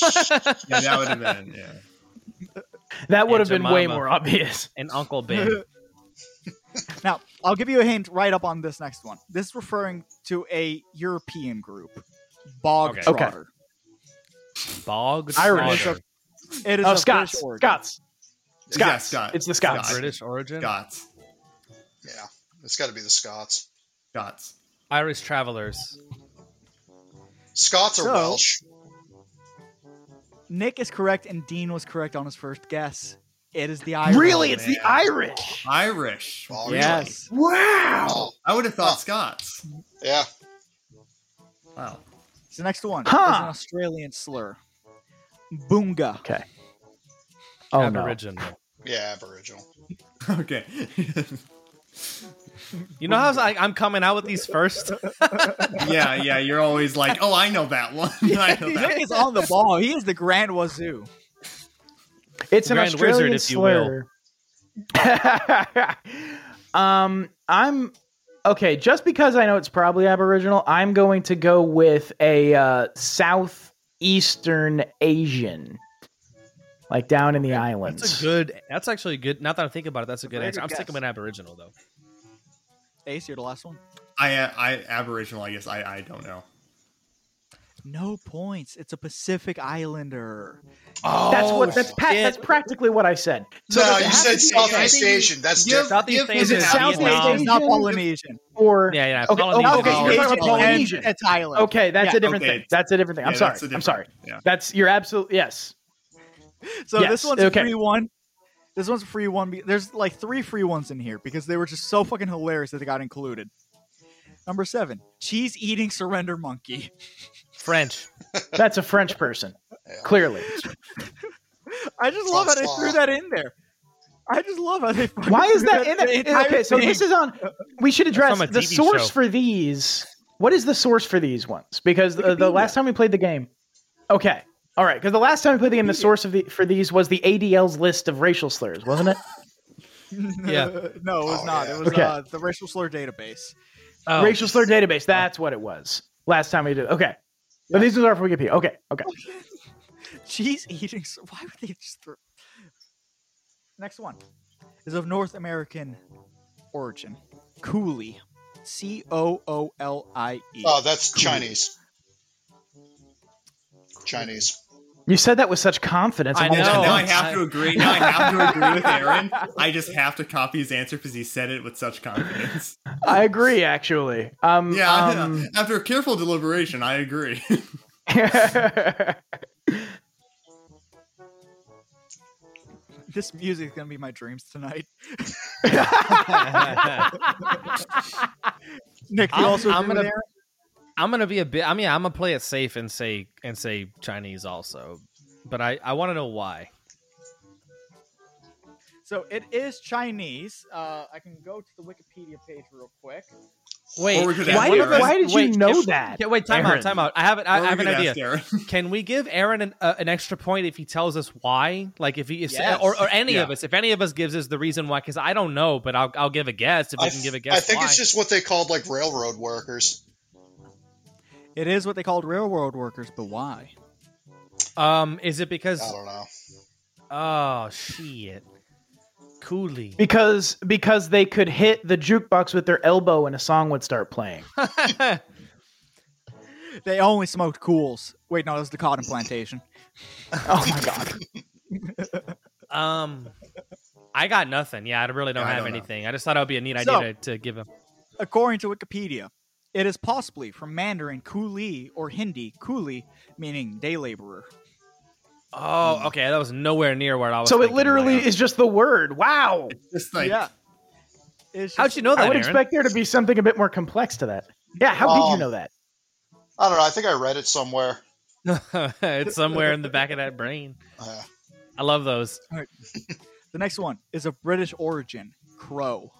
Yeah, that would have been. Yeah. that would have Aunt been way Jemima. more obvious And Uncle Ben. Now, I'll give you a hint right up on this next one. This is referring to a European group, Bog Okay. Okay. Trotter. Bog Irish. Trotter. It is oh of Scots British origin. Scots Yeah, Scots Scott. it's the Scots British origin. Scots. Yeah. It's got to be the Scots. Scots. Irish travelers. Scots or So- Welsh? Nick is correct, and Dean was correct on his first guess. It is the Irish. really it's the man. Irish Irish. Oh, really? Yes. wow Oh, I would have thought Scots. yeah. Wow. So next one is Huh. an Australian slur. Boonga. okay oh no Aboriginal. Yeah, Aboriginal. Okay. You know how I was like, I'm coming out with these first? yeah, yeah. You're always like, oh, I know that one. I know that. Nick is on the ball. He is the Grand Wazoo. It's an Grand Australian Wizard, if you slur. um, I'm okay. Just because I know it's probably Aboriginal, I'm going to go with a uh, southeastern Asian, like down in the islands. That's a good. That's actually good. Now that I'm thinking about it, that's a good Very answer. good I'm sticking guess. with Aboriginal though. Ace, you're the last one. I, I Aboriginal. I guess I, I don't know. No points. It's a Pacific Islander. that's what. That's pa- Oh, shit. that's practically what what I said. no, does it you have said to be Southeast Asian Asian. That's Give- different. Southeast give Asian, them is half Southeast one. It's Asian? not Polynesian. or Yeah, yeah, Okay, Polynesian. okay, Oh, you're talking Asian about and Polynesian. It's Island. Okay, that's Yeah. a different Okay. thing. That's a different thing. I'm Yeah, sorry. that's a I'm different- sorry. yeah. That's you're absolutely yes. So Yes, this one's okay. a free one. This one's a free one. be- There's like three free ones in here because they were just so fucking hilarious that they got included. Number seven, cheese eating surrender monkey. French. That's a French person, clearly. I just love how they threw that in there. I just love how they. fucking Why is threw that in the it? entire Okay, so thing. this is on. We should address That's on a the TV source show. for these. What is the source for these ones? Because the, the last time we played the game, okay, all right. Because the last time we played the game, the source of the for these was the ADL's list of racial slurs, wasn't it? Yeah. no, it was not. It was Okay. uh, the racial slur database. Oh. Racial slur database. That's what it was. Last time we did. Okay, but these are from Wikipedia. Okay, okay. Cheese eating. s- Why would they just throw? Next one is of North American origin. Cooley. C O O L I E. Oh, that's Chinese. Chinese. You said that with such confidence. I know. almost Now I convinced. have to agree. Now I have to agree with Aaron. I just have to copy his answer because he said it with such confidence. I agree, actually. Um, Yeah, I- um, after careful deliberation, I agree. This music is gonna be my dreams tonight. Nick, I'm, you also I'm agree with gonna. Aaron? I'm gonna be a bit. I mean, I'm gonna play it safe and say and say Chinese also, but I I want to know why. So it is Chinese. Uh, I can go to the Wikipedia page real quick. Wait, can why we- did- why did you wait, know can- that, yeah, wait, time Aaron? out, time out. I have an, I Or we have an could idea. ask Aaron. Can we give Aaron an, uh, an extra point if he tells us why? Like if he if, Yes. or, or any of Yeah. us, if any of us gives us the reason why, because I don't know, but I'll I'll give a guess if we can give a guess. I think why. it's just what they called like railroad workers. It is what they called railroad workers, but why? um, is it because I don't know. Oh shit, Cooley. because because they could hit the jukebox with their elbow and a song would start playing. They only smoked cools. Wait, no, it was the cotton plantation. oh my god. Um, I got nothing. Yeah, I really don't Yeah, I have don't know. anything. I just thought it would be a neat So- idea to, to give him. According to Wikipedia, it is possibly from Mandarin "kuli" or Hindi "kuli," meaning day laborer. Oh, okay. That was nowhere near where I was. Hmm. So it thinking. literally is just the word. Wow. Just like- yeah. How'd you know I that, would Aaron? expect there to be something a bit more complex to that. Yeah, how did you Um, know that? I don't know. I think I read it somewhere. it's somewhere in the back of that brain. Uh, I love those. All right. the next one is of British origin, crow.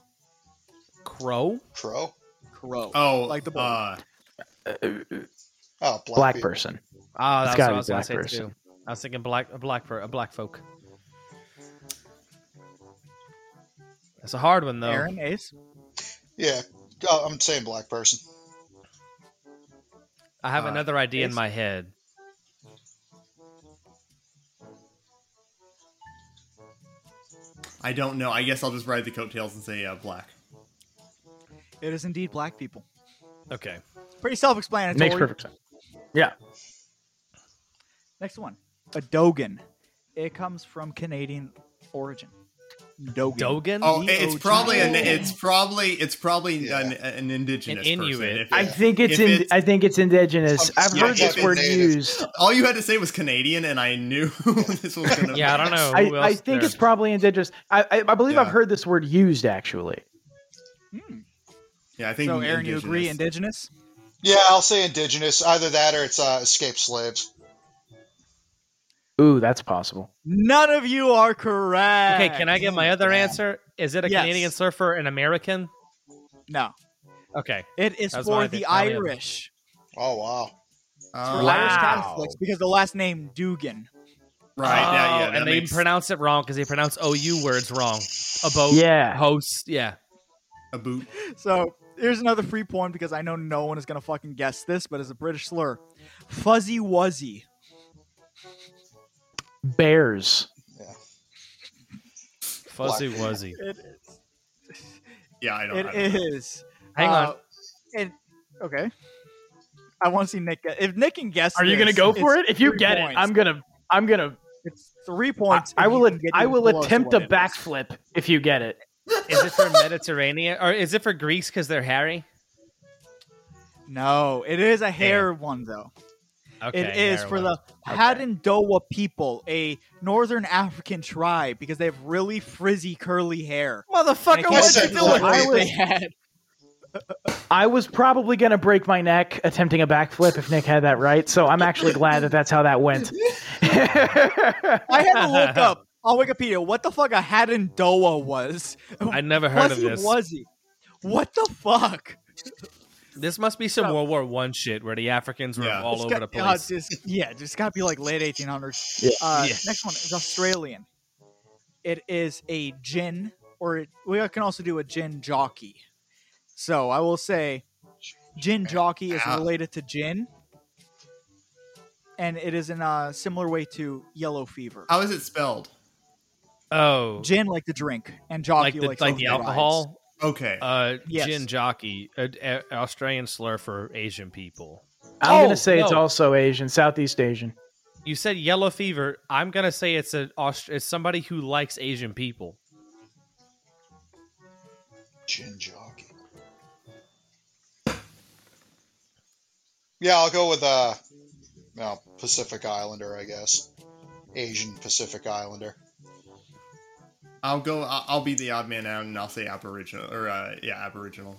Crow? Crow? Crow. Oh, like the bird. uh, oh, black Black people. person. Ah, that's It's what gotta I be was going to black say person. too. I was thinking black, a black, per, a black folk. That's a hard one though. Aaron Ace. Yeah, uh, I'm saying black person. I have Uh, another idea in Ace? my head. I don't know. I guess I'll just ride the coattails and say uh, black. It is indeed black people. Okay. Pretty self-explanatory. Makes perfect sense. Yeah. Next one, a dogan. It comes from Canadian origin. Dogan. Dogan? Oh, it- it's probably an D-O-G-A-N. it's probably it's probably an, an indigenous An Inuit. person. If I it- think it's if in I think it's indigenous. I've Yeah, heard yeah, this it's word native. used. All you had to say was Canadian, and I knew this was gonna. Yeah, I don't know. I, who I else think there- it's probably indigenous. I I, I believe I've heard this word used actually. Yeah, I so, Aaron, you agree indigenous? Yeah, I'll say indigenous. Either that or it's uh, escaped slaves. Ooh, that's possible. None of you are correct. Okay, can I get my other answer? Is it a Yes. Canadian surfer, an American? No. Okay. It is That's why I for did the tell you. Irish. Oh wow. It's Oh. for Irish Catholics because the last name Dugan. Right, yeah, yeah, Oh, that and they makes- pronounce it wrong because they pronounce OU words wrong. A boat. Yeah. Host. Yeah. A boot. So here's another free point because I know no one is gonna fucking guess this, but it's a British slur. Fuzzy wuzzy. Bears. Fuzzy wuzzy. It, Yeah, I don't. it I don't know. is. Hang on. It, okay. I want to see Nick. Guess. If Nick can guess, Are you gonna this, go for it's it? If you three get points. it, I'm gonna I'm gonna It's three points. I, I if will you can get I even will close to attempt a what it is. backflip if you get it. Is it for Mediterranean or is it for Greeks because they're hairy? No, it is a hair one though. Okay, it is hair for one. the Hadendowa people, a northern African tribe, because they have really frizzy curly hair. Motherfucker, And it what'd came you do with from me? Iowa- I was probably going to break my neck attempting a backflip if Nick had that right. So I'm actually glad that that's how that went. I had to look up on Wikipedia what the fuck a Hadendoa was. I never heard of Was he- this. Was he? What the fuck? This must be some World War One shit where the Africans were all It's over got- the uh, place. just- yeah, just got to be like late 1800s. Yeah. Uh, Yeah. Next one is Australian. It is a gin, or it, we can also do a gin jockey. So I will say, gin jockey is Ah. related to gin, and it is in a similar way to yellow fever. How is it spelled? Oh, Gin like the drink, and jockey like the, like, like the something that rides. alcohol. Okay. Uh, Yes. gin jockey, an Australian slur for Asian people. I'm Oh, going to say it's no. also Asian, Southeast Asian. You said yellow fever. I'm gonna say it's a Aust- it's somebody who likes Asian people. Gin jockey. Yeah, I'll go with uh, well, Pacific Islander, I guess. Asian Pacific Islander. I'll go. I'll, I'll be the odd man out, and I'll say Aboriginal or uh, yeah, Aboriginal.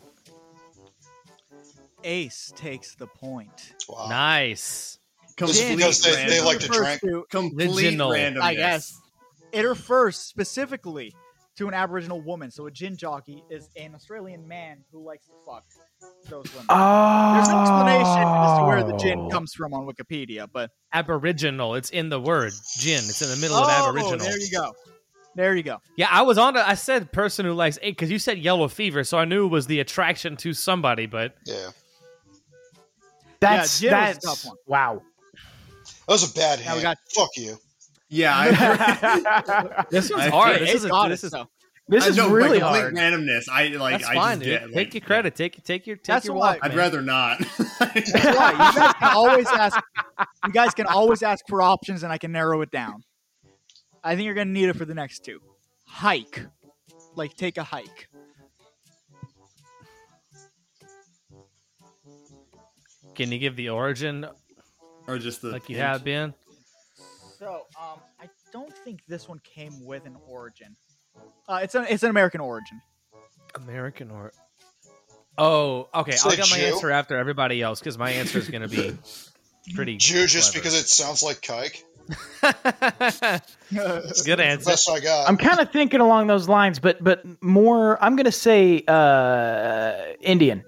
Ace takes the point. Nice. Gin refers to- Complete randomness. I guess it refers specifically to an Aboriginal woman. So a gin jockey is an Australian man who likes to fuck those women. There's no explanation as to where the gin Oh. comes from on Wikipedia, but Aboriginal. It's in the word gin. It's in the middle oh, of Aboriginal. there you go. There you go. Yeah, I was on. To, I said person who likes because you said yellow fever, so I knew it was the attraction to somebody. But yeah, That's Yeah, gin was a that's tough one. wow. That was a bad hand. Fuck you. Yeah. I, This one's I- hard. This is a- I this is- know, this is but really complete hard. randomness. I like. That's I fine, just dude. did, take like, your credit. Take take your take That's your why- walk. I'd man. rather not. That's why you guys can always ask. You guys can always ask for options, and I can narrow it down. I think you're gonna need it for the next two. Hike, like take a hike. Can you give the origin, or just the like you hint? have been? So, um, I don't think this one came with an origin. Uh, it's an it's an American origin. American or oh, okay. Say I'll get my Jew? answer after everybody else because my answer is going to be pretty Jew just clever. because it sounds like kike. good answer. Best I got. I'm kind of thinking along those lines, but but more. I'm going to say uh, Indian,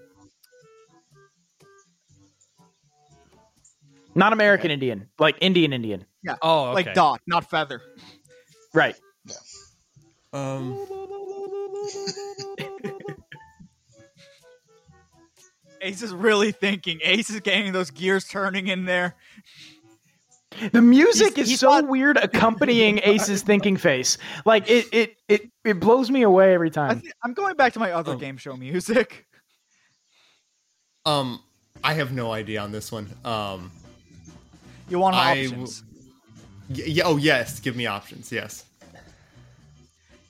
not American Indian, like Indian Indian. Yeah. Oh, like okay. dot, not feather. Right. Um. Ace is really thinking. Ace is getting those gears turning in there. The music is so weird, accompanying Ace's thinking face. Like it, it, it, it blows me away every time. I'm going back to my other game show music. Um, I have no idea on this one. Um, you want I w- options? Y- yeah. Oh yes. Give me options. Yes.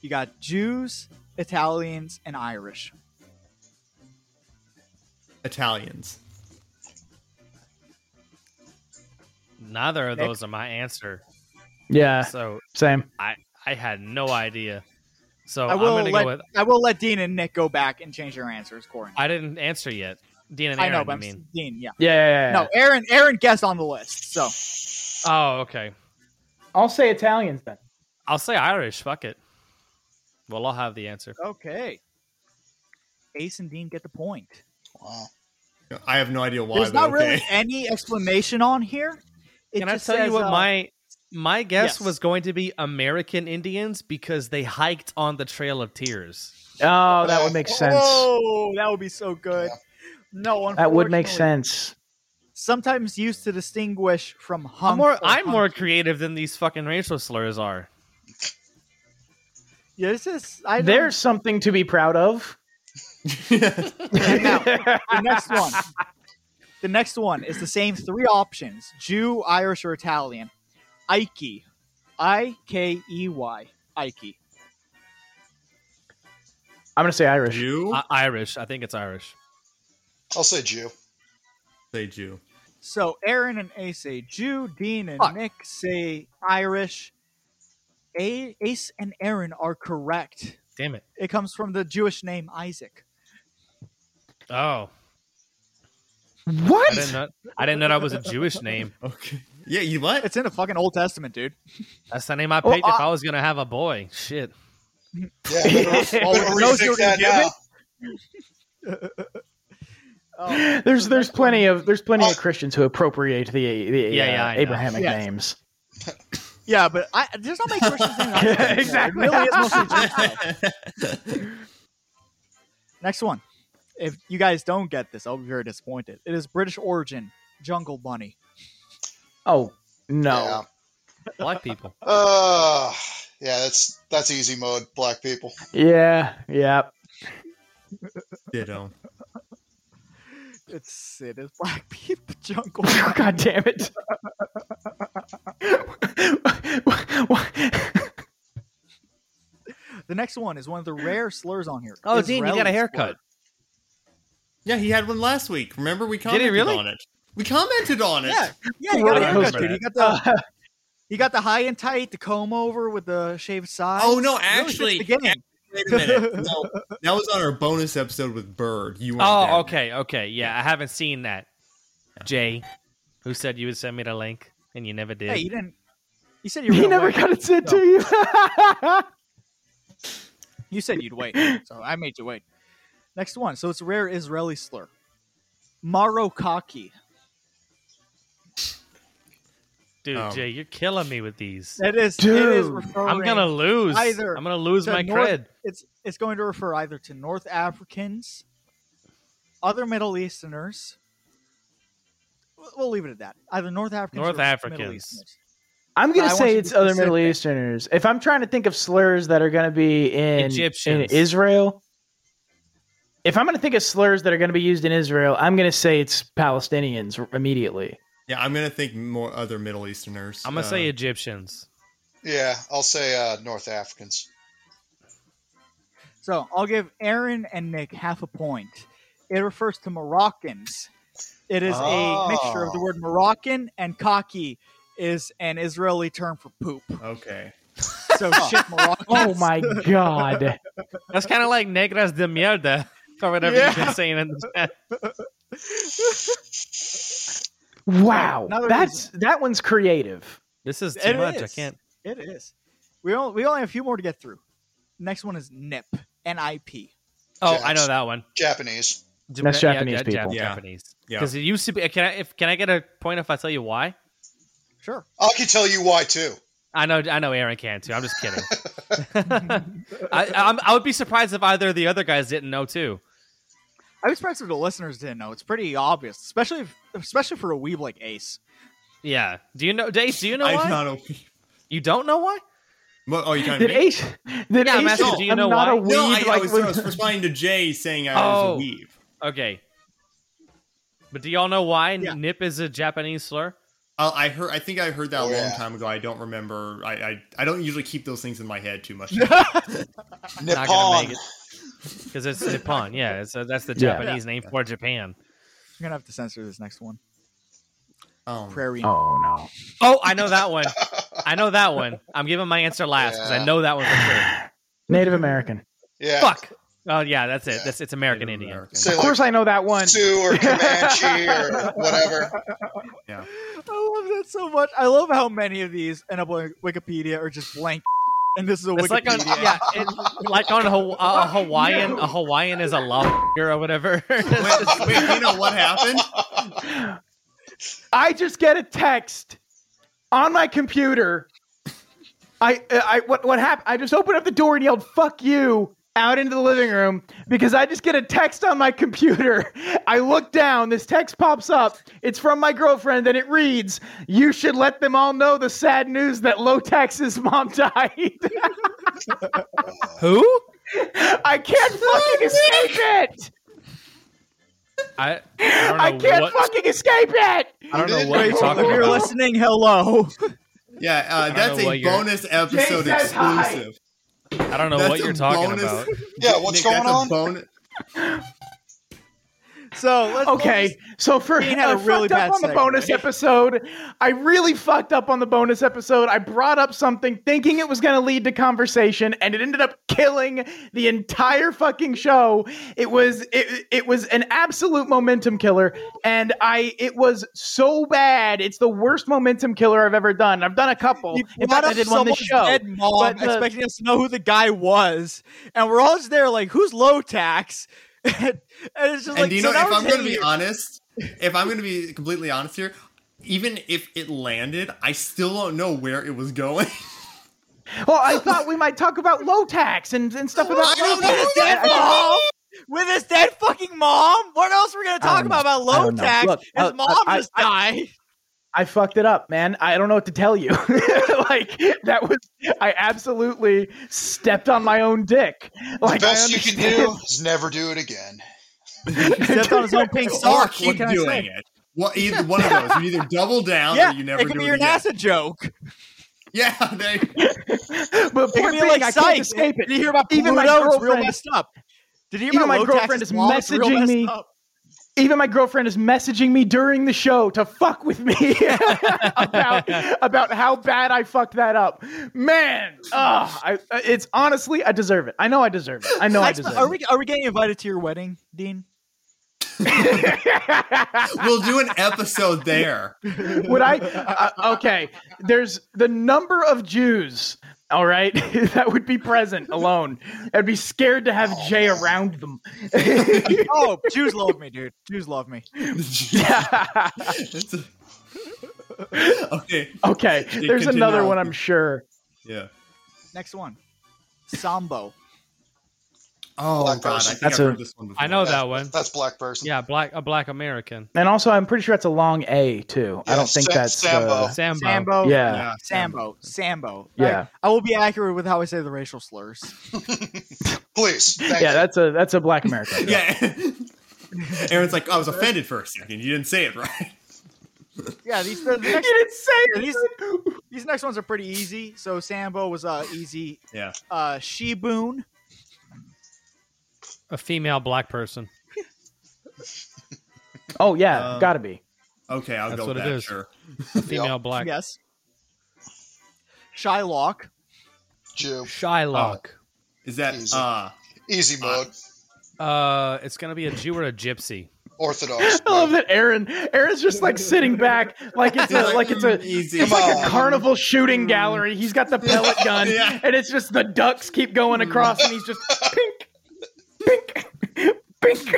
You got Jews, Italians, and Irish. Italians. Neither of Nick? those are my answer. Yeah, So same. I I had no idea. So I will am going to let go with. I will let Dean and Nick go back and change their answers, Corey. I didn't answer yet. Dean and I Aaron. know, but I I'm mean. Dean. Yeah. Yeah, yeah, yeah, No, Aaron. Aaron guessed on the list, so Oh, okay. I'll say Italians then. I'll say Irish. Fuck it. Well, I'll have the answer. okay. Ace and Dean get the point. Wow. I have no idea why. There's but not really okay. any explanation on here. It Can I just tell says, you what uh, my my guess Yes. was going to be American Indians because they hiked on the Trail of Tears. Oh, that would make sense. Oh, that would be so good. No, That would make unfortunately, sense. Sometimes used to distinguish from hunk. I'm more or I'm hunk. more creative than these fucking racial slurs are. Yeah, this is. I don't- There's something to be proud of. the next one. The next one is the same three options: Jew, Irish, or Italian. Ike, I K E Y, Ike. I'm gonna say Irish. Jew? Irish. I think it's Irish. I'll say Jew. Say Jew. So Aaron and Ace say Jew, Dean and Nick say Irish. A- Ace and Aaron are correct. Damn it. It comes from the Jewish name Isaac. Oh. What? I didn't know, I didn't know that was a Jewish name. Okay. Yeah, you what? It's in the fucking Old Testament, dude. That's the name I Well, uh, picked if I- I was gonna have a boy. Shit. Oh, Oh. there's there's plenty of there's plenty of Christians who appropriate the the Yeah, uh, yeah, I know. Abrahamic Yeah. names. Yeah, but I, there's not many Christians in it. Exactly. It really is mostly Jewish stuff. Next one. If you guys don't get this, I'll be very disappointed. It is British origin, Jungle Bunny. Oh no. Black people. Uh, yeah, that's that's easy mode, black people. Yeah, yeah. Ditto. It's it is black people jungle. Bunny. God damn it! The next one is one of the rare slurs on here. Oh, Dean, you got a Israeli haircut. slur. Yeah, he had one last week. Remember, we commented really? on it. We commented on it. Yeah, yeah, you got a I remember haircut, dude. You that. got the Uh, you got the high and tight, the comb over with the shaved side. Oh no! It really fits Actually, the game. wait a minute. No, that was on our bonus episode with Bird. You weren't Oh, there. okay, okay. Yeah, I haven't seen that. Jay, who said you would send me the link and you never did. Hey, you didn't. You said you were He gonna never wait. got it sent to you. You said you'd wait, so I made you wait. Next one. So it's a rare Israeli slur. Marokaki. Dude, Oh. Jay, you're killing me with these. It is. It is Dude, referring I'm gonna lose. Either I'm gonna lose to my North- cred. It's it's going to refer either to North Africans, other Middle Easterners. We'll- We'll leave it at that. Either North Africans. North or Middle Africans. Easterners. I'm I gonna want you say to it's be other Middle specific. Easterners. If I'm trying to think of slurs that are gonna be in in Egyptians. Israel, if I'm gonna think of slurs that are gonna be used in Israel, I'm gonna say it's Palestinians r- immediately. Yeah, I'm gonna think more other Middle Easterners. Uh, I'm gonna say Egyptians. Yeah, I'll say uh, North Africans. So I'll give Aaron and Nick half a point. It refers to Moroccans. It is a mixture Oh. of the word Moroccan and cocky is an Israeli term for poop. Okay. So shit Moroccans. Oh my god. That's kind of like negras de mierda or whatever Yeah. you've been saying in the chat. Wow. Another That's that one's creative. This is It is. It is. We only, we only have a few more to get through. Next one is NIP. N I P. Oh, I know that one. Japanese. That's Yeah, Japanese yeah, Jap- people. Yeah. Japanese. Yeah. Because it used to be. Can I? If can I get a point if I tell you why? Sure. I can tell you why too. I know. I know. Aaron can too. I'm just kidding. I, I'm, I would be surprised if either of the other guys didn't know too. I was surprised if the listeners didn't know. It's pretty obvious, especially if, especially for a weeb like Ace. Yeah. Do you know, Dace? Do you know I'm why? not You don't know why? What, oh, you kind Did of. Ace? Did Yeah, I'm Ace? asking, do you I'm know not why? a No, No, weeb, I, I, like, was, when- I was responding to Jay saying I Oh. was a weeb. Okay. But do y'all know why nip is a Japanese slur? Uh, I heard. I think I heard that a long Yeah. time ago. I don't remember. I, I I don't usually keep those things in my head too much. because it's Nippon. Yeah, so that's the Yeah. Japanese name for Japan. I'm gonna have to censor this next one. Oh, Prairie. Oh no. Oh, I know that one. I know that one. I'm giving my answer last because I know that one for sure. Native American. Yeah. Fuck. Oh yeah, that's it. That's it's American Indian. of course I know that one. Sioux or Comanche or whatever. Yeah. I love that so much. I love how many of these end up on Wikipedia are just blank. And this is a It's like on Wikipedia. yeah, it, like on Haw- uh, a Hawaiian. A Hawaiian is a love or whatever. Wait, you know what happened? I just get a text on my computer. I, I, what, what happened? I just opened up the door and yelled "fuck you" out into the living room because I just get a text on my computer. I look down. This text pops up. It's from my girlfriend, and it reads, "You should let them all know the sad news that low tax's mom died." Who? I can't fucking escape it. I, I don't know I can't what. fucking escape it. I don't know what you're talking if you're about. listening, hello. Yeah, I uh, don't that's know a what you're- bonus episode Jay says hi. exclusive. I don't know That's what a you're talking bonus- about. Yeah, what's Nick, that's going a on? bonus- So let's okay, so for Ian had a I really fucked up on bad the segment. bonus episode, I really fucked up on the bonus episode. I brought up something thinking it was going to lead to conversation, and it ended up killing the entire fucking show. It was it, it was an absolute momentum killer, and I it was so bad. It's the worst momentum killer I've ever done. I've done a couple. In fact, brought I up did one this someone's show. dead mom, but the- expecting us to know who the guy was, and we're all just there like, who's low tax? and it's just And like, do you so know, now if we're I'm going to taking- be honest, if I'm going to be completely honest here, even if it landed, I still don't know where it was going. well, I thought we might talk about low tax and, and stuff about I don't low know tax. who that I- I- mom- with his dead fucking mom. What else are we gonna talk don't about know. about I low don't know. tax? Look, his I- mom I- just I- died. I fucked it up, man. I don't know what to tell you. like that was I absolutely stepped on my own dick. Like the best I you can understand- do is never do it again. stepped on his own pink or sock. What keep can I doing say? it. What, either one of those. You either double down Yeah, or you never it could do be it your again. NASA joke. Yeah, they, But It point could be being, like I Psych. can't escape it. Did you hear about Even my Pluto? It's real girlfriend- messed up. Did you hear Even about my low girlfriend tax's is mom? It's real messaging messed me. up. even my girlfriend is messaging me during the show to fuck with me about about how bad I fucked that up. Man, ah, I, it's honestly I deserve it. I know I deserve it. I know I Max, deserve Are it. we are we getting invited to your wedding, Dean? we'll do an episode there. would I? Uh, okay, there's the number of Jews. All right, that would be present alone. I'd be scared to have Jay around them. oh, Jews love me, dude. Jews love me. okay. Okay, Continue there's another on. one. I'm sure. Yeah. Next one, Sambo. Oh God, I I think That's I've a- heard this one before. I know that one. That's black person. Yeah, black a black American. And also, I'm pretty sure that's a long A too. I don't think that's uh, Sambo. Sambo. Yeah. Sambo. Sambo. Yeah. Like, I will be accurate with how I say the racial slurs. Please. Thank yeah, that's a that's a black American. Yeah. Aaron's like, I was offended for a second. You didn't say it right. Yeah, these the, the You next, didn't say it. yeah, these, these next ones are pretty easy. So Sambo was uh easy. Yeah. Uh Sheboon. A female black person. Oh yeah, Uh, gotta be. Okay, I'll That's go what with it that. is. Sure. A female black. Yes. Shylock. Jew. Shylock. Is that uh Easy mode. Uh, it's gonna be a Jew or a gypsy. Orthodox. I love that Aaron. Aaron's just like sitting back, like it's a, like it's a Easy. it's like a carnival shooting gallery. He's got the pellet gun, Yeah. and it's just the ducks keep going across, and he's just pink, pink, pink.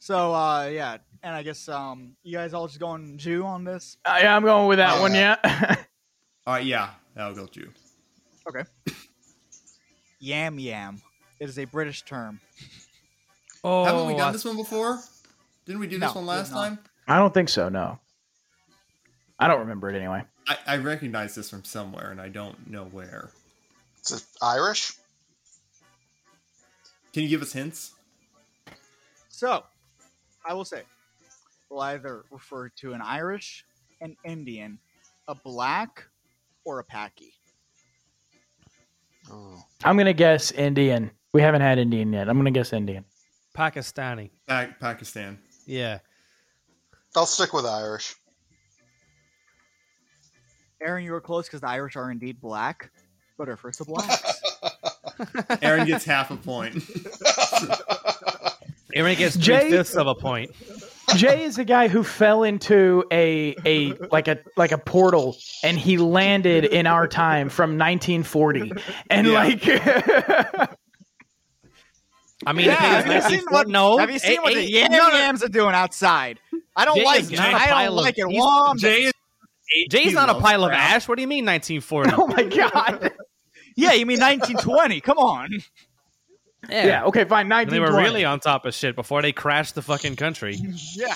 So uh yeah, and I guess um you guys all just going Jew on this. Uh, yeah, I'm going with that Yeah. one. Yeah, All right, yeah, I'll go with you. Okay. Yam yam. It is a British term. Oh, Haven't we done I- this one before? Didn't we do No, this one we have last not. time? I don't think so. No, I don't remember it anyway. I, I recognize this from somewhere, and I don't know where. It's a- Irish. Can you give us hints? So, I will say, will either refer to an Irish, an Indian, a black, or a Paki. I'm gonna guess Indian. We haven't had Indian yet. I'm gonna guess Indian. Pakistani. Pa- Pakistan. Yeah. I'll stick with Irish. Aaron, you were close because the Irish are indeed black, but are first of blacks. Aaron gets half a point. Aaron gets Jay- three fifths of a point. Jay is a guy who fell into a a like a like a portal and he landed in our time from 1940 and Yeah. like oh I mean, if it was have you seen 1940 what? no, have you seen it- what it- the yam no, no, yams are doing outside? I don't Jay like is it. not a I pile don't of- like it he's- one bit. Jay is eight Jay's not a kilos. pile of ash. What do you mean 1940? oh my god Yeah, you mean 1920? Come on. yeah, okay fine And They were 1920 really on top of shit before they crashed the fucking country. Yeah.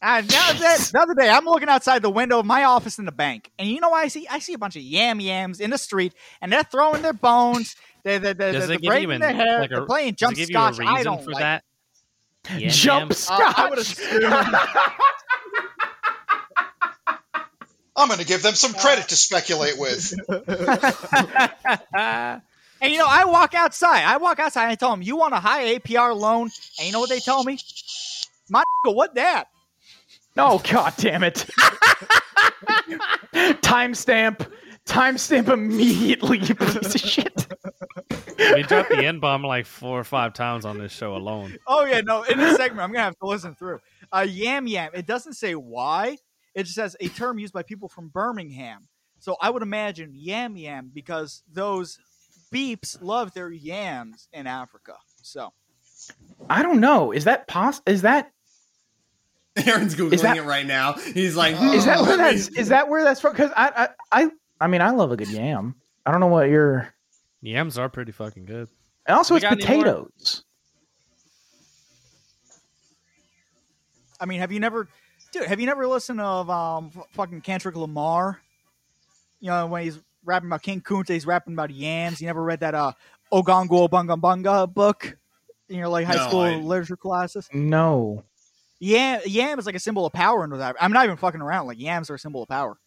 And Uh, now that the other day, I'm looking outside the window of my office in the bank, and you know what I see? I see a bunch of yam yams in the street, and they're throwing their bones, they're they're, they're, Does they're it give you braiding an, their hair, like a, they're playing does it jump give you a scotch. I reason don't for like that? Yam jump yams? it. Uh, I would scotch assume- I'm going to give them some credit to speculate with. and you know, I walk outside. I walk outside and I tell them, "You want a high APR loan?" And you know what they tell me? My go, what that? Oh god damn it. Timestamp. Timestamp immediately, you piece of shit. We dropped the N bomb like four or five times on this show alone. Oh yeah, no. In this segment, I'm gonna have to listen through. Uh, yam yam. It doesn't say why. It just says a term used by people from Birmingham. So I would imagine yam yam because those beeps love their yams in Africa. So I don't know. Is that pos is that Aaron's googling Is that- it right now. He's like, is that "Hmm, where let me- that's is that where that's from? Because I, I I I mean I love a good yam. I don't know what your Yams are pretty fucking good. and also We it's got any more? potatoes. I mean, have you never, dude? Have you never listened of um f- fucking Kendrick Lamar? You know when he's rapping about King Kunta, he's rapping about yams. You never read that uh Ogongo Bunga Bunga book in your like high No, school I- literature classes? No. Yam yam is like a symbol of power in North Africa. I'm not even fucking around. Like yams are a symbol of power.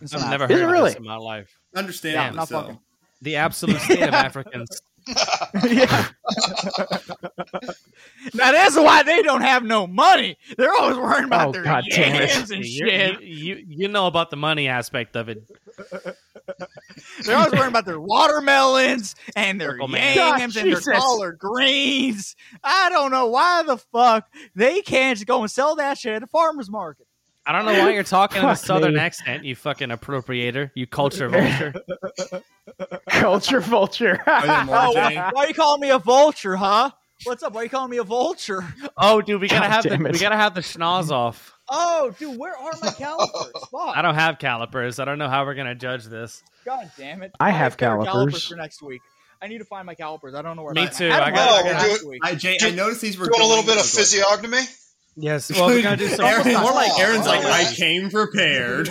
in South I've never Africa. heard of this in my life. Understandably Yeah, not so. fucking. The absolute state of Africans. yeah. now that's why they don't have no money. They're always worrying Oh, about their yams and you, shit. You, you, you know about the money aspect of it. They're always worrying about their watermelons and their Circle man. yams God, and their Jesus. collard greens. I don't know why the fuck they can't just go and sell that shit at a farmer's market. I don't know why you're talking in a Fuck southern me. accent, you fucking appropriator, you culture vulture. Culture vulture. Oh, why, why you calling me a vulture, huh? What's up? Why you calling me a vulture? Oh, dude, we gotta God have the, damn it. we gotta have the schnoz off. Oh, dude, where are my calipers? Fuck. I don't have calipers. I don't know how we're gonna judge this. God damn it! I need have to get our calipers. for next week. I need to find my calipers. I don't know where. Me I'm at. too. I got- I got- last week. I, Jay, I noticed these were doing a little going- bit of physiognomy. Yes. Well, we're gonna do some Aaron's, more like Aaron's like, Oh, I came prepared.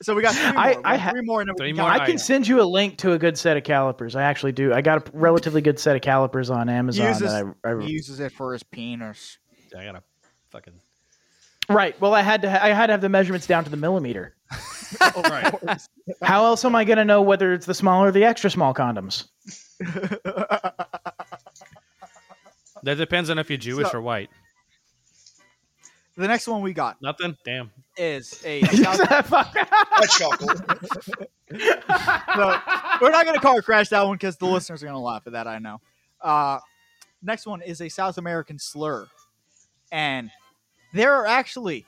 So we got three more. I- We I got ha- three more. And then we can- I can send you a link to a good set of calipers. I actually do. I got a relatively good set of calipers on Amazon. that I, I- he uses it for his penis. I gotta fucking. right. Well, I had to. Ha- I had to have the measurements down to the millimeter. right. How else am I going to know whether it's the small or the extra small condoms? That depends on if you're Jewish So- or white. The next one we got Nothing. Damn. is a. So, we're not going to car crash that one because the listeners are going to laugh at that. I know. Uh, next one is a South American slur, and there are actually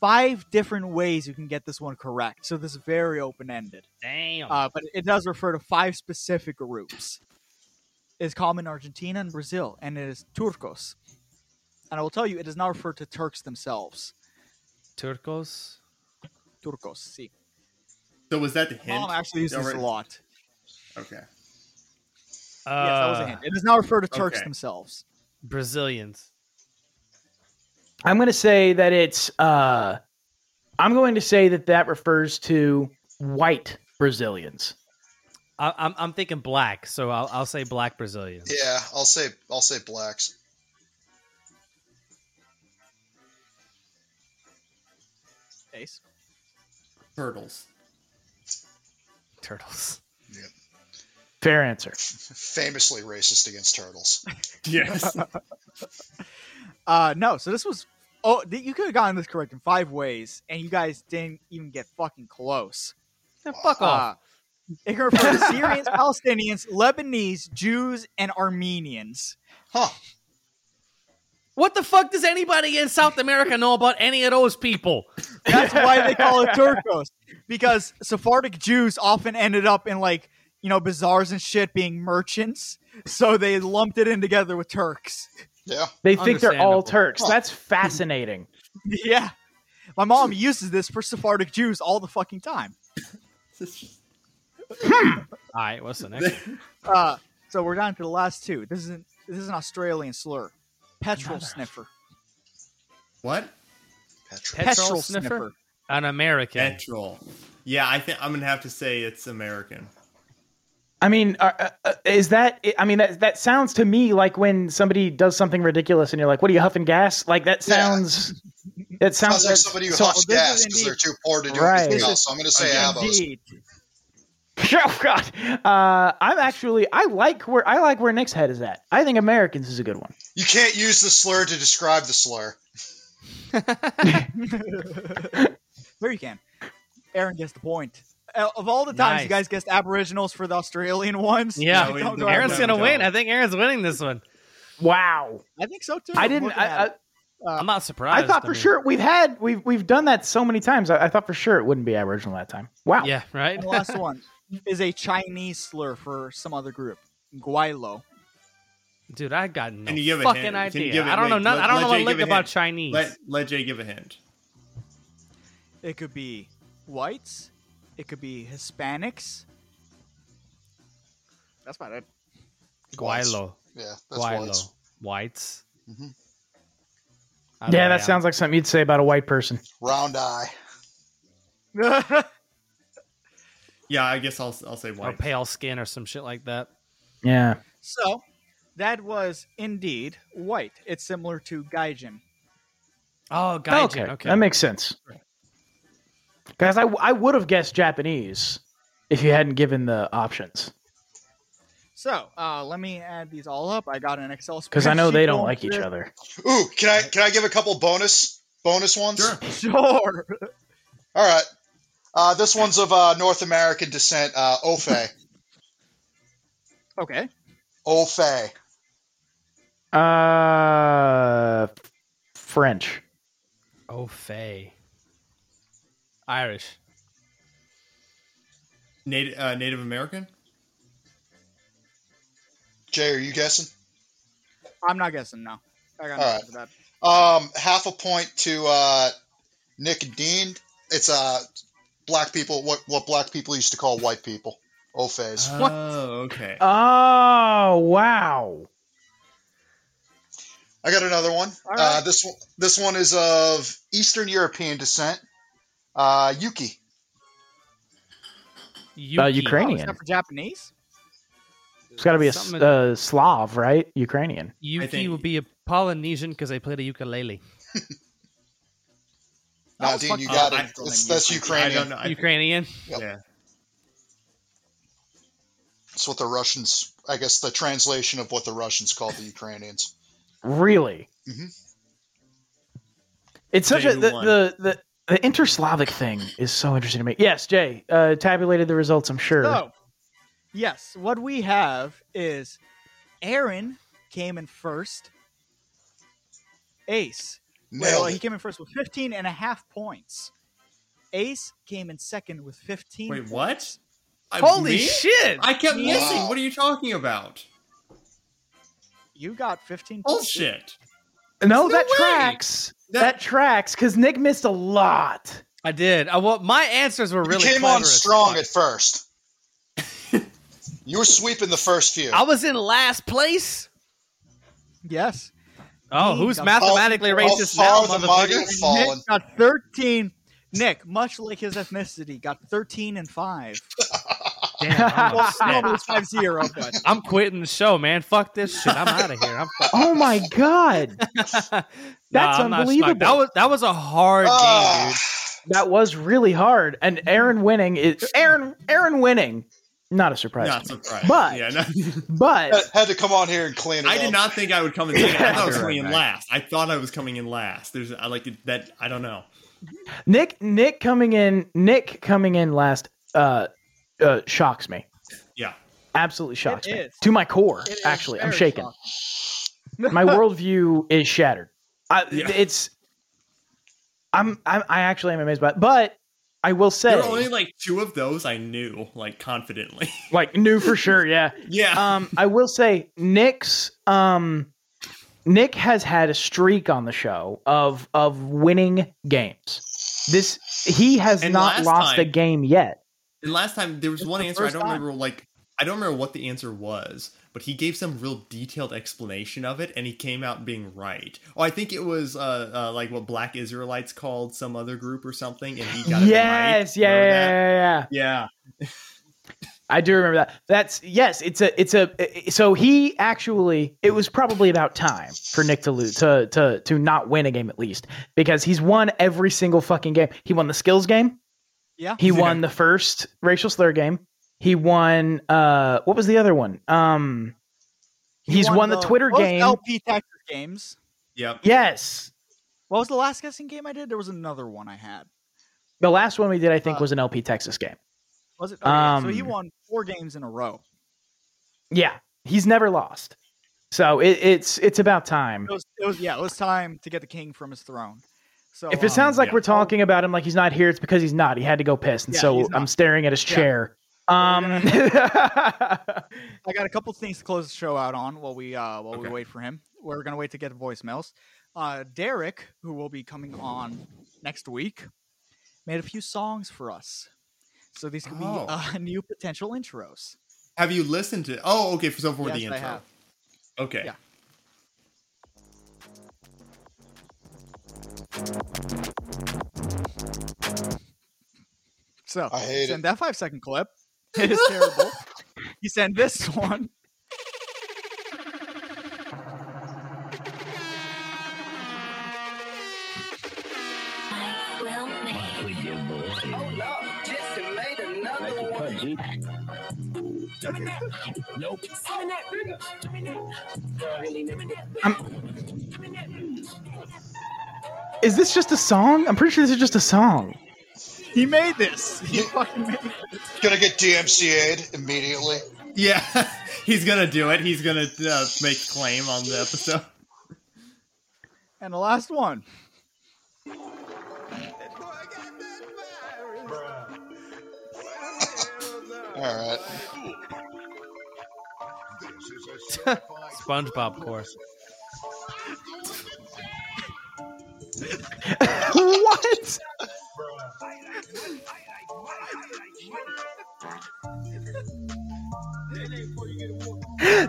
five different ways you can get this one correct. So this is very open ended. Damn. Uh, but it does refer to five specific groups. It's common in Argentina and Brazil, and it is turcos. And I will tell you, it does not refer to Turks themselves. Turcos. Turcos, see. So was that the hint? Mom actually uses this a Alright. lot. Okay. yes, that was a hint. It does not refer to Turks Uh, okay. themselves. Brazilians. I'm going to say that it's. Uh, I'm going to say that that refers to white Brazilians. I, I'm I'm thinking black, so I'll I'll say black Brazilians. Yeah, I'll say I'll say blacks. Ace. Turtles. Turtles. Fair answer. Famously racist against turtles. Yes. Uh, no, so this was. Oh, th- you could have gotten this correct in five ways, and you guys didn't even get fucking close. fuck off. Uh, it can refer to Syrians, Palestinians, Lebanese, Jews, and Armenians. Huh. What the fuck does anybody in South America know about any of those people? That's why they call it Turcos, because Sephardic Jews often ended up in like you know bazaars and shit, being merchants. So they lumped it in together with Turks. Yeah. They think they're all Understandable. Turks. Huh. That's fascinating. Yeah, my mom uses this for Sephardic Jews all the fucking time. All right, what's the next? one? Uh, so we're down to the last two. This is an, this is an Australian slur. Petrol sniffer. What? Petrol, Petrol sniffer? sniffer. An American. Petrol. Yeah, I think I'm gonna have to say it's American. I mean, are, uh, uh, is that? I mean, that that sounds to me like when somebody does something ridiculous, and you're like, "What are you huffing gas?" Like that sounds. It sounds like that- somebody who so huffs this gas is because they're indeed- too poor to do Right. anything else. So I'm going to say Abbo's. Indeed. Oh God, uh, I'm actually I like where I like where Nick's head is at. I think Americans is a good one. You can't use the slur to describe the slur. Where you can. Aaron gets the point. Uh, Of all the times Nice. you guys guessed Aboriginals for the Australian ones, Yeah, don't go Aaron's out gonna there. win. I think Aaron's winning this one. Wow, I think so too. I I'm didn't. looking I, at I, it. I'm not surprised. I thought for mean- sure we've had we've we've done that so many times. I, I thought for sure it wouldn't be Aboriginal that time. Wow. Yeah, right. And the last one is a Chinese slur for some other group, Guaylo. Dude, I got no Can you give a fucking hint? Can you idea. give it- I don't know. wait, None, let- I don't let know a Jay lick give a about hint. Chinese. Let, let Jay give a hint. It could be whites. It could be Hispanics. That's about it. Guaylo. Yeah, that's whites. Whites. Mm-hmm. I Yeah, don't that know, sounds like something you'd say about a white person. Round eye. Yeah, I guess I'll I'll say Or white. pale skin or some shit like that. Yeah. So that was indeed white. It's similar to Gaijin. Oh, okay. that makes sense. Guys, I I would have guessed Japanese if you hadn't given the options So uh, let me add these all up. I got an Excel spreadsheet. because I know they don't going like each through- other. Ooh, can I can I give a couple bonus bonus ones? Sure. Sure. All right. Uh, this one's of uh, North American descent. Uh, Ofe. Okay. Ofe. Uh, French. Oh, Fay. Irish. Native uh, Native American. Jay, are you guessing? I'm not guessing. No. I got All nothing for that. Um, half a point to uh, Nick and Dean. It's uh, black people. What what black people used to call white people. Ofes. Oh, okay. Oh wow. I got another one. Uh, this one, this one is of Eastern European descent. Uh, Yuki. Uh, Ukrainian. Oh, is that for Japanese? It's got to be a s- Something- uh, Slav, right? Ukrainian. Yuki would be a Polynesian because I played a ukulele. Nah, Dean, you Uh, got it. It's, that's Ukrainian. Ukrainian. Yeah. It's what the Russians. I guess the translation of what the Russians called the Ukrainians. Really? Mhm. It's such Jay, a who the, won? the the the inter-Slavic thing is so interesting to me. Yes, Jay uh, tabulated the results. I'm sure. So, yes, what we have is Aaron came in first. Ace. Well, Nailed he it. came in first with 15 and a half points. Ace came in second with 15. Wait, points. what? I- Holy me? shit! I kept Yeah. missing. What are you talking about? You got 15 points. Bullshit. no, that tracks. That, tracks because Nick missed a lot. I did. I, well, my answers were really you came clever on as strong fuck. at first. you were sweeping the first few. I was in last place. Yes. Oh, He who's got- mathematically racist now, motherfucker? Nick got 13. Nick, much like his ethnicity, got 13 and 5. Damn, I'm well, upset. no, it was 5 0, but. I'm quitting the show, man. Fuck this shit. I'm out of here. I'm fuck- Oh my god, that's Nah, I'm not smart. unbelievable. Ah. That was that was a hard game, Ah, dude. That was really hard. And Aaron winning is Aaron Aaron winning. Not Uh, a surprise. Not to me. surprised. But Yeah, no- but had to come on here and clean it I up. did not think I would come in second. I thought I was Copyright coming in back. last. I thought I was coming in last. There's I like it- that. I don't know. Nick Nick coming in Nick coming in last uh uh shocks me. Yeah. Absolutely shocks It me. is. To my core, It is actually. I'm very shaken. my worldview is shattered. I, it's I'm, I'm I actually am amazed by it. But I will say There were only like two of those I knew, like confidently. like new for sure yeah Uh, yeah um i will say nick's um nick has had a streak on the show of of winning games this he has And not last lost a time- game yet And last time there was one the answer I first don't time. remember like I don't remember what the answer was, but he gave some real detailed explanation of it, and he came out being right. Oh, I think it was uh, uh like what Black Israelites called some other group or something, and he got it right. yes yeah yeah, yeah, yeah, yeah. Yeah, I do remember that. That's yes. It's a it's a so he actually it was probably about time for Nick to lose to to to not win a game at least because he's won every single fucking game. He won the skills game. Yeah. He won the first racial slur game. He won uh what was the other one? Um he's won, the, Twitter what was game. LP Texas games. Yep. Yes. What was the last guessing game I did? There was another one I had. The last one we did I think was an LP Texas game. Was it? Okay, yeah, so he Um, won four games in a row. Yeah. He's never lost. So it, it's it's about time. It was, it was yeah, it was time to get the king from his throne. So If it um, sounds like yeah. we're talking about him like he's not here, it's because he's not. He had to go piss, and Yeah, so he's not. I'm staring at his Yeah. chair. Um, I got a couple things to close the show out on while we uh, while we Okay. wait for him. We're gonna wait to get voicemails. Uh, Derek, who will be coming on next week, made a few songs for us. So these could Oh. be uh, new potential intros. Have you listened to? Oh, okay. For so for the Yes, I intro. have. Okay. Yeah. So I hate send it. that five second clip. It is terrible. you send this one. is this just a song? I'm pretty sure this is just a song. He made this. He fucking made this. Gonna get DMCA'd immediately. Yeah, he's gonna do it. He's gonna uh, make claim on the episode. And the last one. All right. SpongeBob core. what?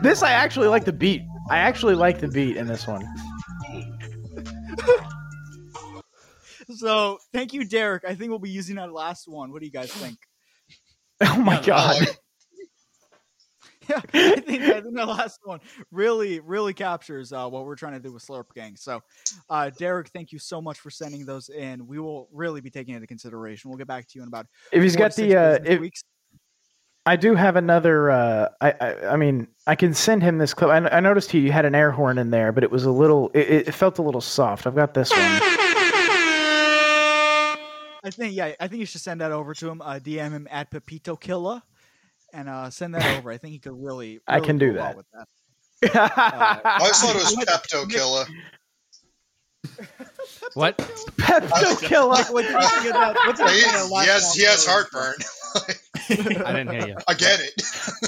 This I actually like the beat. I actually like the beat in this one. So thank you, Derek. I think we'll be using that last one. What do you guys think? Oh my god. yeah, I think, I think the last one really, really captures uh, what we're trying to do with Slurp Gang. So, uh, Derek, thank you so much for sending those in. We will really be taking it into consideration. We'll get back to you in about. If he's four to got six the uh, business if, weeks. I do have another. Uh, I, I I mean, I can send him this clip. I, I noticed he had an air horn in there, but it was a little. It, it felt a little soft. I've got this one. I think yeah, I think you should send that over to him. Uh, DM him at Pepito Killa, and uh, send that over. I think he could really. I really can do do well that. with that. I always thought it was Pepto Killer. What? Pepto Killer. Like, what did you think of that? What did you he, think of that last he has, he one? has heartburn. I didn't hear you. I get it.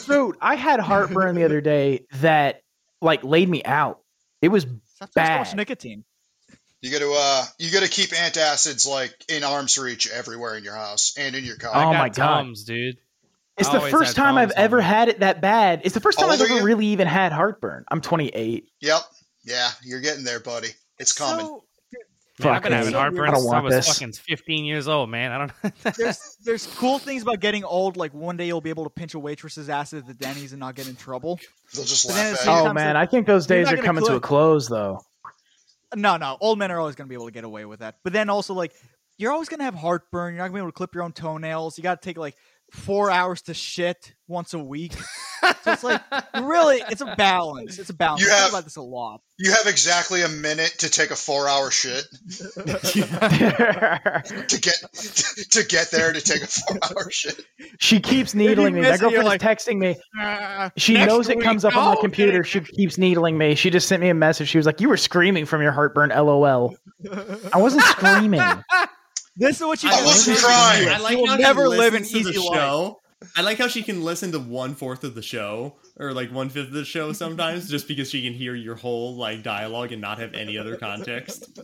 Dude, I had heartburn the other day that like laid me out. It was bad. nicotine. You got to uh, you got to keep antacids like in arm's reach everywhere in your house and in your car. Oh I got my God. Tums, dude. It's I the always first had time I've Tums on ever had it that bad. It's the first How time I've old are ever you? really even had heartburn. I'm 28. Yep. Yeah, you're getting there, buddy. It's coming. Man, I've been Fucking- having heartburn I don't since I want was this. fucking 15 years old, man. I don't. there's there's cool things about getting old. Like one day you'll be able to pinch a waitress's ass at the Denny's and not get in trouble. They'll just But then laugh at the at same you. Oh time, man, so I think those you're days not are gonna coming to a click. close though. No, no, old men are always going to be able to get away with that. But then also like you're always going to have heartburn. You're not going to be able to clip your own toenails. You got to take like four hours to shit once a week. so it's like really, it's a balance. It's a balance. You I have- think about this a lot. You have exactly a minute to take a four-hour shit to get to get there to take a four-hour shit. she keeps you needling me. That miss it, you're girlfriend is texting me. She Next knows it week. comes up on my Oh, computer. She keeps needling me. She just sent me a message. She was like, "You were screaming from your heartburn." LOL. I wasn't screaming. This is what you. I get. wasn't This is crying. you. I like you how will she never live an listens to easy the life. show. I like how she can listen to one fourth of the show or like one fifth of the show sometimes, just because she can hear your whole like dialogue and not have any other context.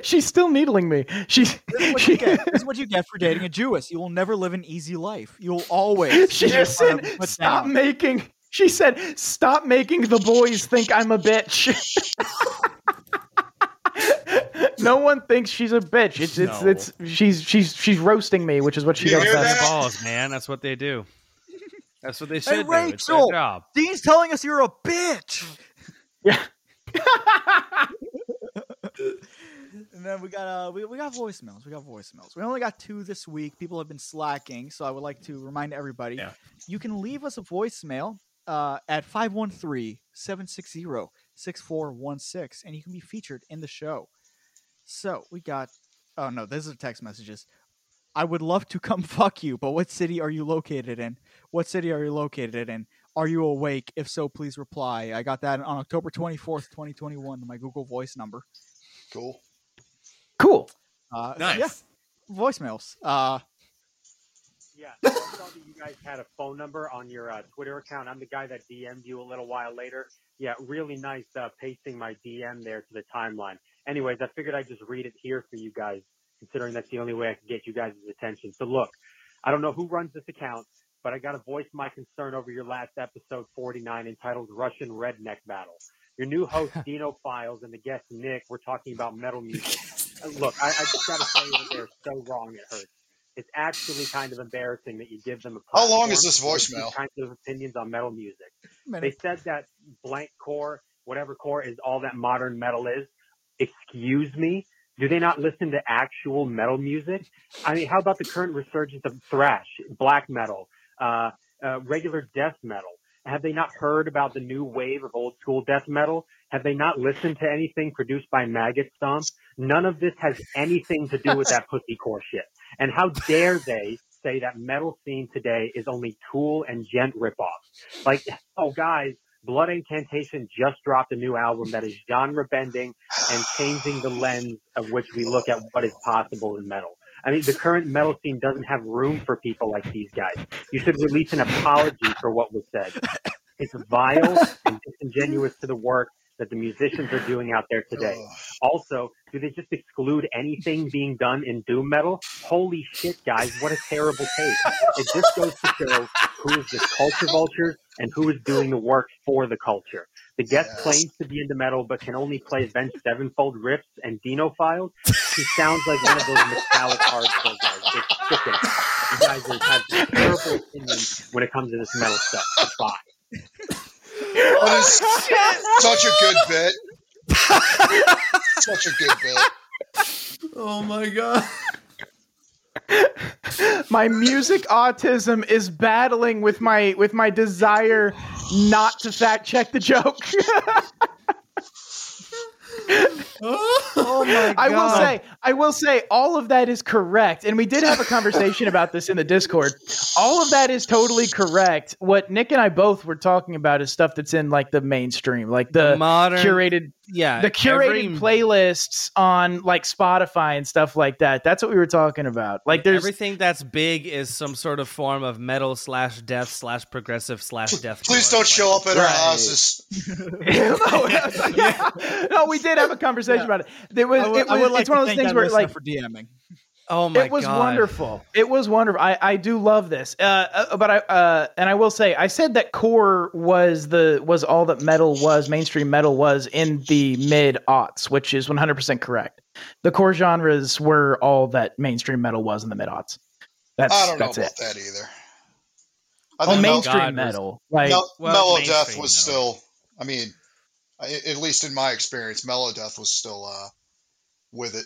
She's still needling me. She This is, what you she, get. this is what you get for dating a Jewess. You will never live an easy life. You will always. she be just one of said, put "Stop down." making." She said, "Stop making the boys think I'm a bitch." no one thinks she's a bitch. It's it's, No. it's she's she's she's roasting me, which is what she does. best. balls, man. That's what they do. That's what they should Hey, do. It's their Rachel, job. Dean's telling us you're a bitch. Yeah. and then we got uh we, we got voicemails. We got voicemails. We only got two this week. People have been slacking, so I would like to remind everybody you can leave us a voicemail uh at 513-760-6416 and you can be featured in the show. So we got oh no, these are text messages. I would love to come fuck you, but what city are you located in? What city are you located in? Are you awake? If so, please reply. I got that on October 24th, 2021, to my Google Voice number. Cool. Cool. Uh, Nice. Yeah. Voicemails. Uh, Yeah, I saw that you guys had a phone number on your uh, Twitter account. I'm the guy that DM'd you a little while later. Yeah, really nice uh, pasting my DM there to the timeline. Anyways, I figured I'd just read it here for you guys, considering that's the only way I can get you guys' attention. So look, I don't know who runs this account, but I got to voice my concern over your last episode 49 entitled Russian Redneck Battle. Your new host, Dino Files, and the guest, Nick, were talking about metal music. Uh, Look, I, I just got to say that they're so wrong, it hurts. It's actually kind of embarrassing that you give them a How long is platform this to voice these voicemail? Kinds of opinions on metal music. Minute. They said that blank core, whatever core is all that modern metal is. Excuse me? Do they not listen to actual metal music? I mean, how about the current resurgence of thrash, black metal, uh, uh, regular death metal? Have they not heard about the new wave of old school death metal? Have they not listened to anything produced by Maggot Stomp? None of this has anything to do with that pussy core shit. And how dare they say that metal scene today is only Tool and Gent ripoffs? Like, oh guys, Blood Incantation just dropped a new album that is genre bending and changing the lens of which we look at what is possible in metal. I mean, the current metal scene doesn't have room for people like these guys. You should release an apology for what was said. It's vile and disingenuous to the work that the musicians are doing out there today. Also, do they just exclude anything being done in doom metal? Holy shit, guys, what a terrible taste. It just goes to show who is the culture vulture and who is doing the work for the culture. The guest claims to be into metal but can only play Avenged Sevenfold riffs and Dino files. He sounds like one of those metallic hardcore guys. It's sickening. You guys are- have terrible opinions when it comes to this metal stuff. Goodbye. That is such a good bit. such a good bit. Oh my god. my music autism is battling with my with my desire not to fact check the joke. oh my I will God. say, I will say, all of that is correct, and we did have a conversation about this in the Discord. All of that is totally correct. What Nick and I both were talking about is stuff that's in like the mainstream, like the, modern- curated, yeah, the curated every- playlists on like Spotify and stuff like that. That's what we were talking about. Like, there's everything that's big is some sort of form of metal slash death slash progressive slash death. Please don't show up at our Right. houses. no, we did have a conversation about it. There was, I would- it I was would like it's one to of those thank things that where listener like for DMing. Oh my it was God. wonderful. It was wonderful. I, I do love this. Uh, uh, but I uh, and I will say I said that core was the was all that metal was mainstream metal was in the mid aughts, which is one hundred percent correct. The core genres were all that mainstream metal was in the mid aughts. That's I don't know that's about it. that either. Oh, think mel- mainstream God, metal, like- mel- well, mellow mainstream death was still. I mean, I, at least in my experience, mellow death was still uh, with it.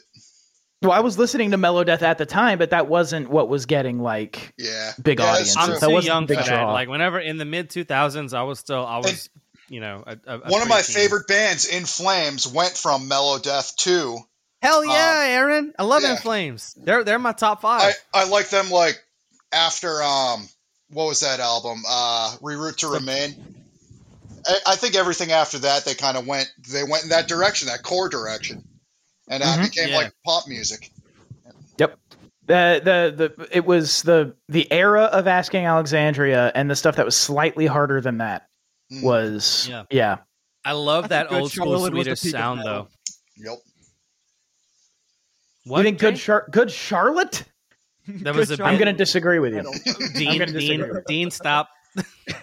Well, I was listening to Melodeth at the time, but that wasn't what was getting like yeah big audience. audiences. I'm that too wasn't young the for big that. draw. Like whenever in the mid 2000s, I was still I was you know a, a, a One of my preteen. favorite bands, In Flames, went from mellow death to. Hell yeah, Aaron! I love Uh, yeah. In Flames. They're they're my top five. I, I like them like after um what was that album? Uh, Reroute to Remain. I, I think everything after that they kind of went they went in that direction, that core direction, and uh, Mhm. became Yeah. like pop music. Yep. The, the the it was the the era of asking Alexandria and the stuff that was slightly harder than that was Yeah. yeah. I love that Good old school Charlotte was the Swedish peak of sound though. Yep. You think good Char- good Charlotte? That was a I'm bit- going to disagree with you. I'm Dean, gonna disagree Dean, with you. Dean, stop.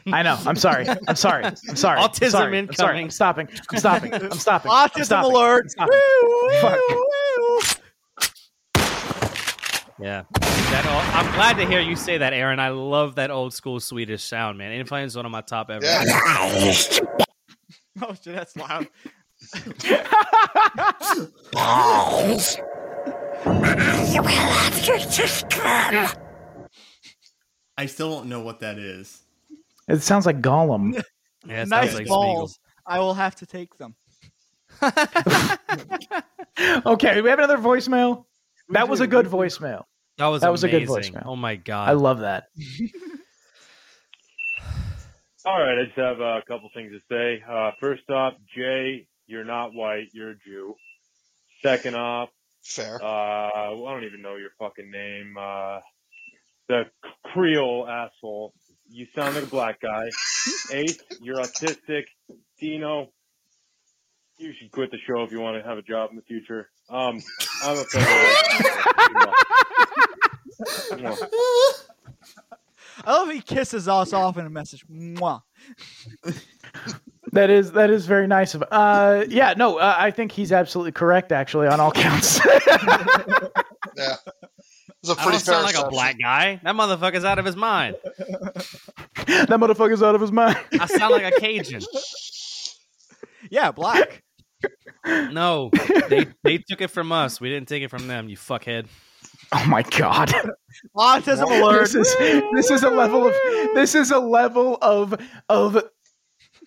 I know. I'm sorry. I'm sorry. I'm sorry. I'm Autism sorry. I'm sorry. incoming. I'm stopping. I'm stopping. I'm stopping. Autism I'm stopping. alert. I'm stopping. Fuck. Yeah. That all, I'm glad to hear you say that, Aaron. I love that old school Swedish sound, man. Inflame's one of my top ever. Oh shit, that's loud. Balls. I still don't know what that is. It sounds like Gollum. Yeah, nice balls. I will have to take them. Okay, we have another voicemail. That was a good voicemail. That was that was a good amazing. voicemail. Oh my god. I love that. All right, I just have uh, a couple things to say. Uh, first off, Jay, you're not white, you're a Jew. Second off, fair. Uh, well, I don't even know your fucking name. Uh, the Creole asshole. You sound like a black guy. Ace, you're autistic. Dino, you should quit the show if you want to have a job in the future. Um, I'm offended. I love he kisses us off in a message. Mwah. That is that is very nice of. Uh, yeah, no, uh, I think he's absolutely correct actually on all counts. Yeah. It's I don't sound like a black guy. That motherfucker's out of his mind. that motherfucker's out of his mind. I sound like a Cajun. Yeah, black. No, they they took it from us. We didn't take it from them. You fuckhead. Oh my god. Autism alert. This is this is a level of this is a level of of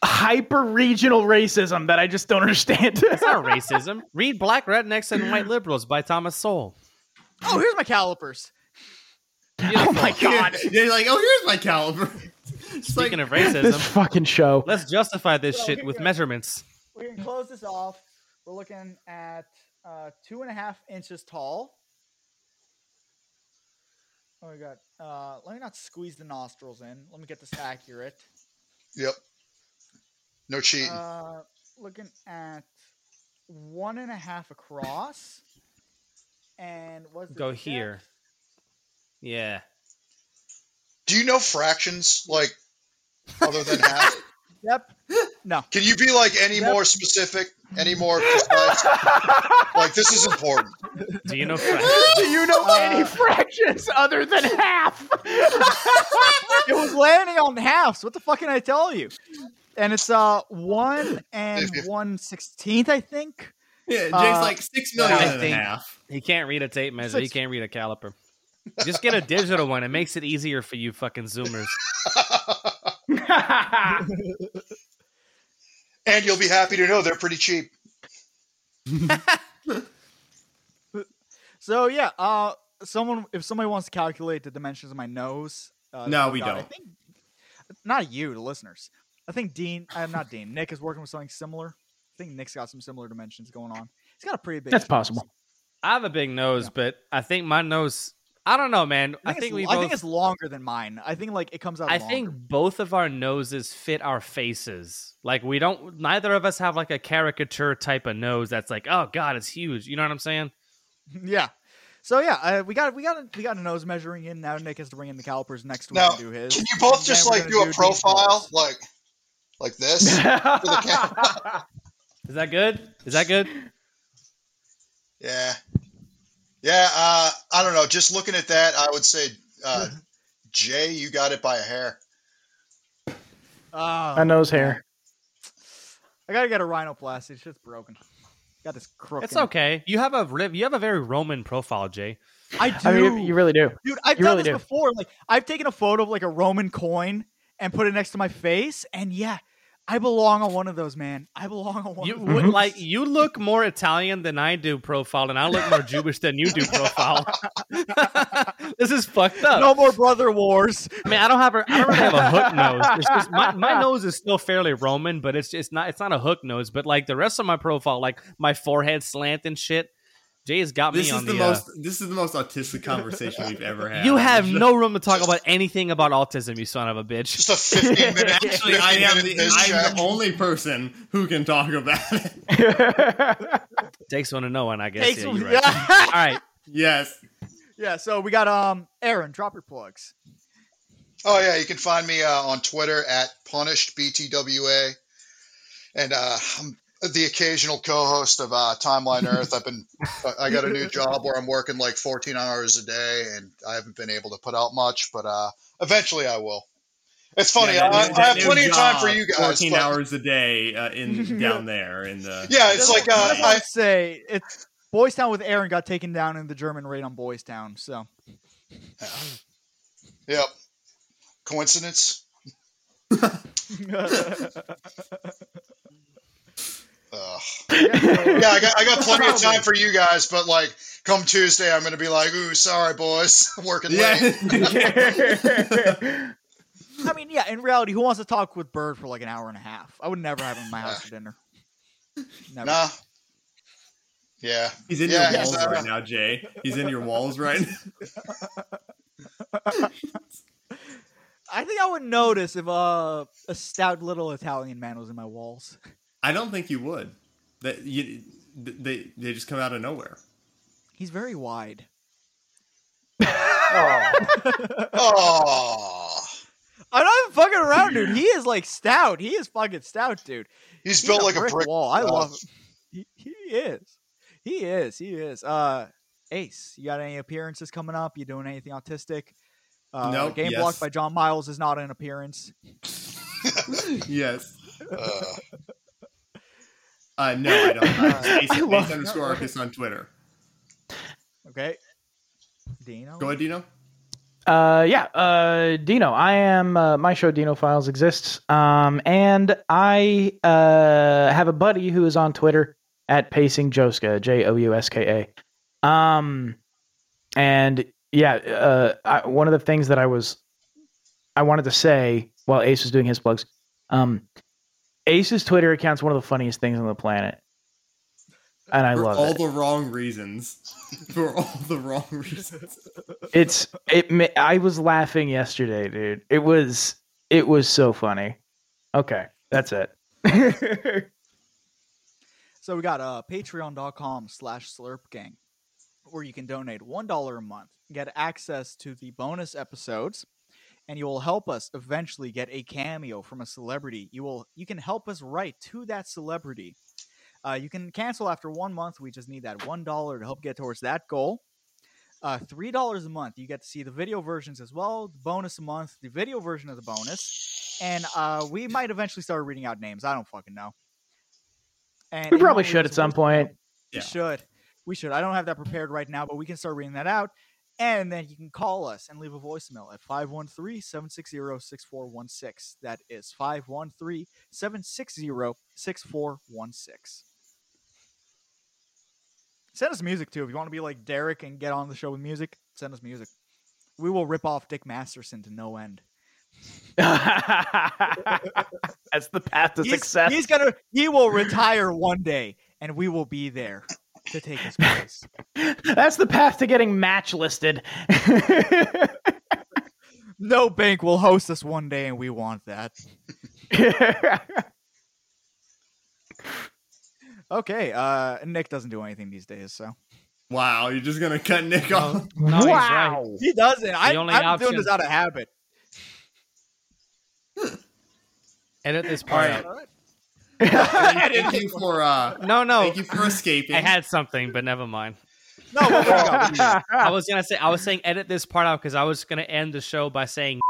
hyper regional racism that I just don't understand. It's not racism. Read Black Rednecks and White Liberals by Thomas Sowell. Oh, here's my calipers. Oh my God. They're like, oh, here's my caliber. Speaking of this racism, fucking show. let's justify this shit with measurements. We can close this off. We're looking at uh, two and a half inches tall. Oh my god. Uh, let me not squeeze the nostrils in. Let me get this accurate. Yep. No cheating. Uh, looking at one and a half across. And what's the Go depth? here. Yeah. Do you know fractions like other than half? Yep. No. Can you be like any more specific? Any more precise? like this is important. Do you know Do you know uh, any fractions other than half? it was landing on halves. What the fuck can I tell you? And it's uh one and one sixteenth, I think. Yeah, Jake's Uh, like six million I and a think half. He can't read a tape measure. He Six- can't read a caliper. Just get a digital one. It makes it easier for you fucking zoomers. And you'll be happy to know they're pretty cheap. So yeah, uh, someone if somebody wants to calculate the dimensions of my nose, uh, No, they've we got it. I don't. think not you, the listeners. I think Dean, I'm not Dean. Nick is working with something similar. I think Nick's got some similar dimensions going on. He's got a pretty big. nose. I have a big nose, but I think my nose. I don't know, man. I I think, think it's, we I think both. it's longer than mine. I think like it comes out. I longer. think both of our noses fit our faces. Like we don't. Neither of us have like a caricature type of nose that's like, oh god, it's huge. You know what I'm saying? yeah. So yeah, uh, we got we got a, we got a nose measuring in. Now Nick has to bring in the calipers next week Now, and do his. Can you both and just then we're like gonna do a Dean's profile nose. like like this? for the camera? Is that good? Is that good? Yeah. Yeah, uh, I don't know. Just looking at that, I would say uh, Jay, you got it by a hair. Ah, My nose hair. I gotta get a rhinoplasty. Shit's broken. Got this crook. It's in it. okay. You have a re- you have a very Roman profile, Jay. I do. I mean, you really do. Dude, I've You done really do. this before. Like, I've taken a photo of like a Roman coin and put it next to my face, and yeah, I belong on one of those, man. I belong on one. You of those. would like you look more Italian than I do profile, and I look more Jewish than you do profile. this is fucked up. No more brother wars. I mean, I don't have a, I don't really have a hook nose. It's just, my, my nose is still fairly Roman, but it's it's not it's not a hook nose. But like the rest of my profile, like my forehead slant and shit, Jay's got This me is on the, the. uh, most. This is the most autistic conversation we've ever had. you have no room to talk about anything about autism, you son of a bitch. Just a fifteen minute. Actually, I am the, 15 minute biz I'm check. the only person who can talk about it. Takes one to know one, I guess. Takes yeah, one- you're right. All right. Yes. yeah. So we got um, Aaron, drop your plugs. Oh yeah, you can find me uh, on Twitter at punishedbtwa, and uh, I'm the occasional co-host of uh, Timeline Earth. I've been I got a new job where I'm working like 14 hours a day, and I haven't been able to put out much, but uh, eventually I will. It's funny. Yeah, that I, new- I that have new plenty of time for job, you guys. Fourteen but- hours a day uh, in down there in the. Yeah, it's like, uh, I I- say it's Boys Town with Aaron got taken down in the German raid on Boys Town. So Yep. Coincidence? Ugh. yeah, I got, I got plenty of time for you guys, but like, come Tuesday, I'm gonna be like, "Ooh, sorry, boys, working late." I mean, yeah. In reality, who wants to talk with Bird for like an hour and a half? I would never have him in my house for dinner. Never. nah. Yeah, He's in Yeah, your walls uh, right now, Jay. He's in your walls right. now. I think I would notice if uh, a stout little Italian man was in my walls. I don't think you would. That you they they just come out of nowhere. He's very wide. oh. I'm not even fucking around, dude. He is like stout. He is fucking stout, dude. He's, built like a brick brick wall. I wall. love him. He, he is. He is. He is. Uh, Ace, you got any appearances coming up? You doing anything autistic? Uh, Nope, Game blocked yes. by John Miles is not an appearance. yes. Uh, no, I don't. I'm just Ace, I love- Ace underscore Arcus on Twitter. Okay. Dino. Go ahead, Dino. Uh, yeah, uh, Dino. I am uh, my show. Dino Files exists, um, and I uh, have a buddy who is on Twitter at Pacing Joska, J O U S K A. Um, and yeah, uh, I, one of the things that I was I wanted to say while Ace was doing his plugs, um, Ace's Twitter account's one of the funniest things on the planet, and I for love all it. the wrong reasons. For all the wrong reasons. it's it ma- i was laughing yesterday dude it was it was so funny okay that's it So we got uh, patreon.com slash slurp gang, where you can donate $1 a month, get access to the bonus episodes, and you will help us eventually get a cameo from a celebrity. You will you can help us write to that celebrity. Uh, you can cancel after one month. We just need that $1 to help get towards that goal. Uh, three dollars a month. You get to see the video versions as well. The bonus a month, the video version of the bonus, and uh, we might eventually start reading out names. I don't fucking know. And we if you probably wanna leave should us at a some point we should. We should. I don't have that prepared right now, but we can start reading that out. And then you can call us and leave a voicemail at 513 760 6416. That is 513 760 6416. Send us music too. If you want to be like Derek and get on the show with music, send us music. We will rip off Dick Masterson to no end. that's the path to He's- success He's gonna he will retire one day and we will be there to take his place. that's the path to getting match listed no bank will host us one day and we want that okay uh nick doesn't do anything these days so Wow, you're just gonna cut Nick off. No, he's right. he doesn't I, only i'm option- doing this out of habit Edit this part. All right. out. thank, thank you for uh No, no. Thank you for escaping. Oh. I had something, but never mind. No, I was gonna say I was saying edit this part out because I was gonna end the show by saying